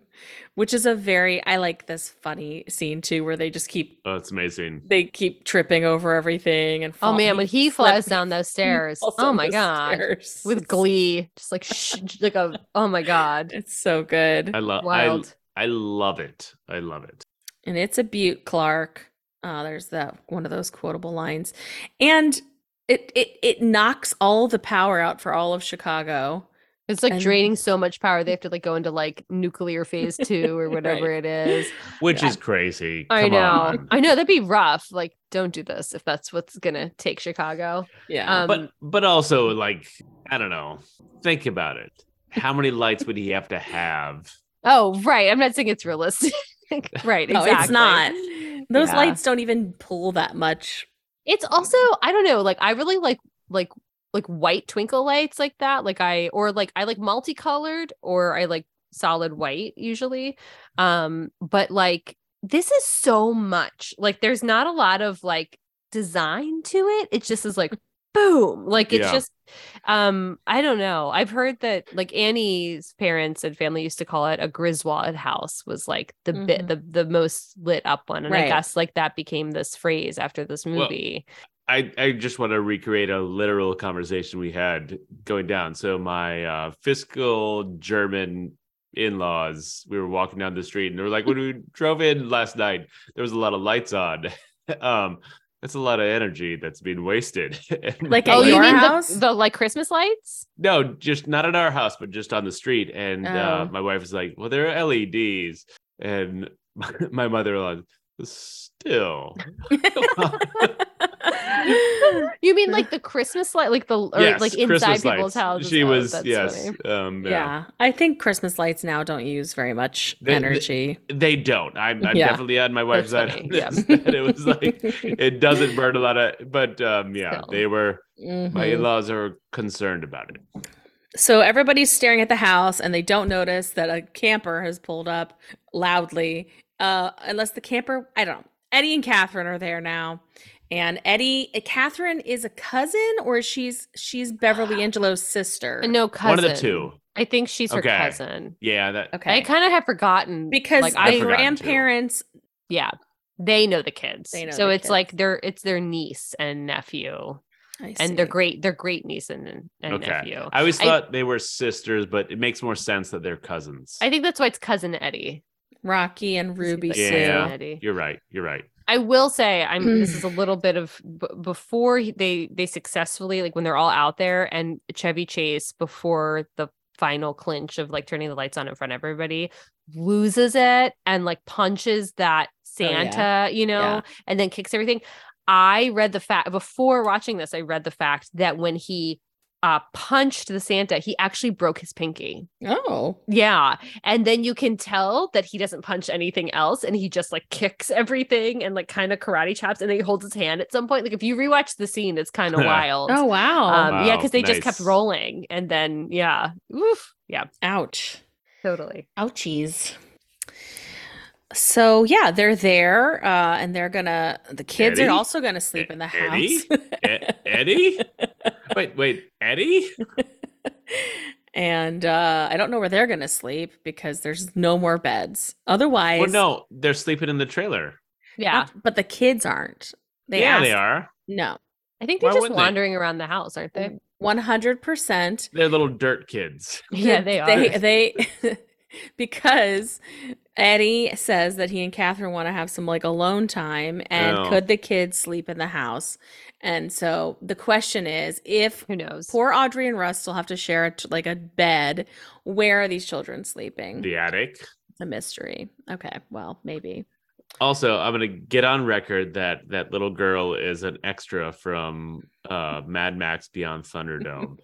S5: which is a very I like this funny scene too, where they just keep
S3: Oh, it's amazing.
S5: they keep tripping over everything and
S2: Oh
S5: fall-
S2: man, when he
S5: flip-
S2: flies down those stairs.
S5: falls
S2: Oh
S5: down
S2: my
S5: the
S2: god.
S5: stairs.
S2: with
S5: It's-
S2: glee just like sh- like a oh my god
S5: It's so good.
S3: I love. I
S2: wild
S3: I love it. I love it.
S5: And it's a butte, Clark. Uh, there's that one of those quotable lines, and it it it knocks all the power out for all of Chicago
S2: It's like
S5: And-
S2: draining so much power they have to like go into like nuclear phase two or whatever it is.
S3: which
S2: Yeah.
S3: is crazy.
S2: I
S3: Come
S2: know.
S3: on.
S2: I know that'd be rough. Like, don't do this if that's what's gonna take Chicago.
S5: Yeah.
S2: Um
S3: but but also like I don't know. Think about it. How many lights would he have to have?
S2: oh right. I'm not saying it's realistic. right,
S5: No,
S2: exactly.
S5: it's not. Those
S2: Yeah.
S5: lights don't even pull that much.
S2: It's also I don't know. Like I really like like like white twinkle lights like that. Like I or like I like multicolored or I like solid white usually. Um, but like this is so much. Like there's not a lot of like design to it. It just is like boom. Like it's
S3: Yeah.
S2: just um I don't know. I've heard that like Annie's parents and family used to call it a Griswold house was like the bit
S5: Mhm.
S2: the the most lit up one. And I
S5: Right.
S2: guess like that became this phrase after this
S3: Well,
S2: movie.
S3: I, I just want to recreate a literal conversation we had going down. So my uh, fiscal German in-laws, we were walking down the street, and they were like, when we drove in last night, there was a lot of lights on. um, that's a lot of energy that's being wasted. And
S5: Like
S3: my
S5: at
S2: oh,
S3: wife-
S2: you
S5: your
S2: mean
S5: house?
S2: The, the like Christmas lights?
S3: No, just not at our house, but just on the street. And uh,
S5: Oh.
S3: my wife was like, "Well, there are LEDs," and my, my mother-in-law, still,
S2: You mean like the Christmas light, like the or
S3: yes,
S2: like inside
S3: Christmas
S2: people's
S3: lights.
S2: houses?
S3: She
S2: Oh,
S3: was
S2: that's
S3: yes,
S2: funny.
S3: um, yeah.
S5: yeah. I think Christmas lights now don't use very much
S3: They- they-
S5: energy.
S3: They don't. I'm, I'm
S5: Yeah.
S3: definitely on my wife's
S2: That's
S3: side. On
S2: funny, yeah.
S3: this, that it was like it doesn't burn a lot of, but um, yeah,
S2: Still.
S3: they were. My
S5: Mhm.
S3: in-laws are concerned about it.
S5: So everybody's staring at the house and they don't notice that a camper has pulled up loudly. Uh, unless the camper, I don't know. Eddie and Catherine are there now. And Eddie, uh, Catherine is a cousin or she's she's Beverly Angelo's sister.
S2: And Uh, no cousin.
S3: One of the two.
S2: I think she's her
S3: Okay.
S2: cousin.
S3: Yeah, that
S5: Okay.
S2: I kind of have forgotten
S5: because
S2: like,
S3: I've
S5: the
S3: forgotten too.
S5: grandparents
S2: yeah, they know the kids.
S5: They know
S2: so
S5: the
S2: it's like
S5: kids.
S2: their it's their niece and nephew,
S5: I
S2: and their
S5: see.
S2: great their great niece and, and
S3: Okay.
S2: nephew.
S3: I always
S2: I-
S3: thought they were sisters, but it makes more sense that they're cousins.
S2: I think that's why it's cousin Eddie.
S5: Rocky and Ruby
S2: It's
S5: Sue.
S2: like
S3: Sue. Yeah.
S2: Cousin Eddie.
S3: You're right. You're right.
S2: I will say I'm this
S5: Mm.
S2: is a little bit of b- before he- they they successfully like when they're all out there and Chevy Chase before the final clinch of like turning the lights on in front of everybody loses it and like punches that
S5: Oh, yeah.
S2: Santa, you know,
S5: Yeah.
S2: and then kicks everything. I read the fact before watching this I read the fact that when he uh punched the Santa, he actually broke his pinky.
S5: Oh.
S2: Yeah. And then you can tell that he doesn't punch anything else and he just like kicks everything and like kind of karate chops and then he holds his hand at some point. Like if you rewatch the scene, it's kind of wild.
S5: Oh wow.
S2: Um, Yeah.
S3: Wow,
S2: Cause they just kept
S3: nice.
S2: rolling and then, yeah. Oof. Yeah.
S5: Ouch.
S2: Totally.
S5: Ouchies. So yeah, they're there, uh, and they're gonna. The kids
S3: Eddie?
S5: are also gonna sleep in the
S3: Eddie?
S5: house.
S3: E- Eddie? Wait, wait, Eddie?
S5: and uh, I don't know where they're gonna sleep because there's no more beds. Otherwise,
S3: Well, no, they're sleeping in the trailer.
S2: Yeah.
S5: not- but the kids aren't. They
S3: yeah,
S5: asked,
S3: they are.
S5: No,
S2: I think they're
S3: Why
S2: just
S3: wouldn't they?
S2: wandering around the house, aren't they?
S5: one hundred percent.
S3: They're little dirt kids.
S2: Yeah, they are.
S5: They, they because Eddie says that he and Catherine want to have some like alone time, and
S3: Oh.
S5: could the kids sleep in the house? And so the question is, if
S2: Who knows?
S5: poor Audrey and Russ will have to share a t- like a bed, where are these children sleeping?
S3: The attic.
S5: It's a mystery. Okay, well maybe.
S3: Also, I'm gonna get on record that that little girl is an extra from uh, Mad Max Beyond Thunderdome.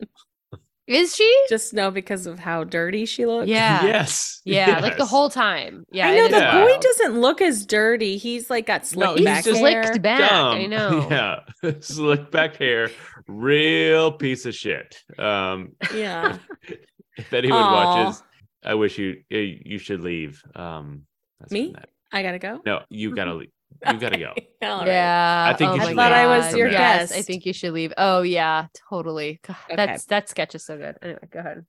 S2: Is she?
S5: Just know because of how dirty she looks.
S2: Yeah.
S3: yes.
S2: Yeah. Like the
S3: yes.
S2: whole time. Yeah.
S5: I
S2: it
S5: know
S2: is
S5: the
S3: Yeah.
S5: boy
S2: wild.
S5: doesn't look as dirty. He's like got
S3: No,
S5: slick
S3: he's
S2: He's
S5: back
S3: just
S5: hair.
S2: slicked back. I
S3: Dumb.
S2: know.
S3: Yeah, slick back hair, real piece of shit. Um,
S5: Yeah.
S3: if anyone
S5: Aw.
S3: watches, I wish you eh, you you should leave. Um, that's
S5: Me?
S3: not-
S5: I gotta go.
S3: No,
S2: Mm-hmm.
S3: you gotta leave. You gotta go.
S5: All right.
S2: Yeah.
S3: I think
S2: oh
S3: you
S2: my
S3: should leave. I thought I was
S2: God,
S3: your
S2: yes, I
S5: guest.
S2: think you should leave. Oh yeah, totally. God,
S5: Okay.
S2: That's that sketch is so good. Anyway, go ahead.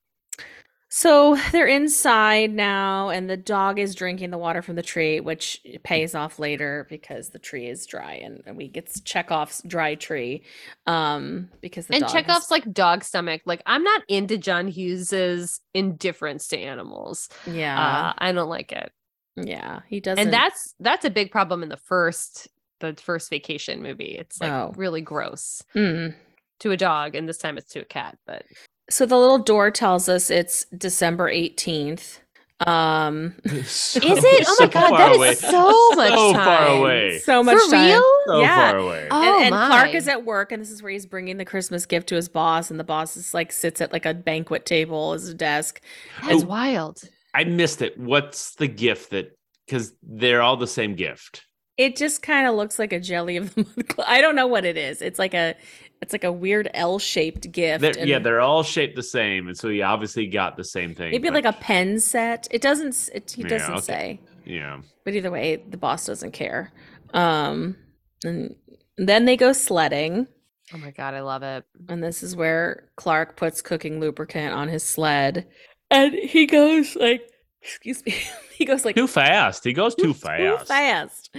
S5: So they're inside now, and the dog is drinking the water from the tree, which pays off later because the tree is dry, and, and we get s- Chekhov's dry tree. Um, because the
S2: and
S5: dog
S2: Chekhov's
S5: is-
S2: like dog stomach. Like I'm not into John Hughes's indifference to animals.
S3: Uh-huh.
S2: Uh,
S5: yeah,
S2: I don't like it.
S5: yeah, he doesn't.
S2: And that's that's a big problem in the first the first vacation movie. It's like
S5: Oh.
S2: really gross
S5: Mm.
S2: to a dog, and this time it's to a cat. But
S5: So the little door tells us it's December 18th. Um,
S3: So-
S2: Is it? Oh
S3: so
S2: my god,
S3: far
S2: that is
S3: away.
S2: so much
S3: so
S2: time.
S3: far away.
S5: so much
S2: For
S5: time.
S2: real?
S3: So
S5: Yeah.
S3: far away.
S2: Oh
S5: and, and
S2: my.
S5: Clark is at work, and this is where he's bringing the Christmas gift to his boss, and the boss is like sits at like a banquet table as a desk.
S2: That's
S3: Oh.
S2: wild.
S3: I missed it. What's the gift that? Because they're all the same gift.
S5: It just kind of looks like a jelly of the month. cl- I don't know what it is. It's like a, it's like a weird L-shaped gift.
S3: They're, yeah,
S5: and
S3: they're all shaped the same, and so he obviously got the same thing.
S5: maybe
S3: but-
S5: like a pen set. It doesn't. s- It, he
S3: Yeah,
S5: doesn't
S3: okay.
S5: say.
S3: yeah.
S5: But either way, the boss doesn't care. Um, and then they go sledding.
S2: Oh my god, I love it.
S5: And this is where Clark puts cooking lubricant on his sled. And he goes like, excuse me, he goes like
S3: Too fast. He goes too fast.
S5: fast.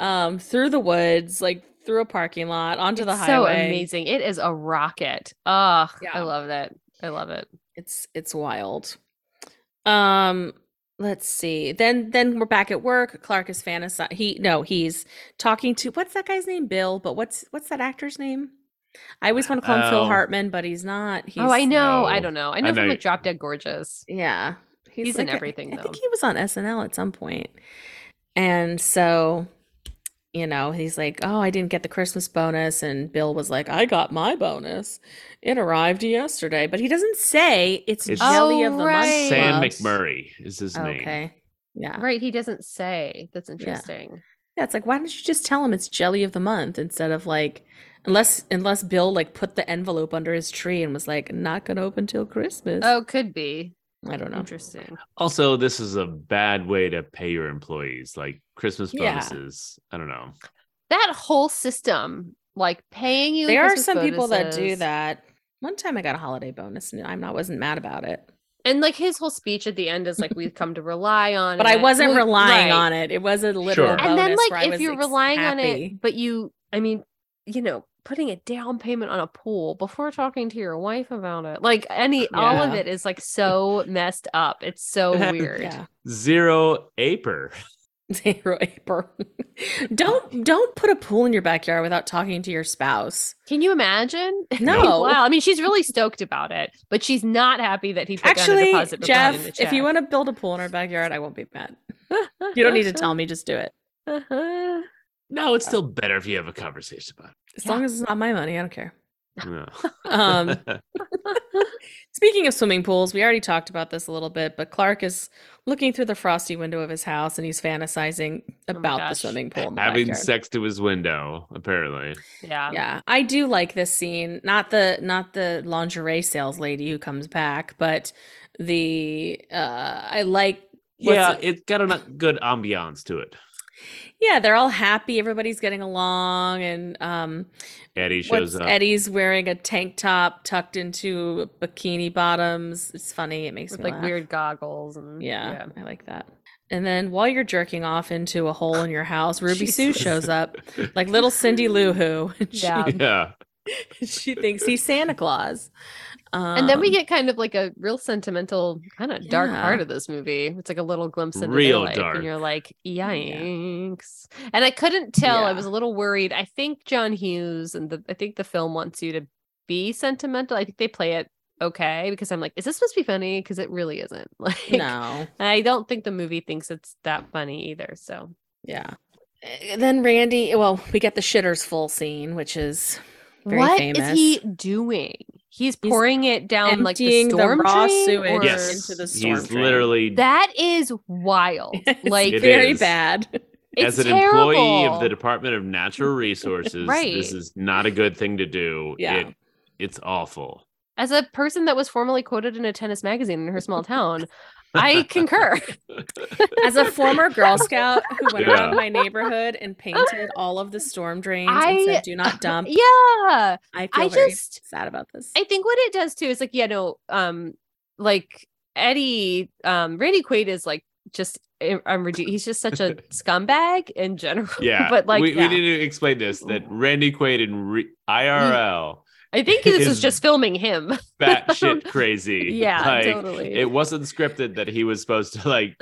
S5: Um, through the woods, like through a parking lot, onto the
S2: It's
S5: highway.
S2: So amazing. It is a rocket. Ugh,
S5: Yeah.
S2: I love that. I love it.
S5: It's it's wild. Um let's see. Then then we're back at work. Clark is fantasizing. He no, he's talking to what's that guy's name? Bill, but what's what's that actor's name? I always want to call him Phil
S3: Oh.
S5: Hartman, but he's not. He's
S2: oh, I know. I
S3: No.
S2: don't know. I
S3: I
S2: know
S3: know
S2: from
S3: you-
S2: like Drop Dead Gorgeous.
S5: Yeah.
S2: He's in
S5: like a-
S2: everything,
S5: I think
S2: though.
S5: he was on SNL at some point. And so, you know, he's like, "Oh, I didn't get the Christmas bonus." And Bill was like, "I got my bonus. It arrived yesterday." But he doesn't say it's,
S3: It's-
S5: Jelly of the
S2: Oh,
S5: Month.
S3: Sam
S5: Club.
S3: McMurray is his name.
S5: Okay. Yeah.
S2: Right. He doesn't say. That's interesting.
S5: Yeah, it's like, why don't you just tell him it's Jelly of the Month instead of like unless unless Bill like put the envelope under his tree and was like, "Not going to open till Christmas."
S2: Oh, could be.
S5: I don't know.
S2: Interesting.
S3: Also, this is a bad way to pay your employees. Like Christmas
S5: Yeah.
S3: bonuses. I don't know.
S2: That whole system, like paying you. in
S5: There are
S2: Christmas
S5: some people that do
S2: bonuses,
S5: that. One time I got a holiday bonus and I'm not wasn't mad about it.
S2: And like his whole speech at the end is like, we've come to rely on.
S5: But
S2: and
S5: I
S2: that-
S5: wasn't
S2: well,
S5: relying
S2: right.
S5: on it. It was a literal
S3: Sure.
S2: and then
S5: bonus where I
S2: like if
S5: was
S2: you're
S5: ex-
S2: relying on
S5: happy.
S2: it but you i mean you know putting a down payment on a pool before talking to your wife about it like any all of
S5: Yeah.
S2: it is like so messed up it's so
S3: Yeah.
S2: weird
S5: Yeah.
S3: Zero aper.
S5: Zero apron. don't don't put a pool in your backyard without talking to your spouse.
S2: can you imagine
S5: No.
S2: wow i mean she's really stoked about it but she's not happy that he put down a
S5: Actually,
S2: deposit for
S5: Jeff,
S2: signing the
S5: if you
S2: check.
S5: want to build a pool in our backyard, I won't be mad. You don't need to tell me, just do it.
S3: No,
S5: Uh,
S3: it's still better if you have a conversation about
S5: As
S2: Yeah.
S5: long as it's not my money, I don't care.
S3: it. No.
S5: Um Speaking of swimming pools, we already talked about this a little bit, but Clark is looking through the frosty window of his house and he's fantasizing
S2: Oh my
S5: about the
S2: gosh.
S5: swimming pool. In the
S3: having
S5: backyard.
S3: sex to his window, apparently.
S2: yeah
S5: Yeah, I do like this scene. Not the not the lingerie sales lady who comes back, but the uh I like What's
S3: yeah,
S5: it-
S3: it? has got a not- good ambiance to it.
S5: yeah, they're all happy, everybody's getting along and um
S3: Eddie shows
S5: what's
S3: up.
S5: Eddie's wearing a tank top tucked into bikini bottoms. It's funny, it makes
S2: with
S5: me
S2: like
S5: laugh.
S2: weird goggles and
S5: Yeah, I like that. And then while you're jerking off into a hole in your house, Ruby Sue
S3: Jesus.
S5: shows up, like little Cindy Lou Who. and she-
S2: Yeah.
S3: yeah.
S5: she thinks he's Santa Claus.
S2: and then we
S5: Um,
S2: get kind of like a real sentimental kind of dark
S5: Yeah.
S2: part of this movie it's like a little glimpse into
S3: Real
S2: their life
S3: dark.
S2: and you're like yikes and i couldn't tell i
S5: Yeah.
S2: was a little worried i think john hughes and the, i think the film wants you to be sentimental i think they play it okay because i'm like is this supposed to be funny because it really isn't like
S5: No.
S2: i don't think the movie thinks it's that funny either so
S5: Yeah. Uh, Then Randy, well, we get the shitters full scene, which is
S2: What
S5: very
S2: is
S5: famous.
S2: he doing he's
S5: He's
S2: pouring it down like the
S5: emptying the
S2: storm
S5: raw
S2: drain,
S5: sewage
S2: or-
S5: Yes. into the storm
S3: He's
S5: drain.
S3: literally
S2: that is wild
S5: It's
S2: like
S3: It
S5: very
S3: is.
S5: bad.
S2: It's
S3: as an employee of
S2: terrible.
S3: the Department of Natural Resources,
S2: Right.
S3: this is not a good thing to do.
S5: Yeah.
S3: It, it's awful.
S2: as a person that was formerly quoted in a tennis magazine in her small town, I concur.
S5: As a former Girl Scout who went around
S3: Yeah.
S5: my neighborhood and painted all of the storm drains and
S2: I-
S5: said, do not dump,
S2: yeah.
S5: I feel
S2: I
S5: very
S2: just
S5: sad about this.
S2: I think what it does too is like, yeah, no, um, like Eddie, um, Randy Quaid is like just i um, redu- he's just such a scumbag in general.
S3: Yeah.
S2: But like
S3: we,
S2: yeah.
S3: we need to explain this that Randy Quaid in re- IRL
S2: I think this
S3: is
S2: was just filming him.
S3: batshit crazy.
S2: Yeah,
S3: like,
S2: totally.
S3: It wasn't scripted that he was supposed to like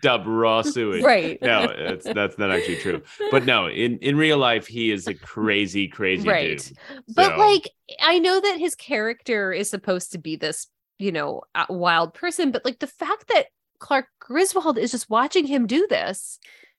S3: dub raw sewage.
S2: right.
S3: No, it's, that's not actually true. But no, in in real life, he is a crazy, crazy
S2: Right.
S3: dude.
S2: But
S3: So-
S2: like, I know that his character is supposed to be this, you know, uh, wild person, but like the fact that Clark Griswold is just watching him do this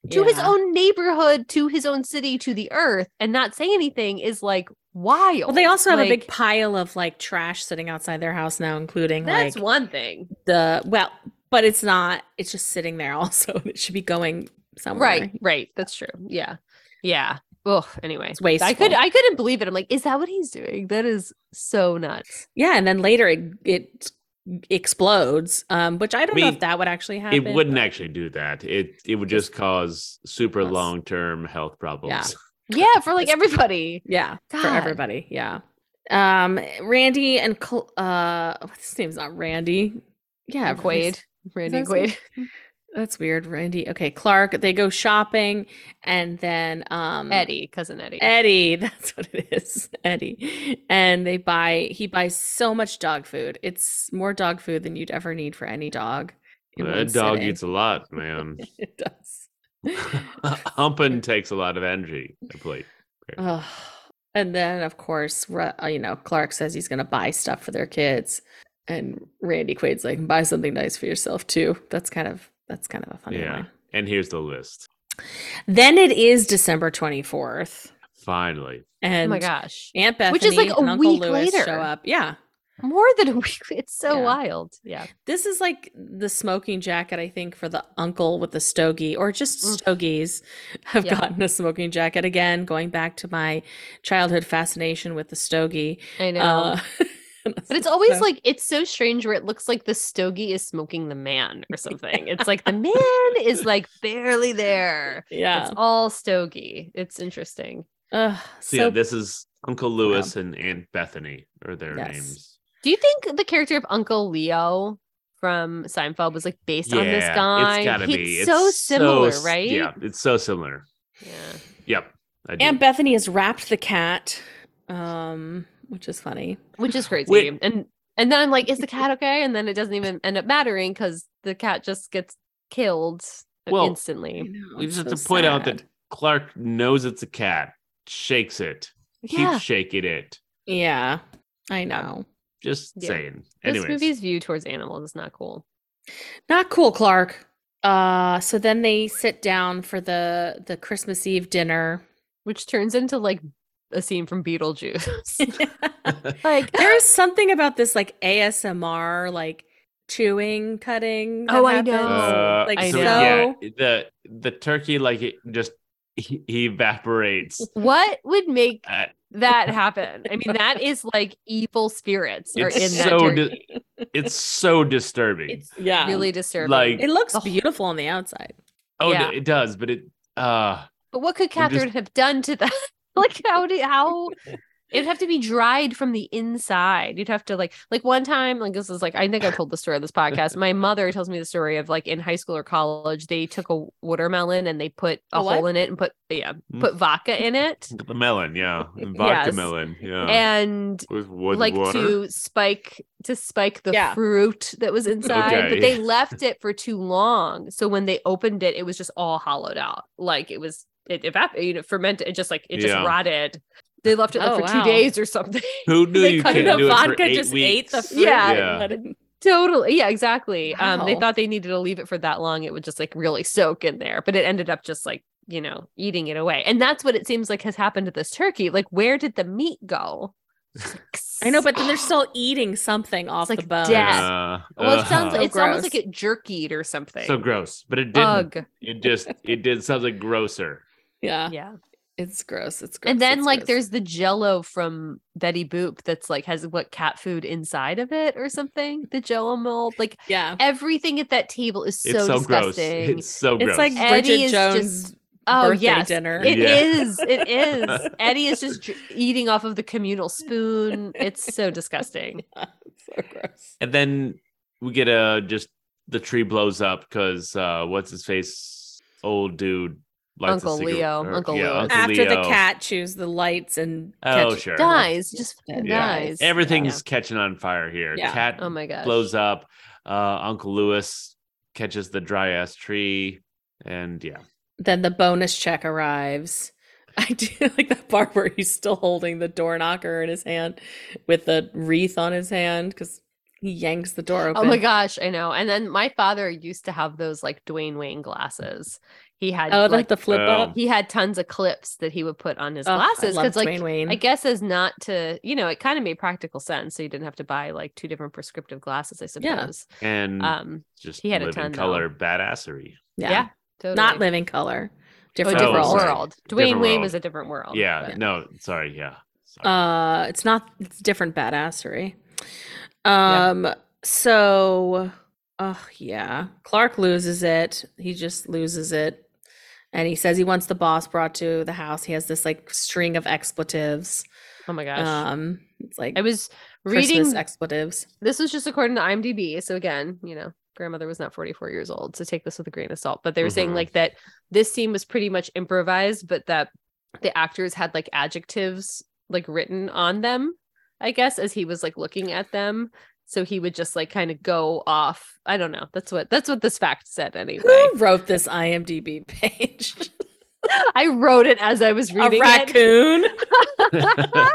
S2: to his
S5: Yeah.
S2: own neighborhood, to his own city, to the earth, and not say anything is like wild.
S5: Well, they also have a big
S2: Like,
S5: pile of like trash sitting outside their house now, including
S2: That's
S5: like
S2: one thing,
S5: the well, but it's not. It's just sitting there. Also, it should be going somewhere.
S2: right? Right. That's true. Yeah. Yeah. Oh, anyway,
S5: It's
S2: I could
S5: wasteful.
S2: I couldn't believe it. I'm like, is that what he's doing? That is so nuts.
S5: Yeah, and then later it it explodes, um, which I don't know
S3: mean,
S5: if that would actually happen.
S3: It wouldn't
S5: but-
S3: actually do that. It it would just cause super
S5: Plus.
S3: long term health problems.
S2: Yeah, for like everybody.
S5: Yeah, for
S2: God.
S5: everybody. Yeah. Um, Randy and Cl- uh, his name's not Randy. Yeah,
S2: And Quaid, Randy
S5: that his
S2: Quaid.
S5: That's weird, Randy. Okay, Clark. They go shopping, and then um,
S2: Eddie, cousin Eddie.
S5: Eddie, that's what it is. Eddie. And they buy he buys so much dog food. It's more dog food than you'd ever need for any dog. in one
S3: That dog
S5: sitting.
S3: eats a lot, man.
S5: it does.
S3: Humping takes a lot of energy. I believe.
S5: Ugh. And then of course, Ru- uh, you know, Clark says he's going to buy stuff for their kids. And Randy Quaid's like, buy something nice for yourself too. That's kind of that's kind of a funny
S3: Yeah.
S5: line.
S3: And here's the list.
S5: Then it is December 24th.
S3: Finally,
S2: oh
S5: And
S2: my gosh.
S5: Aunt Bethany
S2: Which is like a
S5: and Uncle
S2: week
S5: Lewis show
S2: later.
S5: up. Yeah.
S2: More than a week. It's so
S5: Yeah.
S2: wild. Yeah.
S5: This is like the smoking jacket, I think, for the uncle with the stogie, or just
S2: Mm.
S5: stogies have
S2: Yeah.
S5: gotten a smoking jacket again, going back to my childhood fascination with the stogie.
S2: I know.
S5: Uh,
S2: but it's always
S5: so-
S2: like it's so strange where it looks like the stogie is smoking the man or something. It's like the man is like barely there.
S5: yeah.
S2: It's all stogie. It's interesting.
S5: Ugh,
S3: so,
S5: so
S3: yeah, this is Uncle Lewis and Aunt Bethany are their
S5: Yes.
S3: names.
S2: Do you think the character of Uncle Leo from Seinfeld was like based on this guy?
S3: it's gotta
S2: He's
S3: be. It's
S2: so similar,
S3: s-
S2: right?
S3: Yeah, it's so similar.
S2: Yeah.
S3: Yep. I do.
S5: Aunt Bethany has wrapped the cat, um, which is funny.
S2: Which is crazy.
S3: Wait.
S2: And and then I'm like, is the cat okay? And then it doesn't even end up mattering because the cat just gets killed
S3: Well,
S5: I
S2: instantly.
S5: know,
S3: we
S5: it's
S3: just have
S5: so
S3: to point out that
S5: sad.
S3: Clark knows it's a cat, shakes it,
S2: Yeah.
S3: keeps shaking it.
S5: Yeah, I know.
S3: Just
S2: Yeah.
S3: saying.
S2: This
S3: Anyways,
S2: movie's view towards animals is not cool.
S5: Not cool, Clark. Uh, so then they sit down for the the Christmas Eve dinner.
S2: which turns into like a scene from Beetlejuice. like,
S5: there is something about this like ASMR, like chewing, cutting. that
S2: Oh, I
S5: happens.
S2: know.
S3: Uh,
S5: Like
S2: I
S5: so.
S2: know.
S3: yeah, the the turkey like it just he, he evaporates.
S2: what would make
S3: Uh,
S2: that happen? I mean, that is like evil spirits are in
S3: it's
S2: that.
S3: so
S2: turkey.
S3: di- it's so disturbing.
S2: it's
S5: Yeah.
S2: really disturbing.
S3: Like-
S5: It looks
S2: The whole-
S5: beautiful on the outside.
S3: oh,
S2: yeah.
S3: it does, but it uh
S2: but what could
S3: I'm just-
S2: Catherine have done to that? like, how do how? It'd have to be dried from the inside. You'd have to like like one time, like this is like I think I told the story on this podcast. My mother tells me the story of like in high school or college, they took a watermelon and they put a,
S5: A what?
S2: hole in it and put yeah,
S3: Mm.
S2: put vodka in it.
S3: the melon, yeah, vodka
S2: Yes.
S3: melon, yeah,
S2: And
S3: with wood
S2: like
S3: water.
S2: to spike to spike the
S5: Yeah.
S2: fruit that was inside
S3: Okay.
S2: but they left it for too long so when they opened it it was just all hollowed out like it was it evaporated you know, fermented it just like it just
S3: Yeah.
S2: rotted they left it like,
S5: Oh,
S2: for
S5: wow.
S2: two days or something
S3: Who knew
S2: they
S3: you
S2: cut
S3: could
S2: it up,
S3: do it for
S5: vodka
S3: eight
S5: just ate
S3: weeks?
S5: the fruit.
S2: Yeah.
S5: and let it-
S2: totally yeah exactly um they
S5: Wow.
S2: thought they needed to leave it for that long it would just like really soak in there but it ended up just like you know eating it away and that's what it seems like has happened to this turkey like where did the meat go
S5: I know, but then they're still eating something off
S2: like
S5: the bone.
S2: death.
S3: Uh,
S2: well, it sounds
S3: uh,
S5: So
S2: it's almost like
S5: gross.
S2: it jerkied or something.
S3: so gross, but it didn't.
S2: Ugh.
S3: It just it did something grosser.
S5: Yeah.
S2: Yeah.
S5: It's gross. It's gross.
S2: And then
S5: it's
S2: like
S5: gross.
S2: there's the jello from Betty Boop that's like has what cat food inside of it or something. The jello mold. Like
S5: yeah.
S2: everything at that table is so,
S3: It's so, gross.
S2: disgusting.
S3: It's so gross.
S5: It's like
S2: Eddie
S5: Bridget
S2: is
S5: Jones
S2: just- oh
S5: birthday
S2: yes.
S5: dinner.
S2: it
S3: Yeah.
S2: is. It is. Eddie is just dr- eating off of the communal spoon. It's so disgusting.
S5: It's so gross.
S3: and then we get uh, a just the tree blows up because uh, what's his face old dude lights a
S2: Uncle
S3: cigarette-
S2: Leo, Uncle Leo.
S3: Uncle
S5: After the
S3: Leo.
S5: cat chews the lights and
S3: Oh,
S5: catch-
S3: sure.
S2: dies, just
S5: Yeah.
S2: fucking
S3: Yeah.
S2: dies.
S3: Everything's catching on fire here.
S5: Yeah.
S3: Cat
S2: Yeah. Oh my gosh.
S3: blows up. Uh, Uncle Lewis catches the dry ass tree, and yeah,
S5: Then the bonus check arrives. I do like that part where he's still holding the door knocker in his hand with the wreath on his hand because he yanks the door open.
S2: Oh my gosh, I know. And then my father used to have those like Dwayne Wayne glasses. He had
S5: Oh, like,
S2: like
S5: the flip
S3: Oh.
S5: up.
S2: he had tons of clips that he would put on his
S5: Ugh, I
S2: glasses
S5: love
S2: because like
S5: Dwayne Wayne.
S2: I guess as not to, you know, it kind of made practical sense, so you didn't have to buy like two different prescriptive glasses, I
S5: Yeah.
S2: suppose.
S3: and
S2: Um,
S3: just
S2: he had a
S3: living
S2: ton, though.
S3: color badassery.
S2: yeah,
S5: yeah,
S2: totally.
S5: not living color,
S2: Oh,
S5: different
S2: different
S3: Oh,
S5: world.
S3: sorry.
S2: world. Dwayne
S3: Different
S2: Wayne
S3: world.
S2: was a different world.
S3: Yeah,
S2: but-
S3: no, sorry, yeah. Sorry.
S5: Uh, it's not. It's different badassery.
S2: Yeah.
S5: Um. So, oh yeah, Clark loses it. He just loses it, and he says he wants the boss brought to the house. He has this like string of expletives.
S2: Oh my gosh.
S5: Um, it's like
S2: I was
S5: Christmas
S2: reading
S5: expletives.
S2: this was just according to IMDb. So again, you know, grandmother was not 44 years old. So take this with a grain of salt. But they were saying
S5: Mm-hmm.
S3: Mhm.
S2: like that this scene was pretty much improvised, but that the actors had like adjectives like written on them, I guess, as he was like looking at them. So he would just like kind of go off. I don't know. That's what that's what this fact said anyway.
S5: Who wrote this IMDb page?
S2: I wrote it as I was
S5: A
S2: reading it.
S5: raccoon.
S2: Uh,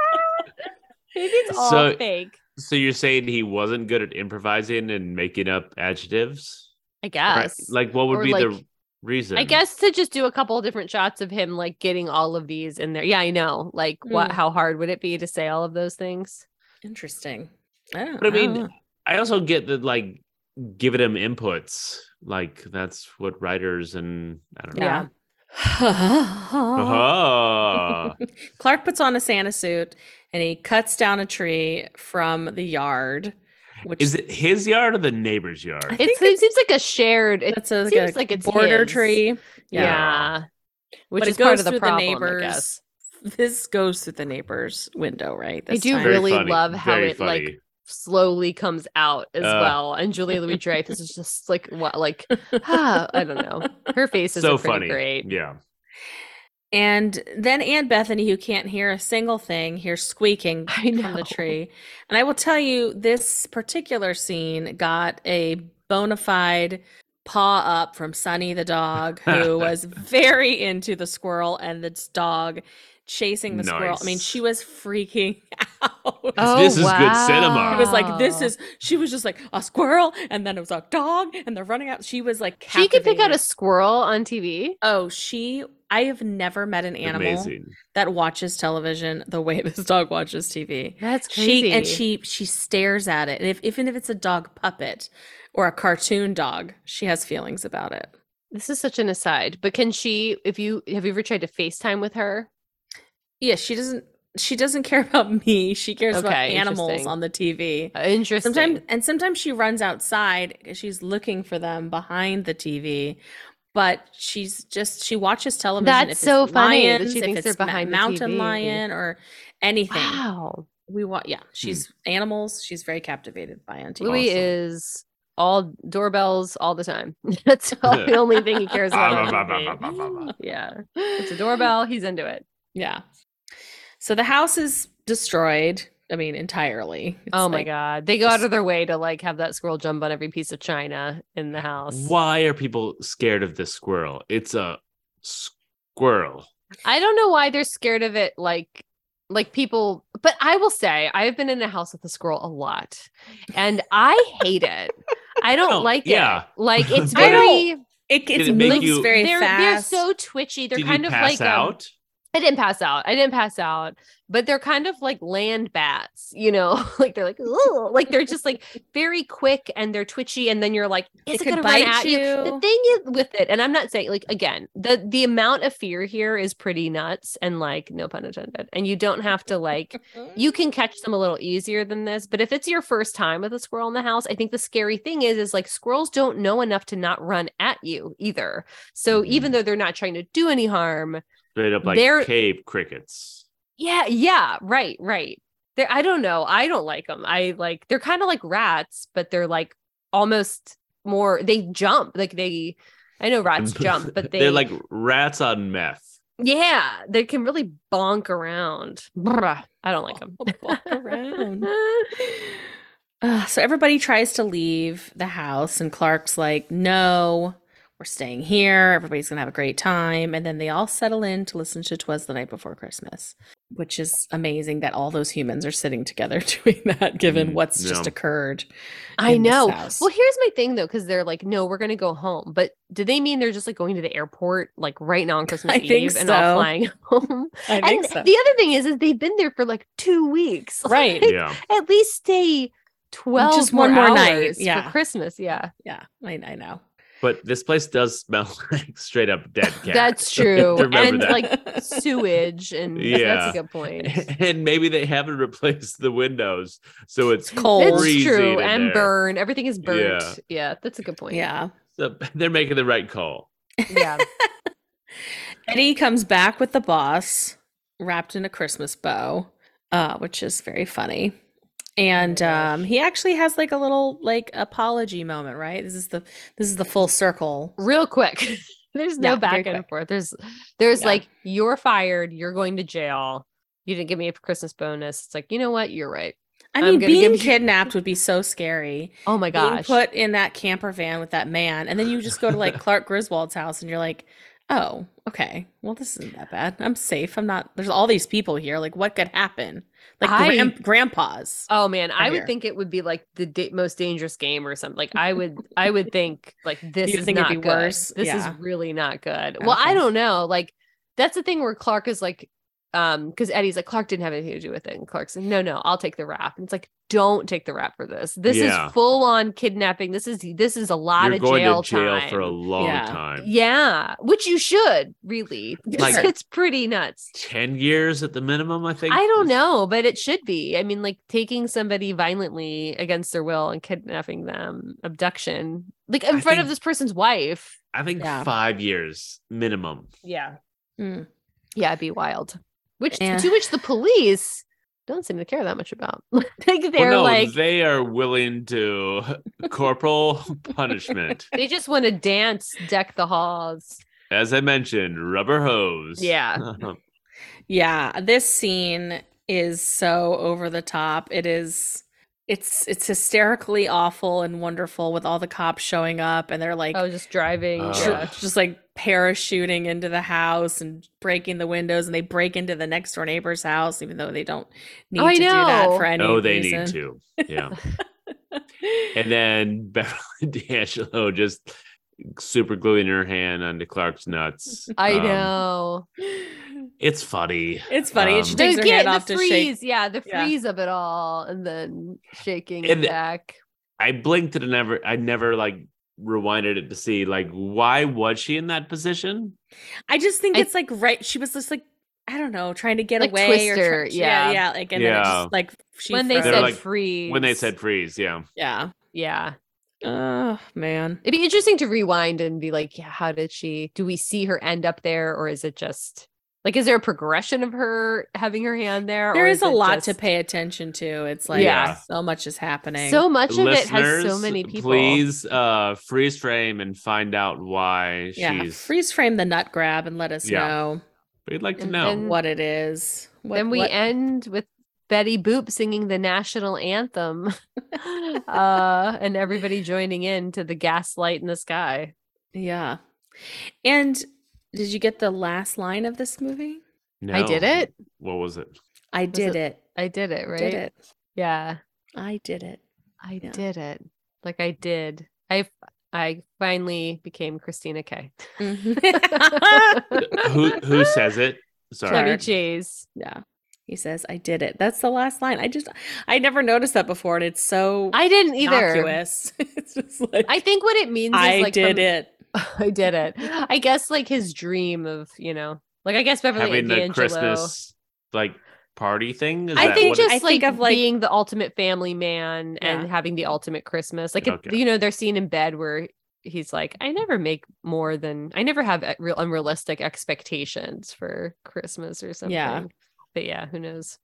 S2: Maybe it's all
S3: So-
S2: fake.
S3: so you're saying he wasn't good at improvising and making up adjectives?
S2: I
S3: Right,
S2: guess.
S3: Like, what would
S2: Or
S3: be
S2: like-
S3: the reason?
S2: I guess to just do a couple of different shots of him like getting all of these in there. Yeah, I know. Like what
S5: Mm.
S2: how hard would it be to say all of those things?
S5: Interesting. I don't,
S3: But I
S5: don't
S3: mean,
S5: know.
S3: I also get that like giving him inputs. Like that's what writers and I don't know.
S2: Yeah. Uh-huh.
S3: Uh-huh. Ah.
S5: Clark puts on a Santa suit and he cuts down a tree from the yard. Which
S3: Is it his yard or the neighbor's yard?
S5: I
S2: It
S5: think
S2: seems, seems like a shared it
S5: That's a, like,
S2: seems
S5: a
S2: like it's
S5: border
S2: his.
S5: tree.
S2: yeah.
S5: yeah.
S2: Which
S5: But
S2: is
S5: it goes
S2: part of the
S5: through
S2: problem,
S5: neighbors.
S2: I guess.
S5: This goes through the neighbor's window, right?
S2: I
S5: This
S2: do
S5: time?
S2: really love how
S3: very
S2: it, like, Slowly comes out as
S3: Uh.
S2: well. And Julia Louis Dreyfus is just like what like ah, I don't know. Her face is
S3: so
S2: pretty
S3: funny.
S2: great.
S3: Yeah.
S5: And then Aunt Bethany, who can't hear a single thing, hears squeaking
S2: I
S5: from
S2: know.
S5: the tree. And I will tell you, this particular scene got a bona fide paw up from Sonny the dog, who was very into the squirrel and this dog chasing the squirrel. I mean, she was freaking out.
S2: Oh,
S3: This is good cinema.
S5: It was like this
S2: wow.
S5: is she was just like a squirrel and then it was a dog and they're running out. She was like
S2: She could pick out a
S5: captivated.
S2: squirrel on TV.
S5: Oh, she I have never met an animal
S3: Amazing.
S5: that watches television the way this dog watches TV.
S2: That's crazy.
S5: She and she she stares at it. And if even if it's a dog puppet or a cartoon dog, she has feelings about it.
S2: This is such an aside, but can she? If you have you ever tried to FaceTime with her?
S5: Yeah, she doesn't she doesn't care about me. She cares about
S2: Okay,
S5: animals
S2: interesting.
S5: on the TV.
S2: Uh, Interesting.
S5: Sometimes and sometimes she runs outside 'cause she's looking for them behind the TV. But she's just she watches television.
S2: That's
S5: if it's
S2: so funny that
S5: lions,
S2: she
S5: if
S2: thinks they're
S5: it's ma-
S2: behind the
S5: mountain
S2: TV.
S5: lion or anything.
S2: wow,
S5: we want
S2: Hmm.
S5: yeah she's animals she's very captivated by auntie
S2: Louis
S3: Awesome.
S2: is all doorbells all the time. That's all, the only thing he cares
S3: Bah,
S2: about. on
S3: bah, bah,
S2: TV.
S3: bah, bah, bah, bah.
S2: yeah, it's a doorbell. He's into it.
S5: yeah so the house is destroyed i mean entirely It's
S2: oh my
S5: like-
S2: god, they go out of their way to like have that squirrel jump on every piece of china in the house.
S3: Why are people scared of this squirrel? It's a squirrel.
S2: I don't know why they're scared of it. Like, like people, but I will say I've been in a house with a squirrel a lot, and I hate it. I don't
S3: Oh,
S2: like
S3: yeah.
S2: it. Like it's
S5: I don't-
S2: very
S5: it, it's
S3: it make
S5: moves
S3: you-
S5: very
S2: they're
S5: fast
S2: they're so twitchy. They're
S3: Did
S2: kind
S3: you
S2: of like
S3: pass
S2: um,
S3: out?
S2: I didn't pass out. I didn't pass out, but they're kind of like land bats, you know. like they're like, "Ooh," like they're just like very quick and they're twitchy, and then you're like,
S5: They
S2: is it,
S5: could
S2: gonna run
S5: bite
S2: at you?
S5: you.
S2: The thing is with it, and I'm not saying like again, the the amount of fear here is pretty nuts, and like no pun intended. And you don't have to like you can catch them a little easier than this but if it's your first time with a squirrel in the house i think the scary thing is is like squirrels don't know enough to not run at you either so
S3: Mhm.
S2: even though they're not trying to do any harm
S3: Straight up like
S2: they're-
S3: cave crickets.
S2: yeah, yeah, right, right. They're, I don't know. I don't like them. I like they're kind of like rats, but they're like almost more. They jump like they. I know rats jump, but they
S3: They're like rats on meth.
S2: yeah, they can really bonk around. Brr, I don't
S3: Oh,
S2: like them.
S5: Walk around. Uh, so everybody tries to leave the house, and Clark's like, "No, we're staying here. Everybody's gonna have a great time." And then they all settle in to listen to "Twas the Night Before Christmas," which is amazing that all those humans are sitting together doing that, given
S3: Mm,
S5: what's just
S3: yeah.
S5: occurred.
S2: I
S5: in this
S2: know.
S5: house.
S2: Well, here's my thing though, because they're like, no, we're gonna go home. But do they mean they're just like going to the airport like right now on Christmas
S5: I
S2: Eve
S5: think
S2: and all
S5: so.
S2: flying home?
S5: I
S2: And
S5: think so.
S2: the other thing is, is they've been there for like two weeks.
S5: right?
S3: Yeah.
S2: At least stay twelve
S5: Just one more night,
S2: hours
S5: yeah.
S2: for Christmas. Yeah,
S5: Yeah, I, I know.
S3: But this place does smell like straight up dead cat.
S2: that's true.
S3: Remember
S2: and
S3: that.
S2: like sewage, and
S3: Yeah.
S2: that's a good point.
S3: and maybe they haven't replaced the windows, so it's
S5: cold.
S2: That's
S3: Freezing
S2: true.
S3: in
S2: And
S3: there.
S2: burn. Everything is burnt.
S3: Yeah.
S2: Yeah. that's a good point.
S5: Yeah.
S3: so they're making the right call.
S2: yeah.
S5: Eddie comes back with the boss wrapped in a Christmas bow, uh, which is very funny. And
S2: Oh
S5: um, he actually has like a little like apology moment, right? This is the this is the full circle.
S2: Real quick. There's no
S5: Yeah, very
S2: back and
S5: quick.
S2: forth. There's there's
S5: Yeah.
S2: like you're fired. You're going to jail. You didn't give me a Christmas bonus. It's like you know what? You're right.
S5: I
S2: I'm
S5: mean,
S2: gonna
S5: being
S2: give you-
S5: kidnapped would be so scary.
S2: Oh my
S5: Being
S2: gosh.
S5: put in that camper van with that man, and then you just go to like Clark Griswold's house, and you're like, oh, okay, well, this isn't that bad. I'm safe. I'm not. There's all these people here. Like, what could happen? Like
S2: I-
S5: gran- grandpas.
S2: Oh man, I would
S5: here.
S2: think it would be like the da- most dangerous game or something. Like I would, I would think like this
S5: You'd
S2: is
S5: think it'd
S2: not
S5: be
S2: good.
S5: worse,
S2: This
S5: yeah.
S2: is really not good. Well, I
S5: Okay.
S2: don't know. Like that's the thing where Clark is like, um, because Eddie's like Clark didn't have anything to do with it, and Clark's like, no, no, I'll take the rap. And it's like, don't take the rap for this. This
S3: Yeah.
S2: is full on kidnapping. This is this is a lot
S3: You're
S2: of
S3: going
S2: jail
S3: to jail for a
S2: time.
S3: long
S5: Yeah.
S3: time.
S2: Yeah, which you should really.
S3: Like-
S2: because it's pretty nuts.
S3: Ten years at the minimum, I think.
S2: I don't know, but it should be. I mean, like taking somebody violently against their will and kidnapping them, abduction, like in
S3: I
S2: front
S3: think-
S2: of this person's wife.
S3: I think
S5: Yeah.
S3: five years minimum.
S2: Yeah.
S5: Mm.
S2: Yeah, it'd be wild. Which
S5: Yeah.
S2: to which the police don't seem to care that much about. like they're
S3: Well, no,
S2: like they...
S3: they are willing to corporal punishment.
S2: just want to dance, deck the halls.
S3: As I mentioned, rubber hose. Uh-huh.
S2: Yeah.
S5: Yeah, this scene is so over the top. It is it's it's hysterically awful and wonderful with all the cops showing up and they're like
S2: I was just driving.
S3: Oh.
S5: tr-
S2: yeah.
S5: just like parachuting into the house and breaking the windows and they break into the next door neighbor's house even though they don't need
S2: Oh, I
S5: to do that
S2: know.
S5: for any
S3: no, they
S5: reason.
S3: need to. Yeah. And then Beverly D'Angelo just super gluing her hand onto Clark's nuts.
S2: I
S3: Um,
S2: know.
S3: It's funny.
S5: It's funny.
S3: Um,
S5: she
S2: The,
S5: takes her hand
S2: again, the
S5: off to shake.
S2: freeze, yeah, the
S5: Yeah.
S2: freeze of it all, and then shaking it
S3: And-
S2: back.
S3: I blinked and I never, I never like rewinded it to see like why was she in that position?
S5: I just think
S2: I-
S5: it's like right. She was just like I don't know, trying to get
S2: Like
S5: away or
S2: Twister,
S5: try- yeah,
S2: yeah.
S5: yeah. Like and then it
S3: Yeah.
S5: just like she
S2: when they
S3: They're
S2: said
S3: like-
S2: freeze.
S3: When they said freeze, yeah.
S5: yeah.
S2: yeah,
S5: Oh man.
S2: it'd be interesting to rewind and be like, yeah, how did she? Do we see her end up there, or is it just like, is there a progression of her having her hand there?
S5: There
S2: or
S5: is a
S2: it
S5: lot to
S2: just-
S5: pay attention to. It's like
S2: Yeah.
S5: so much is happening.
S2: So much of it has
S3: Listeners,
S2: so many people.
S3: Please uh freeze frame and find out why
S5: yeah,
S3: she's
S5: freeze frame the nut grab and let us
S3: Yeah.
S5: know
S3: we'd like to
S2: And
S3: know.
S2: then-
S5: what it is. What,
S2: then we
S5: what-
S2: end with Betty Boop singing the national anthem, uh, and everybody joining in to the gaslight in the sky.
S5: yeah. And did you get the last line of this movie?
S2: I did
S3: No.
S2: it.
S3: What was it?
S5: I did it.
S2: I did it. Right.
S5: Did it.
S2: Yeah.
S5: I did it.
S2: I
S5: Yeah.
S2: did it. Like I did. I I finally became Christina K. Mm-hmm.
S5: Mhm.
S3: Who who says it?
S2: Chevy
S3: Sorry.
S2: Chase.
S5: yeah. He says, I did it. That's the last line. I just I never noticed that before, and it's so
S2: I didn't either.
S5: innocuous. it's just like
S2: I think what it means
S5: I
S2: is like
S5: did
S2: from-
S5: it.
S2: I did it. I guess like his dream of, you know, like I guess Beverly
S3: Having the
S2: D'Angelo.
S3: Christmas like party thing? Is
S2: I
S3: that
S2: think
S3: what it-
S2: just
S5: I
S2: like,
S5: think of, like-
S2: being the ultimate family man
S5: Yeah.
S2: and having the ultimate Christmas. Like, it-
S3: Okay.
S2: you know, they're seen in bed where he's like, I never make more than, I never have e- real unrealistic expectations for Christmas or something.
S5: Yeah.
S2: But yeah, who knows?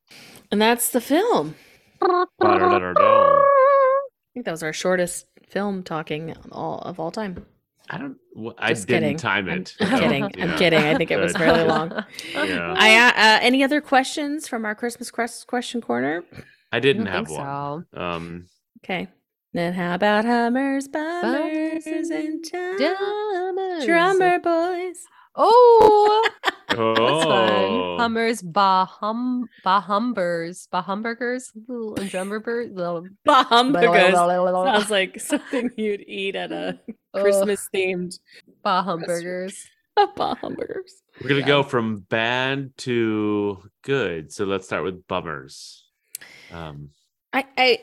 S5: And that's the film.
S3: Ba-da-da-da-da.
S5: I think that was our shortest film talking all of all time.
S3: I don't. wh- I
S5: Just
S3: didn't
S5: kidding.
S3: time it.
S5: I'm
S3: so,
S5: kidding.
S3: yeah.
S5: I'm kidding. I think it was
S3: Good.
S5: fairly long.
S3: Yeah.
S5: I uh, uh, any other questions from our Christmas quest- question corner?
S3: I
S2: I don't
S3: didn't
S2: think
S3: have one.
S2: so.
S3: Um,
S5: Okay. Then how about hummers, bummers, and drum-
S2: Drummers.
S5: drummer boys?
S2: Oh, that's
S3: oh,
S2: fun. Hummers, bahum, bahumbers, bahumburgers, little drumburgers, little.
S5: Bahumburgers. Sounds like something you'd eat at a
S2: Ugh,
S5: Christmas themed
S2: bahumburgers.
S5: Bahumburgers.
S3: we're gonna
S5: Yeah.
S3: go from bad to good. So let's start with bummers. Um,
S5: I, I,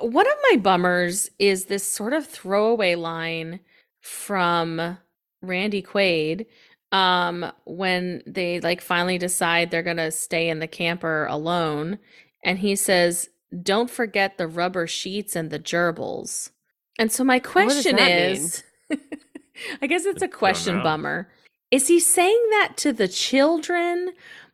S5: uh, one of my bummers is this sort of throwaway line from Randy Quaid um when they like finally decide they're going to stay in the camper alone and he says don't forget the rubber sheets and the gerbils. And so my
S2: does
S5: question
S2: that mean?
S5: is I guess it's a
S3: Don't
S5: question
S3: know.
S5: bummer. Is he saying that to the children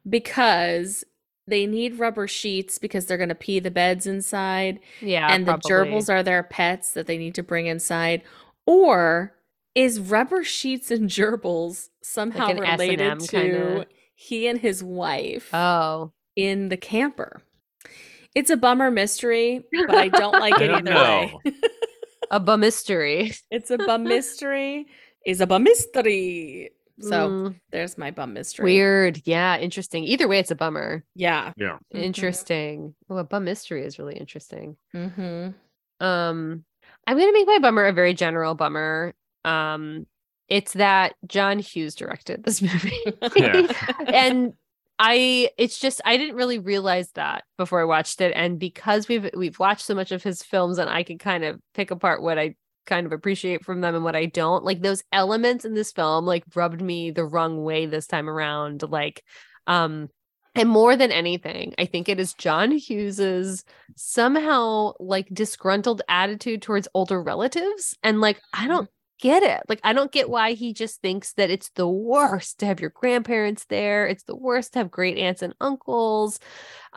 S5: because they need rubber sheets because they're going to pee the beds inside
S2: Yeah,
S5: and the gerbils are their pets that they need to bring inside or is rubber sheets and gerbils somehow
S2: an
S5: related
S2: S&M
S5: to
S2: kinda.
S5: he and his wife
S2: Oh,
S5: in the camper? It's a bummer mystery, but I don't like
S3: I
S5: it
S3: don't
S5: either way.
S2: a bum mystery.
S5: It's a bum mystery. Is a bum mystery. So
S2: Mm,
S5: there's my bum mystery.
S2: weird. Yeah, interesting. Either way, it's a bummer.
S5: Yeah.
S3: yeah,
S5: Mhm.
S2: Interesting. Oh, a bum mystery is really interesting.
S5: Mhm.
S2: Um, I'm gonna make my bummer a very general bummer. Um, it's that John Hughes directed this movie,
S3: Yeah.
S2: and I it's just I didn't really realize that before I watched it, and because we've we've watched so much of his films, and I can kind of pick apart what I kind of appreciate from them and what I don't. Like those elements in this film, like rubbed me the wrong way this time around. Like, um, and more than anything, I think it is John Hughes's somehow like disgruntled attitude towards older relatives and like i don't get it like i don't get why he just thinks that it's the worst to have your grandparents there it's the worst to have great aunts and uncles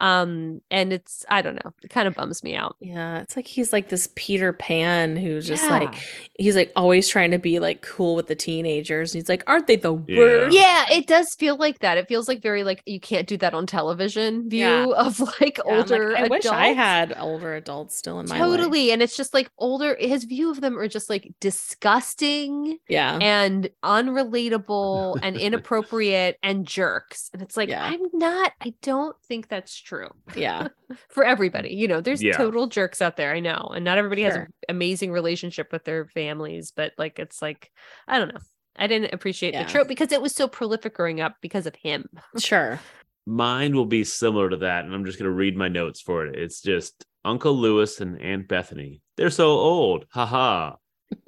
S2: um and it's i don't know it kind of bums me out
S5: Yeah, it's like he's like this Peter Pan who's just like
S2: Yeah.
S5: he's like always trying to be like cool with the teenagers. And he's like, aren't they the
S3: Yeah.
S5: worst?
S2: yeah it does feel like that it feels like very like you can't do that on television view
S5: Yeah.
S2: of like
S5: Yeah, I'm like,
S2: older
S5: I wish I
S2: adults."
S5: had older adults still in my life."
S2: totally and it's just like older his view of them are just like disgusting
S5: Yeah.
S2: and unrelatable and inappropriate and jerks. And it's like,
S5: Yeah.
S2: I'm not, I don't think that's true
S5: Yeah.
S2: for everybody. You know, there's
S3: Yeah.
S2: total jerks out there. I know. And not everybody has
S5: Sure.
S2: an amazing relationship with their families, but like, it's like, I don't know. I didn't appreciate
S5: Yeah. Uh-huh.
S2: the trope because it was so prolific growing up because of him.
S5: Sure.
S3: mine will be similar to that, and I'm just gonna read my notes for it. It's just Uncle Lewis and Aunt Bethany. They're so old. Ha ha.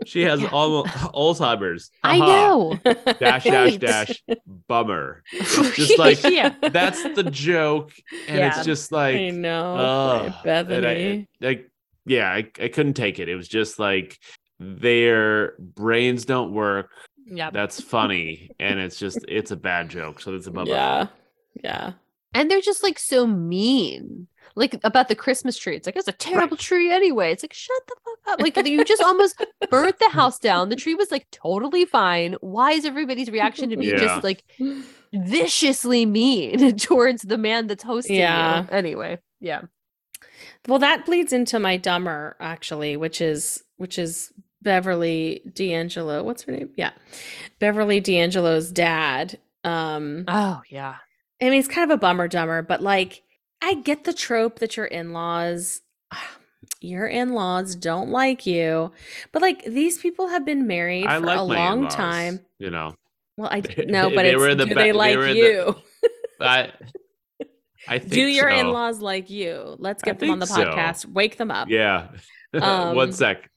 S3: She has
S2: Yeah.
S3: almost Alzheimer's. Ha
S2: I
S3: ha.
S2: know.
S3: Dash dash
S2: Right.
S3: dash. Bummer. It's just like
S2: yeah.
S3: that's the joke and
S2: Yeah.
S3: it's just
S5: I
S3: like
S5: know.
S3: ugh.
S5: Aunt
S3: And I-
S5: Bethany.
S3: like yeah I, I couldn't take it it was just like their brains don't work
S2: Yeah.
S3: that's funny and it's just it's a bad joke so that's a bummer
S5: yeah. Yeah.
S2: And they're just like so mean. Like about the Christmas tree. It's like it's a terrible tree anyway. It's like shut the fuck up. Like you just almost burnt the house down. The tree was like totally fine. Why is everybody's reaction to be
S3: Yeah.
S2: just like viciously mean towards the man that's hosting
S5: Yeah.
S2: you? Anyway, yeah.
S5: Well, that bleeds into my dumber actually, which is which is Beverly D'Angelo. What's her name? Yeah. Beverly D'Angelo's dad. Um
S3: Uh-huh.
S2: Oh yeah.
S5: I mean, it's kind of a bummer dumber, but like, I get the trope that your in laws, your in laws don't like you, but like, these people have been married
S3: I
S5: for
S3: like
S5: a
S3: my
S5: long
S3: in-laws,
S5: time.
S3: you know
S5: Well, I
S3: They-
S5: no, but
S3: they
S5: it's,
S3: were in the
S5: do
S3: ba-
S5: they
S3: they
S5: like
S3: were in the-
S5: you?
S3: I I think
S5: do your
S3: so.
S5: in laws like you? Let's
S3: I
S5: get them on the
S3: think so.
S5: podcast. Wake them up.
S3: yeah
S5: Um,
S3: one sec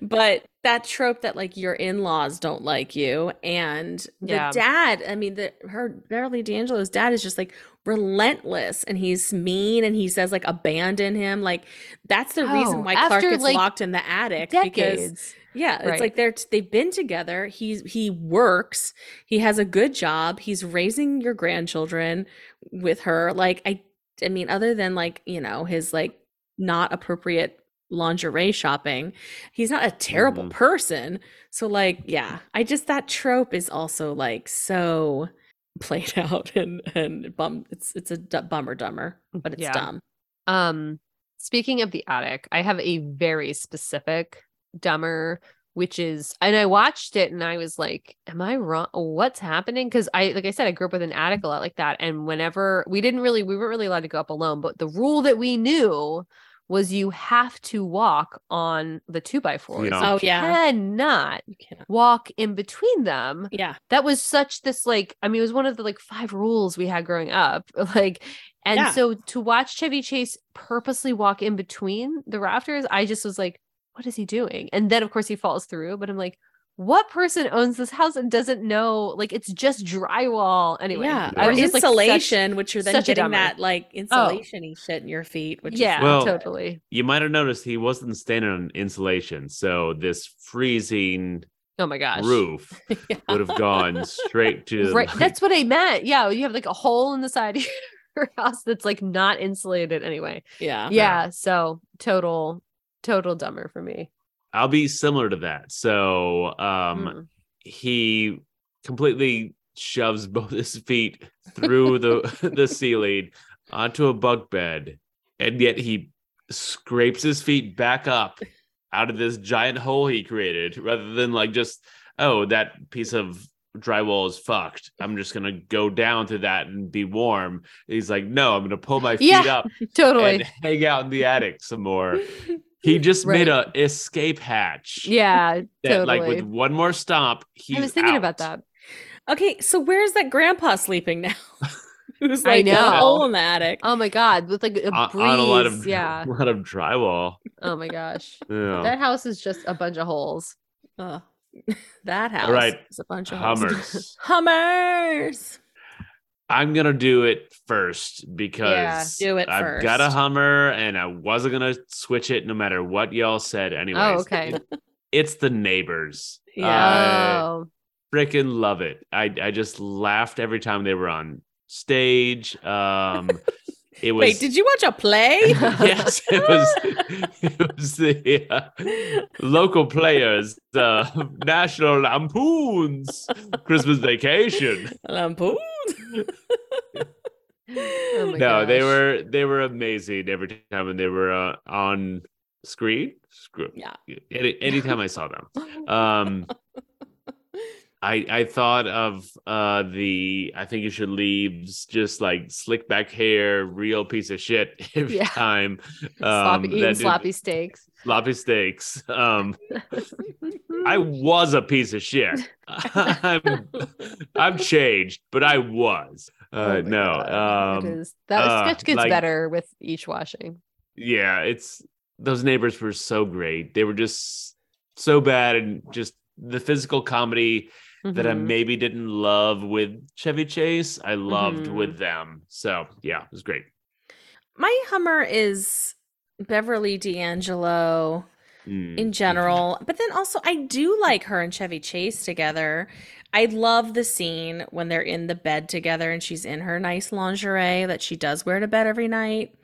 S5: but that trope that like your in-laws don't like you and
S2: Yeah.
S5: the dad i mean the her beverly d'angelo's dad is just like relentless and he's mean and he says like abandon him like that's the reason
S2: Oh,
S5: why clark
S2: after,
S5: gets
S2: like,
S5: locked in the attic because
S2: Decades.
S5: yeah it's
S2: Right.
S5: like they're t- they've been together he's he works he has a good job he's raising your grandchildren with her like i i mean other than like you know his like not appropriate lingerie shopping. He's not a terrible
S2: Mm-hmm.
S3: Mhm.
S5: person. So like, yeah, I just that trope is also like so played out and and bum. It's it's a d- bummer dumber, but it's
S2: Yeah.
S5: dumb.
S2: Um, speaking of the attic, I have a very specific dumber, which is, and I watched it and I was like, "Am I wrong? What's happening?" Because I, like I said, I grew up with an attic a lot like that, and whenever we didn't really, we weren't really allowed to go up alone, but the rule that we knew was you have to walk on the two by fours.
S3: Yeah.
S2: You
S5: Oh yeah,
S2: cannot
S5: you cannot.
S2: walk in between them
S5: Yeah,
S2: that was such this like i mean it was one of the like five rules we had growing up like and
S5: Yeah.
S2: so to watch chevy chase purposely walk in between the rafters i just was like what is he doing and then of course he falls through but i'm like what person owns this house and doesn't know like it's just drywall anyway
S5: yeah.
S3: I
S5: Or
S3: was
S2: just, like, such-
S5: insulation, which you're then
S2: such a
S5: getting
S2: dumber.
S5: that like insulation-y shit in your feet. Which
S2: yeah
S5: is,
S3: Well-
S2: totally
S3: You might have noticed he wasn't standing on insulation, so this freezing
S2: oh my gosh
S3: roof
S5: Yeah.
S3: would have gone straight to
S2: right
S3: like,
S2: that's what i meant yeah you have like a hole in the side of your house that's like not insulated anyway
S5: yeah.
S2: yeah so total total dumber for me
S3: I'll be similar to that. So um
S2: Mm.
S3: he completely shoves both his feet through the the ceiling onto a bunk bed, and yet he scrapes his feet back up out of this giant hole he created, rather than like just oh that piece of drywall is fucked. I'm just gonna go down to that and be warm. He's like, no, I'm gonna pull my feet
S2: Yeah,
S3: up
S2: Mm. totally
S3: and hang out in the attic some more. He just made a escape hatch.
S2: Yeah,
S3: that, like
S2: totally.
S3: with one more stomp, he's
S2: I was thinking about
S3: out.
S2: that.
S5: Okay, so where's that grandpa sleeping now? Who's
S2: I
S5: like in
S2: know.
S5: a hole in the attic?
S2: Oh my god, with like a
S3: on,
S2: breeze.
S3: on a lot of
S2: yeah.
S3: a lot of drywall.
S2: Oh my gosh.
S3: Yeah.
S2: That house is just a bunch of holes.
S5: Ugh. that house
S3: right.
S5: is a bunch of holes.
S3: Hummers.
S5: Hummers.
S3: I'm gonna do it first because
S5: do it
S3: I've got a
S5: first.
S3: Hummer and I wasn't gonna switch it no matter what y'all said. Anyways,
S2: Oh, okay.
S3: It- it's the neighbors.
S5: Yeah.
S3: I
S2: Oh.
S3: freaking love it. I I just laughed every time they were on stage. Um, it was.
S5: Wait, did you watch a play?
S3: yes, it was. It was the uh, local players, uh, National Lampoons Christmas Vacation.
S5: Lampoon.
S2: Oh my
S3: no, they
S2: gosh.
S3: were they were amazing every time when they were uh, on screen. Screw
S5: Yeah.
S3: Any, anytime I saw them, um, I I thought of uh, the I think you should leaves just like slick back hair, real piece of shit every
S2: Yeah.
S3: time. um,
S2: Sloppy-
S3: that
S2: eating
S3: dude-
S2: sloppy steaks.
S3: sloppy steaks. Um, I uh, was a piece of shit. I'm, I'm changed, but I was.
S2: Oh
S3: Uh,
S2: my
S3: no,
S2: God. It
S3: um,
S2: is- that
S3: uh,
S2: sketch gets
S3: like-
S2: better with each washing.
S3: yeah, it's those neighbors were so great. They were just so bad, and just the physical comedy that I
S2: Mhm.
S3: maybe didn't love with Chevy Chase, I loved
S2: Mhm.
S3: with them. So yeah, it was great.
S5: My Hummer is Beverly D'Angelo
S3: Mm.
S5: in general, but then also I do like her and Chevy Chase together. I love the scene when they're in the bed together and she's in her nice lingerie that she does wear to bed every night.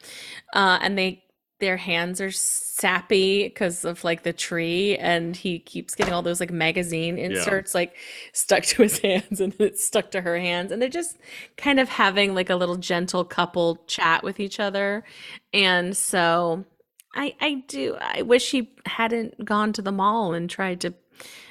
S5: Uh, and they their hands are sappy because of like the tree and he keeps getting all those like magazine inserts like stuck to his hands and then it's stuck to her hands and they're just kind of having like a little gentle couple chat with each other and so i i do i wish he hadn't gone to the mall and tried to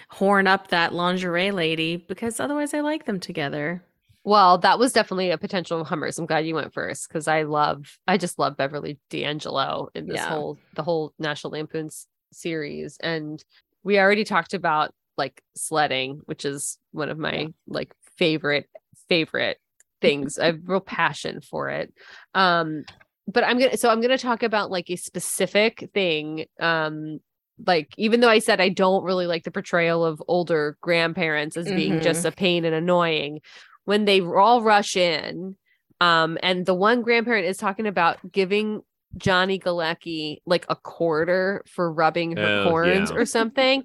S5: horn up that lingerie lady because otherwise i like them together
S2: Well, that was definitely a potential Hummers. I'm glad you went first because I love, I just love Beverly D'Angelo in this
S5: Yeah.
S2: whole, the whole National Lampoon s- series. And we already talked about like sledding, which is one of my like favorite, favorite things. I have real passion for it. Um, but I'm gonna, so I'm gonna talk about like a specific thing. Um, like even though I said I don't really like the portrayal of older grandparents as being
S3: Mm-hmm.
S5: Mhm.
S2: just a pain and annoying, when they all rush in um and the one grandparent is talking about giving johnny galecki like a quarter for rubbing her
S3: Oh,
S2: corns
S3: yeah.
S2: or something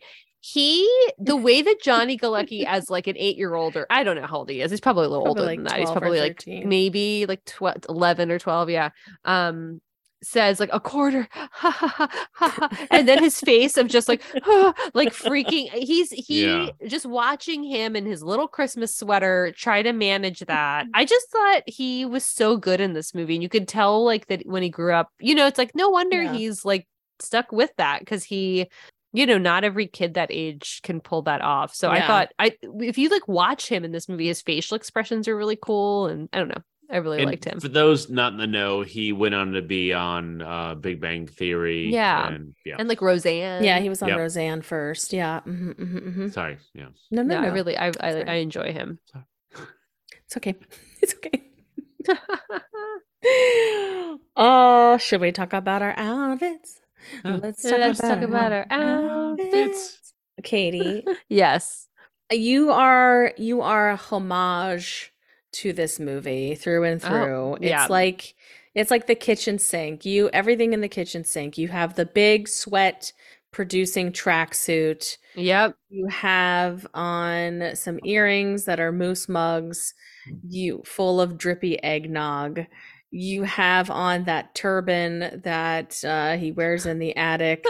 S2: he the way that johnny galecki as like an eight year old or i don't know how old he is he's probably a little
S5: Probably
S2: older
S5: like
S2: than that he's
S5: 12 or
S2: probably like
S5: 13.
S2: maybe like tw- 11 or 12 yeah um says like a quarter ha, ha, ha, ha, ha, and then his face of just like "Huh," like freaking he's he
S3: Yeah.
S2: just watching him in his little christmas sweater try to manage that i just thought he was so good in this movie and you could tell like that when he grew up you know it's like no wonder
S5: Yeah.
S2: he's like stuck with that because he you know not every kid that age can pull that off so i
S5: Yeah.
S2: thought i if you like watch him in this movie his facial expressions are really cool and i don't know i really
S3: And
S2: liked him
S3: For those not in the know, he went on to be on uh, Big Bang Theory.
S2: Yeah.
S3: and- yeah.
S2: and like roseanne
S5: Yeah, he was on
S3: Yep.
S5: Roseanne first. Yeah. hmm hmm hmm
S3: Sorry. Yeah.
S5: No, no,
S2: no,
S5: no.
S2: I really, I, I,
S5: Sorry.
S2: I enjoy him.
S5: It's okay. It's okay. Oh, should we talk about our outfits?
S3: Uh,
S5: Let's
S2: let's talk about our
S3: outfits.
S5: Katie,
S2: yes.
S5: you are you are a homage to this movie through and
S2: Oh,
S5: through. it's
S2: yeah.
S5: like it's like the kitchen sink. You everything in the kitchen sink. You have the big sweat producing tracksuit.
S2: Yep.
S5: You have on some earrings that are moose mugs,
S2: Mm.
S5: you full of drippy eggnog. You have on that turban that uh, he wears in the attic,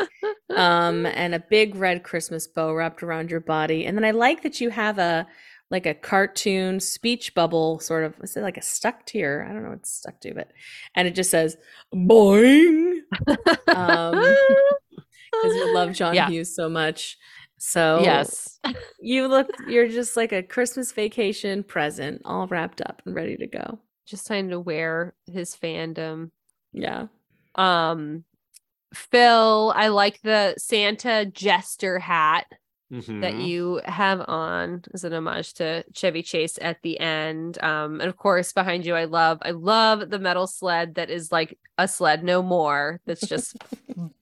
S5: um, and a big red Christmas bow wrapped around your body. And then I like that you have a like a cartoon speech bubble sort of is it like a stuck to your I don't know what it's stuck to, but and it just says boing um, because you love John
S2: Yeah.
S5: Hughes so much. So
S2: Yes.
S5: you look you're just like a Christmas vacation present, all wrapped up and ready to go.
S2: Just trying to wear his fandom.
S5: Yeah.
S2: Um, Phil, I like the Santa jester hat that
S3: Mhm.
S2: you have on as an homage to Chevy Chase at the end. Um, and of course, behind you, I love, I love the metal sled that is like a sled no more. That's just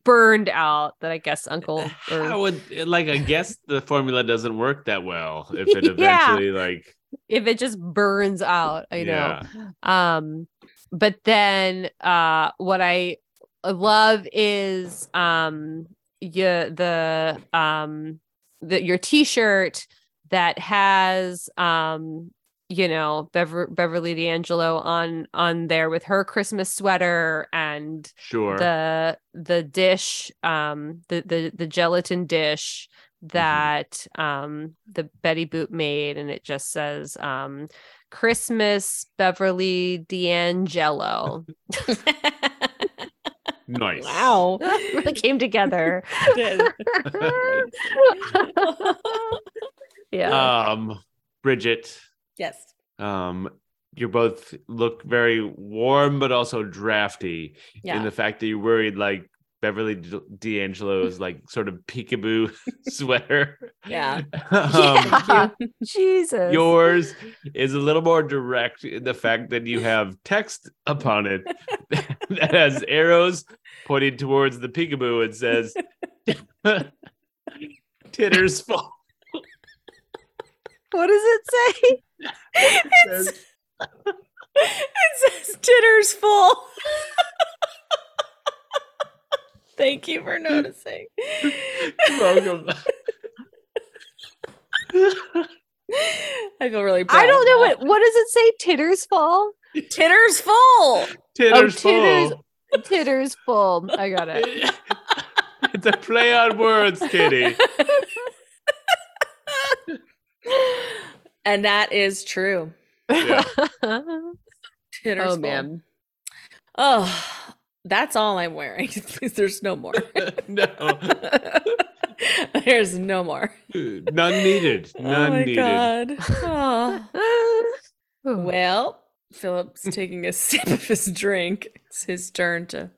S2: burned out. That I guess Uncle or
S3: I Eh, would like. I guess the formula doesn't work that well if it
S2: Yeah.
S3: eventually like.
S2: if it just burns out i know
S3: yeah.
S2: um but then uh what i love is um yeah the um the, your t-shirt that has um you know Bever- beverly d'angelo on on there with her christmas sweater and
S3: Sure.
S2: the the dish um the the, the gelatin dish
S3: Mm-hmm.
S2: that um the betty boot made and it just says um christmas beverly d'angelo
S3: nice.
S5: Wow.
S2: really came together yeah
S3: Um, Bridget.
S5: yes.
S3: Um, you both look very warm, but also drafty.
S5: Yeah.
S3: And the fact that you worried like Beverly D- D'Angelo's like sort of peekaboo sweater.
S5: Yeah.
S3: Um,
S2: yeah. jesus
S3: Yours is a little more direct in the fact that you have text upon it that has arrows pointing towards the peekaboo and says, Titters fall.
S2: what does it say
S5: It's, it says titter's full. Thank you for noticing.
S3: Welcome.
S5: Oh, I feel really proud.
S2: i don't know
S5: of
S2: what what does it say titters fall
S5: that. titter's full.
S3: Titters
S2: titters.
S3: fall.
S2: titters full i got it
S3: it's a play on words, Kitty.
S5: and that is true.
S3: Yeah.
S5: Titter's
S2: Oh,
S5: full.
S2: man.
S5: Oh, that's all I'm wearing. Please, there's no more.
S3: no,
S5: there's no more.
S3: none needed. None
S5: oh my
S3: needed.
S5: god. Oh.
S2: Ooh.
S5: Well, Philip's taking a sip of his drink. It's his turn to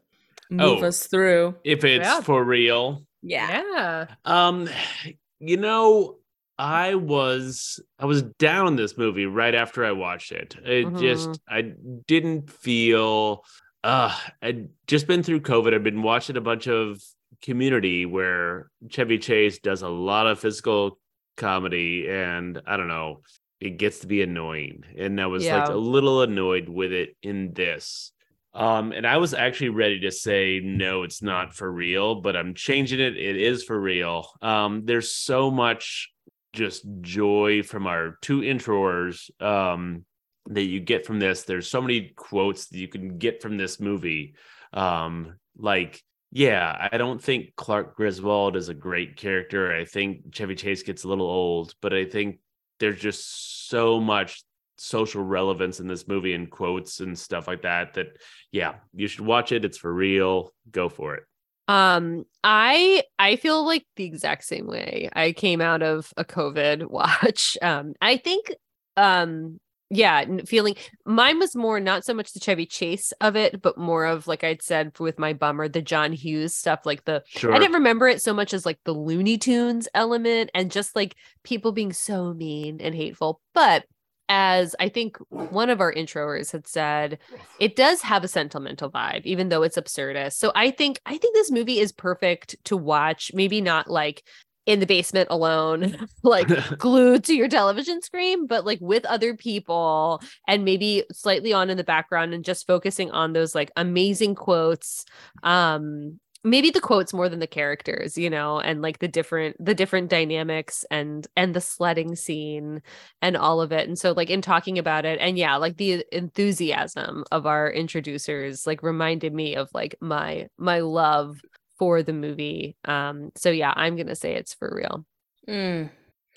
S5: move
S3: Oh.
S5: us through.
S3: If it's
S2: Yeah.
S3: for real,
S5: Yeah.
S2: yeah
S3: Um, you know, I was I was down on this movie right after I watched it. It
S2: Mhm.
S3: just I didn't feel uh I'd just been through COVID. I've been watching a bunch of community where Chevy Chase does a lot of physical comedy and I don't know, it gets to be annoying. And I was like
S2: Yeah.
S3: a little annoyed with it in this. Um, and I was actually ready to say no, it's not for real, but I'm changing it. It is for real. Um, there's so much just joy from our two introers um, that you get from this. There's so many quotes that you can get from this movie. Um, like, yeah, I don't think Clark Griswold is a great character. I think Chevy Chase gets a little old, but I think there's just so much social relevance in this movie and quotes and stuff like that that yeah you should watch it it's for real go for it
S2: Um, I I feel like the exact same way. I came out of a COVID watch. Um, I think um yeah, n- feeling mine was more not so much the Chevy Chase of it, but more of like I'd said with my bummer, the John Hughes stuff, like the
S3: sure
S2: I didn't remember it so much as like the Looney Tunes element and just like people being so mean and hateful. But as I think one of our introers had said, it does have a sentimental vibe, even though it's absurdist. So I think I think this movie is perfect to watch, maybe not like in the basement alone, like glued to your television screen, but like with other people and maybe slightly on in the background and just focusing on those like amazing quotes. Um, maybe the quotes more than the characters, you know, and like the different the different dynamics and and the sledding scene and all of it. And so like in talking about it and yeah, like the enthusiasm of our introducers like reminded me of like my my love for the movie. Um so yeah, I'm going to say it's for real.
S5: Mm.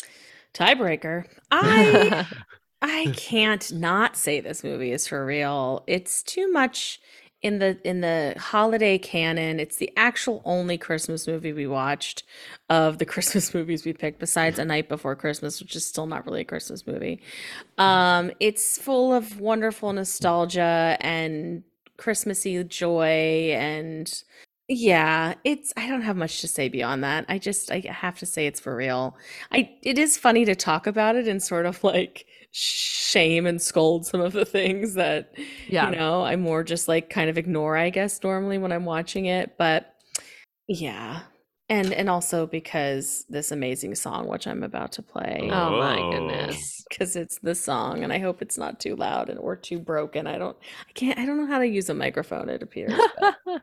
S5: Tiebreaker. I I can't not say this movie is for real. It's too much in the in the holiday canon. It's the actual only Christmas movie we watched of the Christmas movies we picked besides A Night Before Christmas, which is still not really a Christmas movie. Um it's full of wonderful nostalgia and Christmassy joy and yeah, it's I don't have much to say beyond that. I just I have to say it's for real. I it is funny to talk about it and sort of like shame and scold some of the things that
S2: Yeah.
S5: you know I more just like kind of ignore I guess normally when I'm watching it, but yeah. And and also because this amazing song which I'm about to play
S2: Oh my
S3: Whoa.
S2: goodness.
S5: because it's the song and I hope it's not too loud and or too broken. I don't I can't I don't know how to use a microphone it appears. but-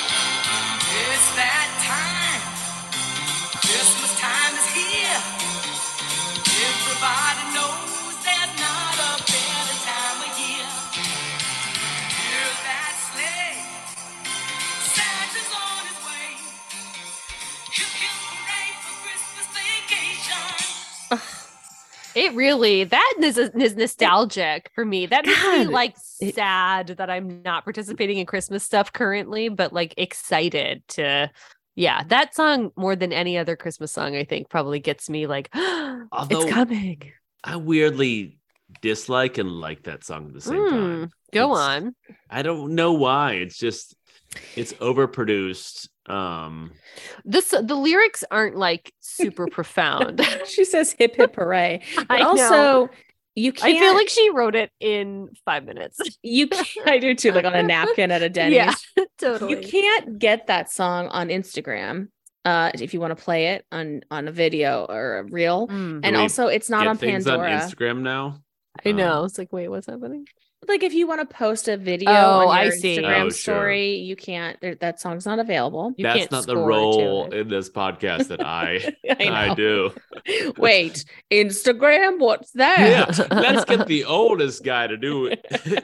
S7: It's that time. Christmas time is here. Everybody knows there's not a better time of year. Hear that sleigh. Santa's on his way. Hip, hip, hooray for Christmas vacation.
S2: It really that is, is nostalgic for me. That makes me
S5: God,
S2: like
S5: it-
S2: sad that I'm not participating in Christmas stuff currently, but like excited to. Yeah, that song more than any other Christmas song, I think, probably gets me like,
S3: Although-
S2: it's coming.
S3: i weirdly dislike and like that song at the same time
S2: Mm, Go
S3: It's-
S2: on.
S3: i don't know why it's just it's overproduced um
S2: This the lyrics aren't like super profound.
S5: she says hip hip hooray. But
S2: I know.
S5: also you can't
S2: I feel like she wrote it in five minutes.
S5: you can't I do too, like on a napkin at a Denny's.
S2: Yeah, totally.
S5: You can't get that song on Instagram. Uh if you want to play it on on a video or a reel.
S2: Mm,
S5: And
S3: we
S5: also it's not
S3: get
S5: on
S3: things
S5: Pandora.
S3: on instagram now
S2: I
S3: Um,
S2: know. It's like, wait, what's happening?
S5: like if you want to post a video
S2: Oh,
S5: on your
S2: I see.
S5: Instagram
S3: Oh, sure.
S5: story, you can't there- that song's not available.
S2: You
S3: that's
S2: can't
S3: not the
S2: score to
S3: role
S2: it.
S3: in this podcast that i
S5: I
S3: i,
S5: know.
S3: do
S5: Wait, Instagram, what's
S3: yeah
S5: that?
S3: let's get the oldest guy to do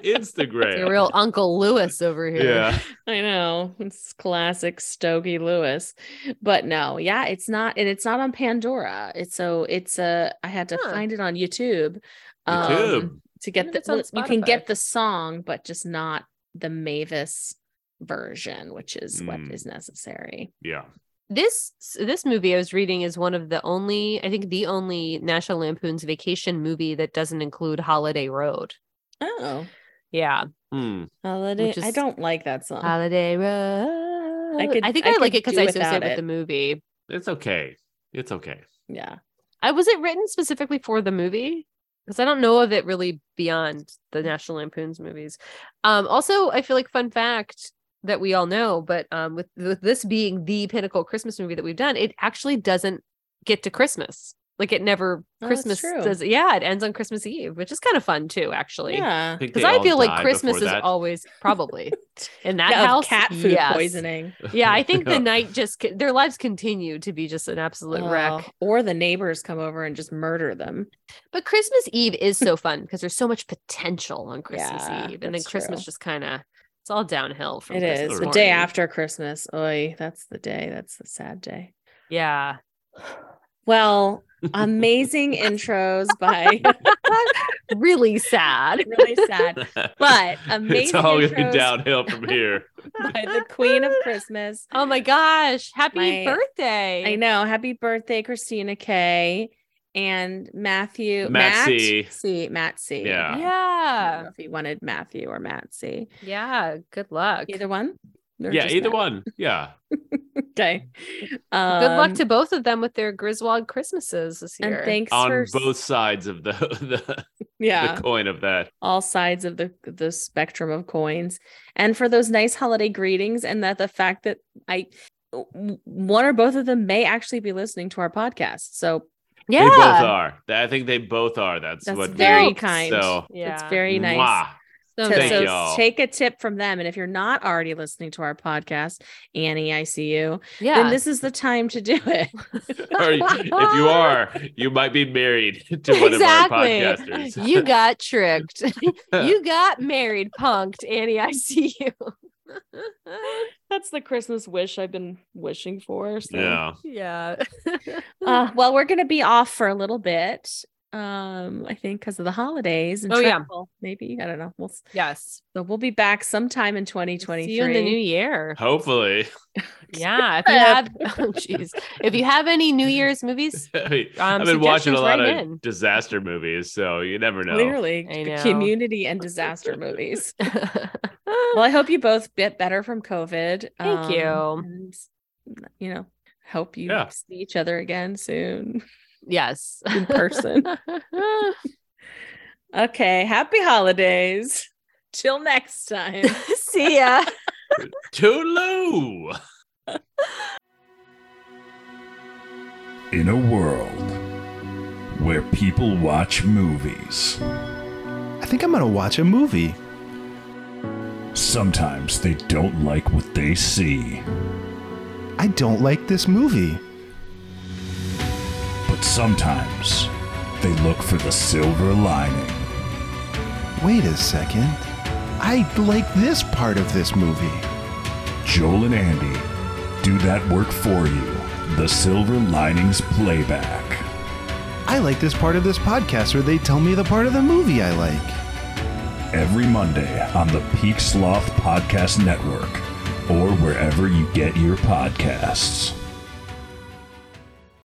S3: instagram
S2: Your real Uncle Lewis over here.
S3: yeah
S5: I know. It's classic Stogie Lewis. But no, yeah, it's not and it's not on Pandora. It's so it's uh, I had to
S2: Huh.
S5: find it on YouTube.
S2: Um,
S5: Um,
S3: YouTube.
S5: to
S2: What
S5: get
S2: if
S5: the
S2: it's on
S5: well, you can
S2: Spotify?
S5: get the song, but just not the Mavis version, which is
S3: Mm.
S5: what is necessary.
S3: yeah
S2: this this movie I was reading is one of the only I think the only National Lampoon's Vacation movie that doesn't include Holiday Road.
S5: Oh.
S2: Yeah,
S3: Hmm.
S5: Holiday.
S2: Which
S5: I
S2: is-
S5: don't like that song.
S2: Holiday Road. I,
S5: could-
S2: think
S5: I
S2: I, like
S5: could
S2: it because
S5: do
S2: I associate
S5: without
S2: it with
S5: it.
S2: the movie.
S3: It's okay. It's okay.
S5: yeah.
S2: I was it written specifically for the movie because I don't know of it really beyond the National Lampoon's movies. Um, also, I feel like fun fact that we all know, but um, with, with this being the pinnacle Christmas movie that we've done, it actually doesn't get to Christmas. Like it never
S5: Oh, that's
S2: Christmas
S5: true.
S2: does. Yeah, it ends on Christmas Eve, which is kind of fun too, actually.
S5: Yeah.
S3: think
S2: Because
S3: they
S2: I
S3: all
S2: feel like
S3: die before
S2: Christmas is
S3: that.
S2: always probably in that
S5: Of
S2: house.
S5: cat food
S2: yes.
S5: poisoning.
S2: Yeah, I think
S3: Yeah.
S2: the night just co- their lives continue to be just an absolute
S5: Oh,
S2: wreck.
S5: Or the neighbors come over and just murder them.
S2: But Christmas Eve is so fun because there's so much potential on Christmas
S5: Yeah,
S2: Eve, and then
S5: that's
S2: Christmas
S5: true.
S2: just kind of it's all downhill from
S5: It
S2: Christmas
S5: is the
S2: morning.
S5: day after Christmas. Oy, that's the day. That's the sad day.
S2: Yeah,
S5: Well, amazing intros by
S2: really sad.
S5: really sad, but amazing
S3: it's all going
S5: intros
S3: downhill from here.
S5: by the Queen of Christmas.
S2: Oh my gosh! Happy
S5: My-
S2: birthday!
S5: I know. Happy birthday, Christina Kay and Matthew.
S3: Matt
S5: Matt
S3: C.
S5: C. Matt C.
S3: Yeah.
S5: I don't
S2: Yeah,
S5: know if he wanted Matthew or Matt C.
S2: yeah. Good luck.
S5: Either one. Or
S3: yeah,
S5: just
S3: either
S5: Matt?
S3: one. Yeah.
S5: Okay.
S2: Good luck
S5: Um,
S2: to both of them with their Griswold Christmases this year.
S5: and thanks
S3: On
S5: for
S3: both sides of the the,
S5: yeah
S3: the coin of that.
S5: all sides of the the spectrum of coins and for those nice holiday greetings and that the fact that i w- one or both of them may actually be listening to our podcast so
S2: yeah,
S3: They both are. I think they both are. That's,
S5: that's
S3: what
S5: very
S3: makes-
S5: kind
S3: So
S2: yeah.
S5: it's very nice
S3: mwah.
S2: So
S5: So,
S3: Thank
S5: so
S3: y'all.
S5: take a tip from them. And if you're not already listening to our podcast, Annie, I see you,
S2: yeah.
S5: then this is the time to do it.
S3: Or if you are, you might be married to one of our
S2: exactly.
S3: podcasters.
S2: you got tricked. you got married, punked, Annie. I see you.
S5: That's the Christmas wish I've been wishing for. So.
S3: yeah.
S2: yeah.
S5: Uh, well, we're going to be off for a little bit. Um, I think because of the holidays. And
S2: Oh, yeah.
S5: travel, maybe I don't know. We'll s-
S2: yes.
S5: so we'll be back sometime in 2023.
S2: See you in the new year.
S3: Hopefully.
S2: Yeah. If you have, oh, jeez. If you have any New Year's movies,
S3: I mean,
S2: Um,
S3: I've been watching
S2: suggestions
S3: a lot
S2: right
S3: of
S2: in.
S3: disaster movies, so you never know.
S5: Clearly,
S2: I know.
S5: community and disaster movies. Well, I hope you both get better from COVID. um,
S2: Thank you.
S5: And, you know, hope you
S3: Yeah.
S5: see each other again soon
S2: yes.
S5: in person. okay. Happy holidays. Till next time.
S2: see ya.
S3: Toodaloo.
S8: In a world where people watch movies,
S9: I think I'm gonna watch a movie.
S8: sometimes they don't like what they see,
S9: I don't like this movie.
S8: but sometimes they look for the silver lining.
S9: Wait a second. I like this part of this movie.
S8: Joel and Andy do that work for you. The Silver Linings Playback.
S9: I like this part of this podcast where they tell me the part of the movie I like.
S8: Every Monday on the Peak Sloth Podcast Network or wherever you get your podcasts.